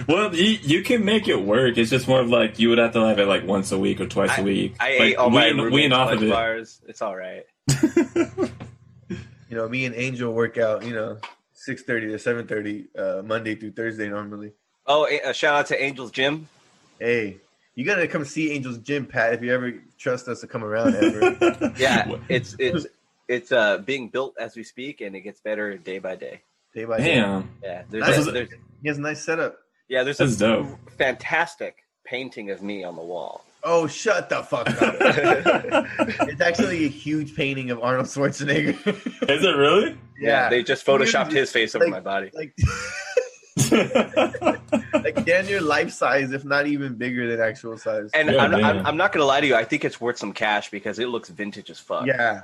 [SPEAKER 1] Well, you you can make it work. It's just more of like you would have to have it like once a week or twice a week.
[SPEAKER 3] I
[SPEAKER 1] like,
[SPEAKER 3] ate all my
[SPEAKER 1] wean-
[SPEAKER 3] Reuben
[SPEAKER 1] wean off
[SPEAKER 3] Fudge
[SPEAKER 1] of it.
[SPEAKER 3] bars. It's all right.
[SPEAKER 2] You know, me and Angel work out. You know, six thirty to seven thirty uh, Monday through Thursday normally.
[SPEAKER 3] Oh, a, a shout out to Angel's Gym.
[SPEAKER 2] Hey, you gotta come see Angel's gym, Pat. If you ever trust us to come around ever.
[SPEAKER 3] Yeah, it's it's it's uh being built as we speak and it gets better day by day.
[SPEAKER 2] day by day.
[SPEAKER 1] Damn,
[SPEAKER 3] Yeah,
[SPEAKER 2] That's-
[SPEAKER 3] there's, a, there's
[SPEAKER 2] He has a nice setup.
[SPEAKER 3] yeah there's
[SPEAKER 1] that's
[SPEAKER 3] a
[SPEAKER 1] dope.
[SPEAKER 3] fantastic painting of me on the wall.
[SPEAKER 2] Oh, shut the fuck up. it's actually a huge painting of Arnold Schwarzenegger.
[SPEAKER 1] Is it really?
[SPEAKER 2] yeah.
[SPEAKER 3] they just photoshopped his face over
[SPEAKER 2] Like-
[SPEAKER 3] my body.
[SPEAKER 2] like like damn near life size, if not even bigger than actual size.
[SPEAKER 3] And
[SPEAKER 1] Yeah,
[SPEAKER 3] I'm, I'm,
[SPEAKER 1] man.
[SPEAKER 3] I'm not gonna lie to you. I think it's worth some cash because it looks vintage as fuck.
[SPEAKER 2] yeah.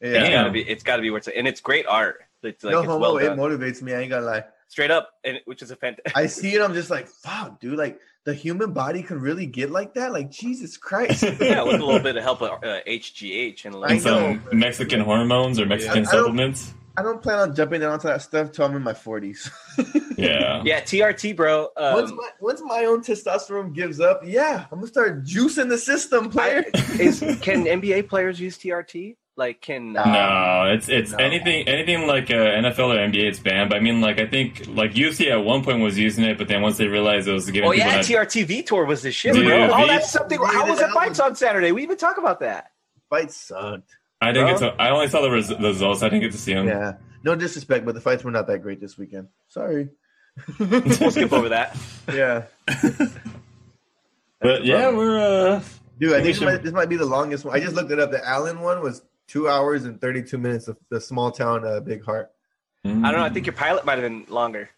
[SPEAKER 3] it's
[SPEAKER 2] Yeah.
[SPEAKER 1] Damn.
[SPEAKER 3] gotta be. It's gotta be worth it, and it's great art. It's like
[SPEAKER 2] no
[SPEAKER 3] it's
[SPEAKER 2] homo,
[SPEAKER 3] well
[SPEAKER 2] it
[SPEAKER 3] done,
[SPEAKER 2] motivates me. I ain't gonna lie.
[SPEAKER 3] straight up, and which is a fantastic.
[SPEAKER 2] I see it, I'm just like, fuck, dude. Like the human body can really get like that. Like Jesus Christ.
[SPEAKER 3] yeah, with a little bit of help, of, uh, HGH and
[SPEAKER 2] I
[SPEAKER 1] And
[SPEAKER 3] like,
[SPEAKER 2] know.
[SPEAKER 1] some Mexican hormones or Mexican
[SPEAKER 2] Yeah, I don't-
[SPEAKER 1] supplements.
[SPEAKER 2] I don't plan on jumping down to that stuff till I'm in my forties.
[SPEAKER 1] Yeah.
[SPEAKER 3] yeah, TRT, bro.
[SPEAKER 2] once
[SPEAKER 3] Um,
[SPEAKER 2] my once my own testosterone gives up, yeah, I'm gonna start juicing the system, player.
[SPEAKER 3] I- is can NBA players use TRT? Like, can uh,
[SPEAKER 1] No, it's it's
[SPEAKER 3] no.
[SPEAKER 1] anything anything like uh, NFL or NBA. It's banned. But I mean, like I think like UFC at one point was using it, but then once they realized it was giving
[SPEAKER 3] Oh
[SPEAKER 1] people
[SPEAKER 3] yeah,
[SPEAKER 1] that-
[SPEAKER 3] TRT Vitor was the shit,
[SPEAKER 1] Dude,
[SPEAKER 3] bro. Oh,
[SPEAKER 1] V-
[SPEAKER 3] that's something. How was that fights on Saturday? We even talk about that.
[SPEAKER 2] Fight sucked.
[SPEAKER 1] I didn't get
[SPEAKER 3] bro.
[SPEAKER 1] to. I only saw the, res- the results. I didn't get to
[SPEAKER 3] Um,
[SPEAKER 1] see them.
[SPEAKER 2] Yeah. No disrespect, but the fights were not that great this weekend. Sorry.
[SPEAKER 3] We'll skip over that.
[SPEAKER 2] Yeah.
[SPEAKER 1] But yeah, we're uh,
[SPEAKER 2] Dude, I
[SPEAKER 1] Maybe
[SPEAKER 2] think
[SPEAKER 1] we
[SPEAKER 2] this might, this might be the longest one. I just looked it up. The Allen one was two hours and thirty-two minutes. Of the small town, uh, Big Heart.
[SPEAKER 3] I don't know. I think your pilot might have been longer.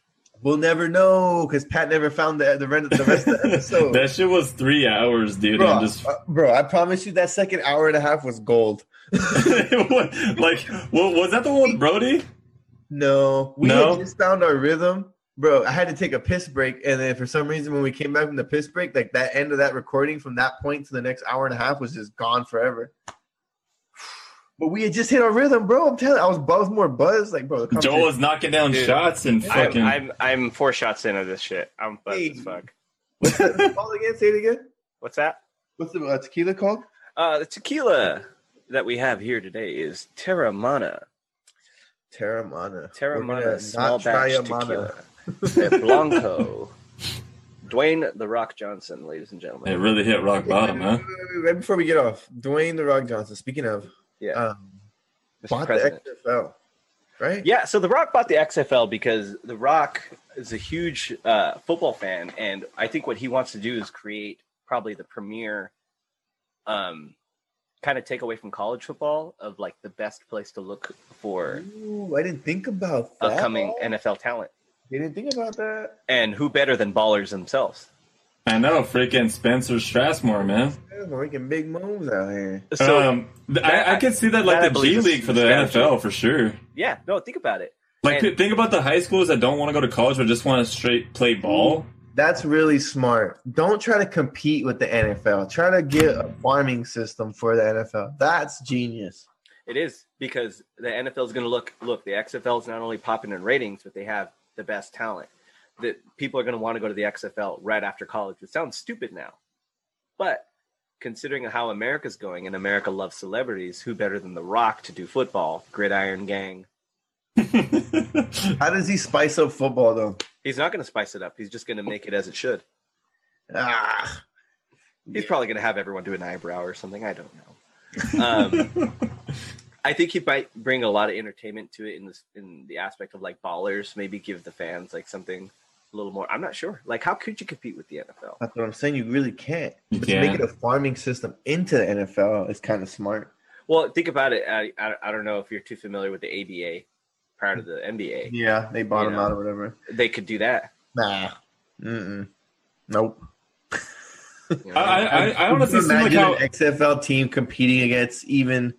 [SPEAKER 2] We'll never know because Pat never found the the, rest, the rest of the episode.
[SPEAKER 1] that shit was three hours, dude.
[SPEAKER 2] bro,
[SPEAKER 1] I'm just
[SPEAKER 2] uh, bro, I promise you that second hour and a half was gold.
[SPEAKER 1] what, like, what, was that the one with Brody?
[SPEAKER 2] No,
[SPEAKER 1] we No?
[SPEAKER 2] just found our rhythm, bro. I had to take a piss break, and then for some reason, when we came back from the piss break, like that end of that recording from that point to the next hour and a half was just gone forever. But we had just hit our rhythm, bro. I'm telling, you, I was buzz more buzzed, like bro. The
[SPEAKER 1] Joel is knocking down
[SPEAKER 3] Dude,
[SPEAKER 1] shots and
[SPEAKER 3] I'm,
[SPEAKER 1] fucking.
[SPEAKER 3] I'm I'm four shots into this shit. I'm buzzed as fuck.
[SPEAKER 2] conversation- Call again, say it again.
[SPEAKER 3] What's that?
[SPEAKER 4] What's the uh, tequila called?
[SPEAKER 3] Uh, the tequila that we have here today is Terramana.
[SPEAKER 2] Terramana, We're gonna
[SPEAKER 3] Terramana
[SPEAKER 2] not
[SPEAKER 3] small
[SPEAKER 2] try
[SPEAKER 3] batch
[SPEAKER 2] Amana.
[SPEAKER 3] tequila. El Blanco. Dwayne the Rock Johnson, ladies and gentlemen.
[SPEAKER 1] it really hit rock bottom, huh?
[SPEAKER 2] Wait, wait, wait, Right before we get off, Dwayne the Rock Johnson. Speaking of,
[SPEAKER 3] Yeah.
[SPEAKER 2] um,
[SPEAKER 3] Mr.
[SPEAKER 2] bought
[SPEAKER 3] President.
[SPEAKER 2] the XFL, right?
[SPEAKER 3] Yeah, so The Rock bought the XFL because The Rock is a huge uh, football fan, and I think what he wants to do is create probably the premier um, kind of takeaway from college football of like the best place to look for
[SPEAKER 2] Ooh, I didn't think about that.
[SPEAKER 3] upcoming NFL talent.
[SPEAKER 2] They didn't think about that.
[SPEAKER 3] And who better than ballers themselves?
[SPEAKER 1] I know, freaking Spencer Strassmore, man.
[SPEAKER 2] Yeah, we're making big moves out here.
[SPEAKER 3] So
[SPEAKER 1] um, th-
[SPEAKER 3] that-
[SPEAKER 1] I, I could see that
[SPEAKER 3] that I
[SPEAKER 1] like the
[SPEAKER 3] believe
[SPEAKER 1] G
[SPEAKER 3] is
[SPEAKER 1] League for the
[SPEAKER 3] strategy.
[SPEAKER 1] NFL for sure.
[SPEAKER 3] yeah, no, think about it.
[SPEAKER 1] Like,
[SPEAKER 3] And-
[SPEAKER 1] think about the high schools that don't want to go to college but just want to straight play ball.
[SPEAKER 2] That's really smart. Don't try to compete with the NFL. Try to get a farming system for the NFL. That's genius.
[SPEAKER 3] It is because the NFL is going to look. Look, the XFL is not only popping in ratings, but they have the best talent. That people are going to want to go to the XFL right after college. It sounds stupid now, but considering how America's going and America loves celebrities, who better than The Rock to do football? Gridiron Gang. Mm-hmm.
[SPEAKER 2] How does he spice up football though?
[SPEAKER 3] He's not going to spice it up. He's just going to make it as it should.
[SPEAKER 2] Ah,
[SPEAKER 3] He's probably going to have everyone do an eyebrow or something. I don't know. Um, I think he might bring a lot of entertainment to it in this in the aspect of like ballers. Maybe give the fans like something a little more. I'm not sure. Like, how could you compete with the NFL?
[SPEAKER 2] that's what I'm saying. You really can't.
[SPEAKER 1] You
[SPEAKER 2] But to make
[SPEAKER 1] can't.
[SPEAKER 2] it a farming system into the NFL is kind of smart.
[SPEAKER 3] Well, think about it. I, I, I don't know if you're too familiar with the ABA prior to the NBA.
[SPEAKER 2] Yeah, they bought
[SPEAKER 3] You
[SPEAKER 2] him
[SPEAKER 3] know.
[SPEAKER 2] out or whatever.
[SPEAKER 3] They could do that.
[SPEAKER 2] Nah. Mm-mm. Nope.
[SPEAKER 3] you know?
[SPEAKER 1] I, I, I, I honestly
[SPEAKER 2] Could you
[SPEAKER 1] seem like
[SPEAKER 2] imagine
[SPEAKER 1] how
[SPEAKER 2] an XFL team competing against even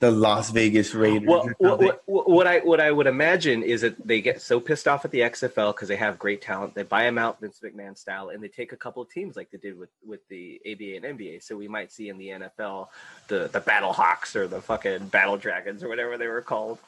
[SPEAKER 2] the Las Vegas Raiders.
[SPEAKER 3] well,
[SPEAKER 2] or
[SPEAKER 3] what,
[SPEAKER 2] something.
[SPEAKER 3] what, what I what I would imagine is that they get so pissed off at the XFL because they have great talent, they buy them out Vince McMahon style, and they take a couple of teams like they did with with the ABA and NBA. So we might see in the NFL the the Battle Hawks or the fucking Battle Dragons or whatever they were called,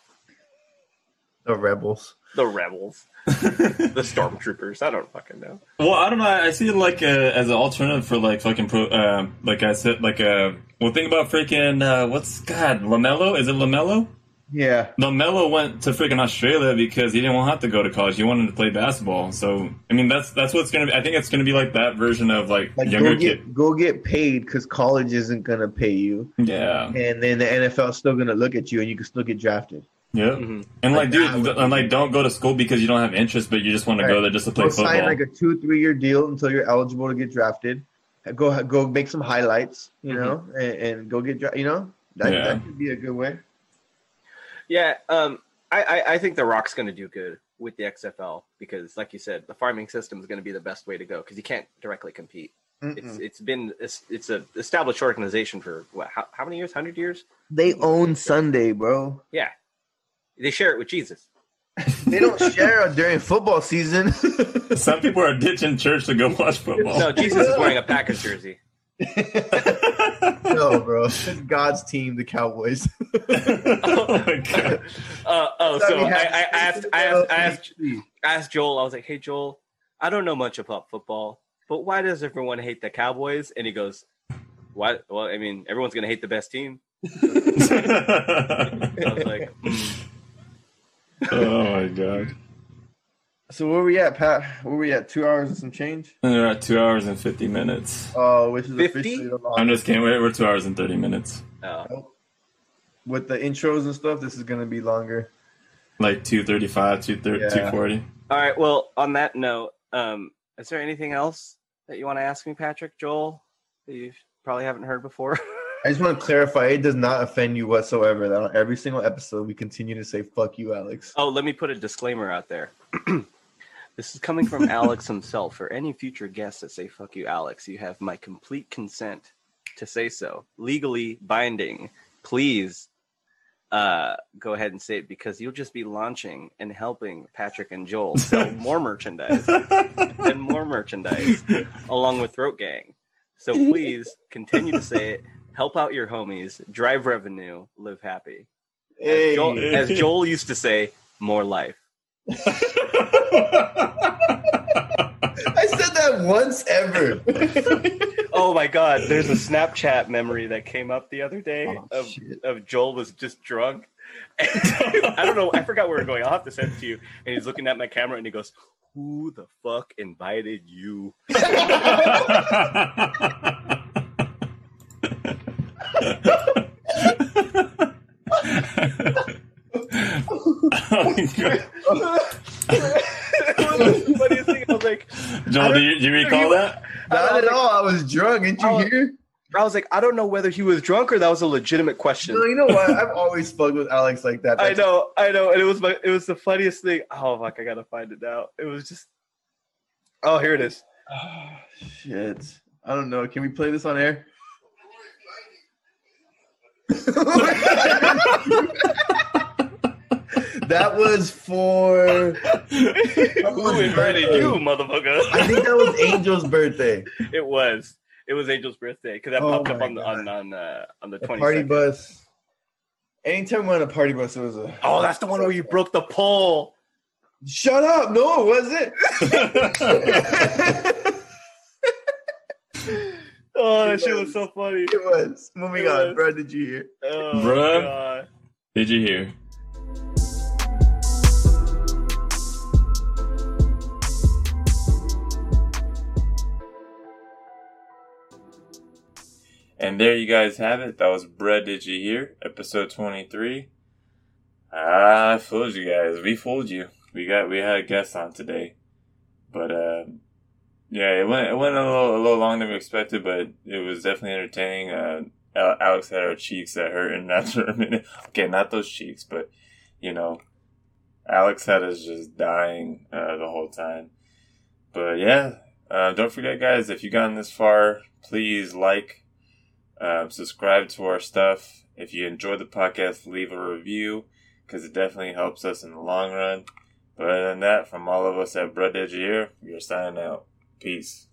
[SPEAKER 2] the Rebels.
[SPEAKER 3] the Rebels, the Stormtroopers. I don't fucking know.
[SPEAKER 1] Well, I don't know. I I see it like a, as an alternative for like fucking pro. Uh, like I said, like uh, well, think about freaking uh, what's God Lamelo? Is it Lamelo?
[SPEAKER 2] Yeah.
[SPEAKER 1] Lamelo went to freaking Australia because he didn't want to have to go to college. He wanted to play basketball. So I mean, that's that's what's gonna. be I think it's gonna be like that version of like,
[SPEAKER 2] Like
[SPEAKER 1] younger
[SPEAKER 2] go get go get paid because college isn't gonna pay you,
[SPEAKER 1] kid. Yeah,
[SPEAKER 2] and then the NFL's still gonna look at you, and you can still get drafted.
[SPEAKER 1] yeah.
[SPEAKER 3] Mhm.
[SPEAKER 1] And like,
[SPEAKER 2] Like,
[SPEAKER 1] dude,
[SPEAKER 2] I would-
[SPEAKER 1] and like, don't go to school because you don't have interest, but you just want to go
[SPEAKER 2] Right.
[SPEAKER 1] there just to play
[SPEAKER 2] Go
[SPEAKER 1] football.
[SPEAKER 2] sign like a two three year deal until you're eligible to get drafted. Go go make some highlights, you know, and, and go get dra- you know that,
[SPEAKER 1] Yeah.
[SPEAKER 2] that could be a good way.
[SPEAKER 3] Yeah, um, I, I, I think The Rock's going to do good with the XFL because, like you said, the farming system is going to be the best way to go because you can't directly compete. It's
[SPEAKER 2] Mm-mm.
[SPEAKER 3] it's been it's, it's a established organization for what how, how many years? Hundred years?
[SPEAKER 2] They own Sunday, bro.
[SPEAKER 3] Yeah, they share it with Jesus.
[SPEAKER 2] They don't share it during football season.
[SPEAKER 1] Some people are ditching church to go watch football.
[SPEAKER 3] No, Jesus is wearing a Packers jersey.
[SPEAKER 2] no, bro. It's God's team, the Cowboys.
[SPEAKER 1] oh my god.
[SPEAKER 3] Uh, oh, so
[SPEAKER 2] Sorry,
[SPEAKER 3] I,
[SPEAKER 2] Hap.
[SPEAKER 3] I asked I asked, I asked I asked Joel. I was like, "Hey, Joel, I don't know much about football, but why does everyone hate the Cowboys?" And he goes, "Why? Well, I mean, everyone's going to hate the best team." I was like, "Hmm,
[SPEAKER 1] oh my god.
[SPEAKER 2] So where we at, Pat? Where we at? Two hours and some change.
[SPEAKER 1] And they're at two hours and fifty minutes.
[SPEAKER 2] Oh, which is
[SPEAKER 3] 50?
[SPEAKER 2] officially the
[SPEAKER 1] I'm
[SPEAKER 2] long.
[SPEAKER 1] just kidding. We're, we're two hours and thirty minutes.
[SPEAKER 3] "Oh,
[SPEAKER 2] With the intros and stuff, this is gonna be longer.
[SPEAKER 1] Like 235, 230,
[SPEAKER 2] Yeah.
[SPEAKER 1] 240.
[SPEAKER 3] All right. Well, on that note, um, is there anything else that you want to ask me, Patrick, Joel, that you probably haven't heard before?
[SPEAKER 2] I just want to clarify: it does not offend you whatsoever that on every single episode we continue to say "fuck you, Alex."
[SPEAKER 3] oh, let me put a disclaimer out there. this is coming from Alex himself. Or any future guests that say "fuck you, Alex," you have my complete consent to say so, legally binding. Please uh, go ahead and say it because you'll just be launching and helping Patrick and Joel sell more merchandise and more merchandise along with Throat Gang. So please continue to say it. Help out your homies, drive revenue, live happy. As Joel,
[SPEAKER 4] Hey.
[SPEAKER 3] as Joel used to say, more life.
[SPEAKER 2] I said that once ever.
[SPEAKER 3] Oh my god, there's a Snapchat memory that came up the other day of, of Joel was just drunk. I don't know, I forgot where we were going. I'll have to send it to you. And he's looking at my camera and he goes, Who the fuck invited you?
[SPEAKER 4] oh my god.
[SPEAKER 3] It was the funniest thing. I was like,
[SPEAKER 4] Joel, do you, do you recall that?
[SPEAKER 3] I
[SPEAKER 2] Not
[SPEAKER 3] was
[SPEAKER 2] at
[SPEAKER 3] like-
[SPEAKER 2] all. I was drunk. Didn't you
[SPEAKER 3] Oh.
[SPEAKER 2] hear?
[SPEAKER 3] I was like, I don't know whether he was drunk or that was a legitimate
[SPEAKER 2] No,
[SPEAKER 3] question.
[SPEAKER 2] you know what? I've always fucked with Alex like that.
[SPEAKER 3] I know, I know, and it was my it was the funniest thing. Oh fuck, I gotta find it now. It was just Oh, here it is.
[SPEAKER 2] Ah, shit. I don't know. Can we play this on air? that was for
[SPEAKER 3] Who invited you, motherfucker?
[SPEAKER 2] I think that was Angel's birthday.
[SPEAKER 3] It was. It was Angel's birthday because that
[SPEAKER 2] Oh
[SPEAKER 3] popped up
[SPEAKER 2] my
[SPEAKER 3] on the on on, uh, on the
[SPEAKER 2] The
[SPEAKER 3] twenty
[SPEAKER 2] party
[SPEAKER 3] second.
[SPEAKER 2] bus. Anytime we are on a party bus, it was a
[SPEAKER 3] Oh, that's the one where you broke the pole.
[SPEAKER 2] shut up. No, it wasn't.
[SPEAKER 3] Oh, that shit was so funny.
[SPEAKER 2] It was. Moving
[SPEAKER 3] It
[SPEAKER 2] on,
[SPEAKER 3] was.
[SPEAKER 2] bro. Did you hear?
[SPEAKER 3] Oh,
[SPEAKER 4] Bruh.
[SPEAKER 3] God.
[SPEAKER 4] Did you hear?
[SPEAKER 1] And there you guys have it. That was Bread Did You Hear, episode 23. I fooled you guys. We fooled you. We got we had a guest on today. But uh yeah, it went it went a little a little longer than we expected, but it was definitely entertaining. Uh Al- Alex had our cheeks that hurt and after a minute. Okay, not those cheeks, but you know, Alex had us just dying uh, the whole time. But yeah, uh, don't forget, guys, if you've gotten this far, please like, um, subscribe to our stuff. If you enjoy the podcast, leave a review because it definitely helps us in the long run. But other than that, from all of us at Bread Edge Year, we are signing out. Peace.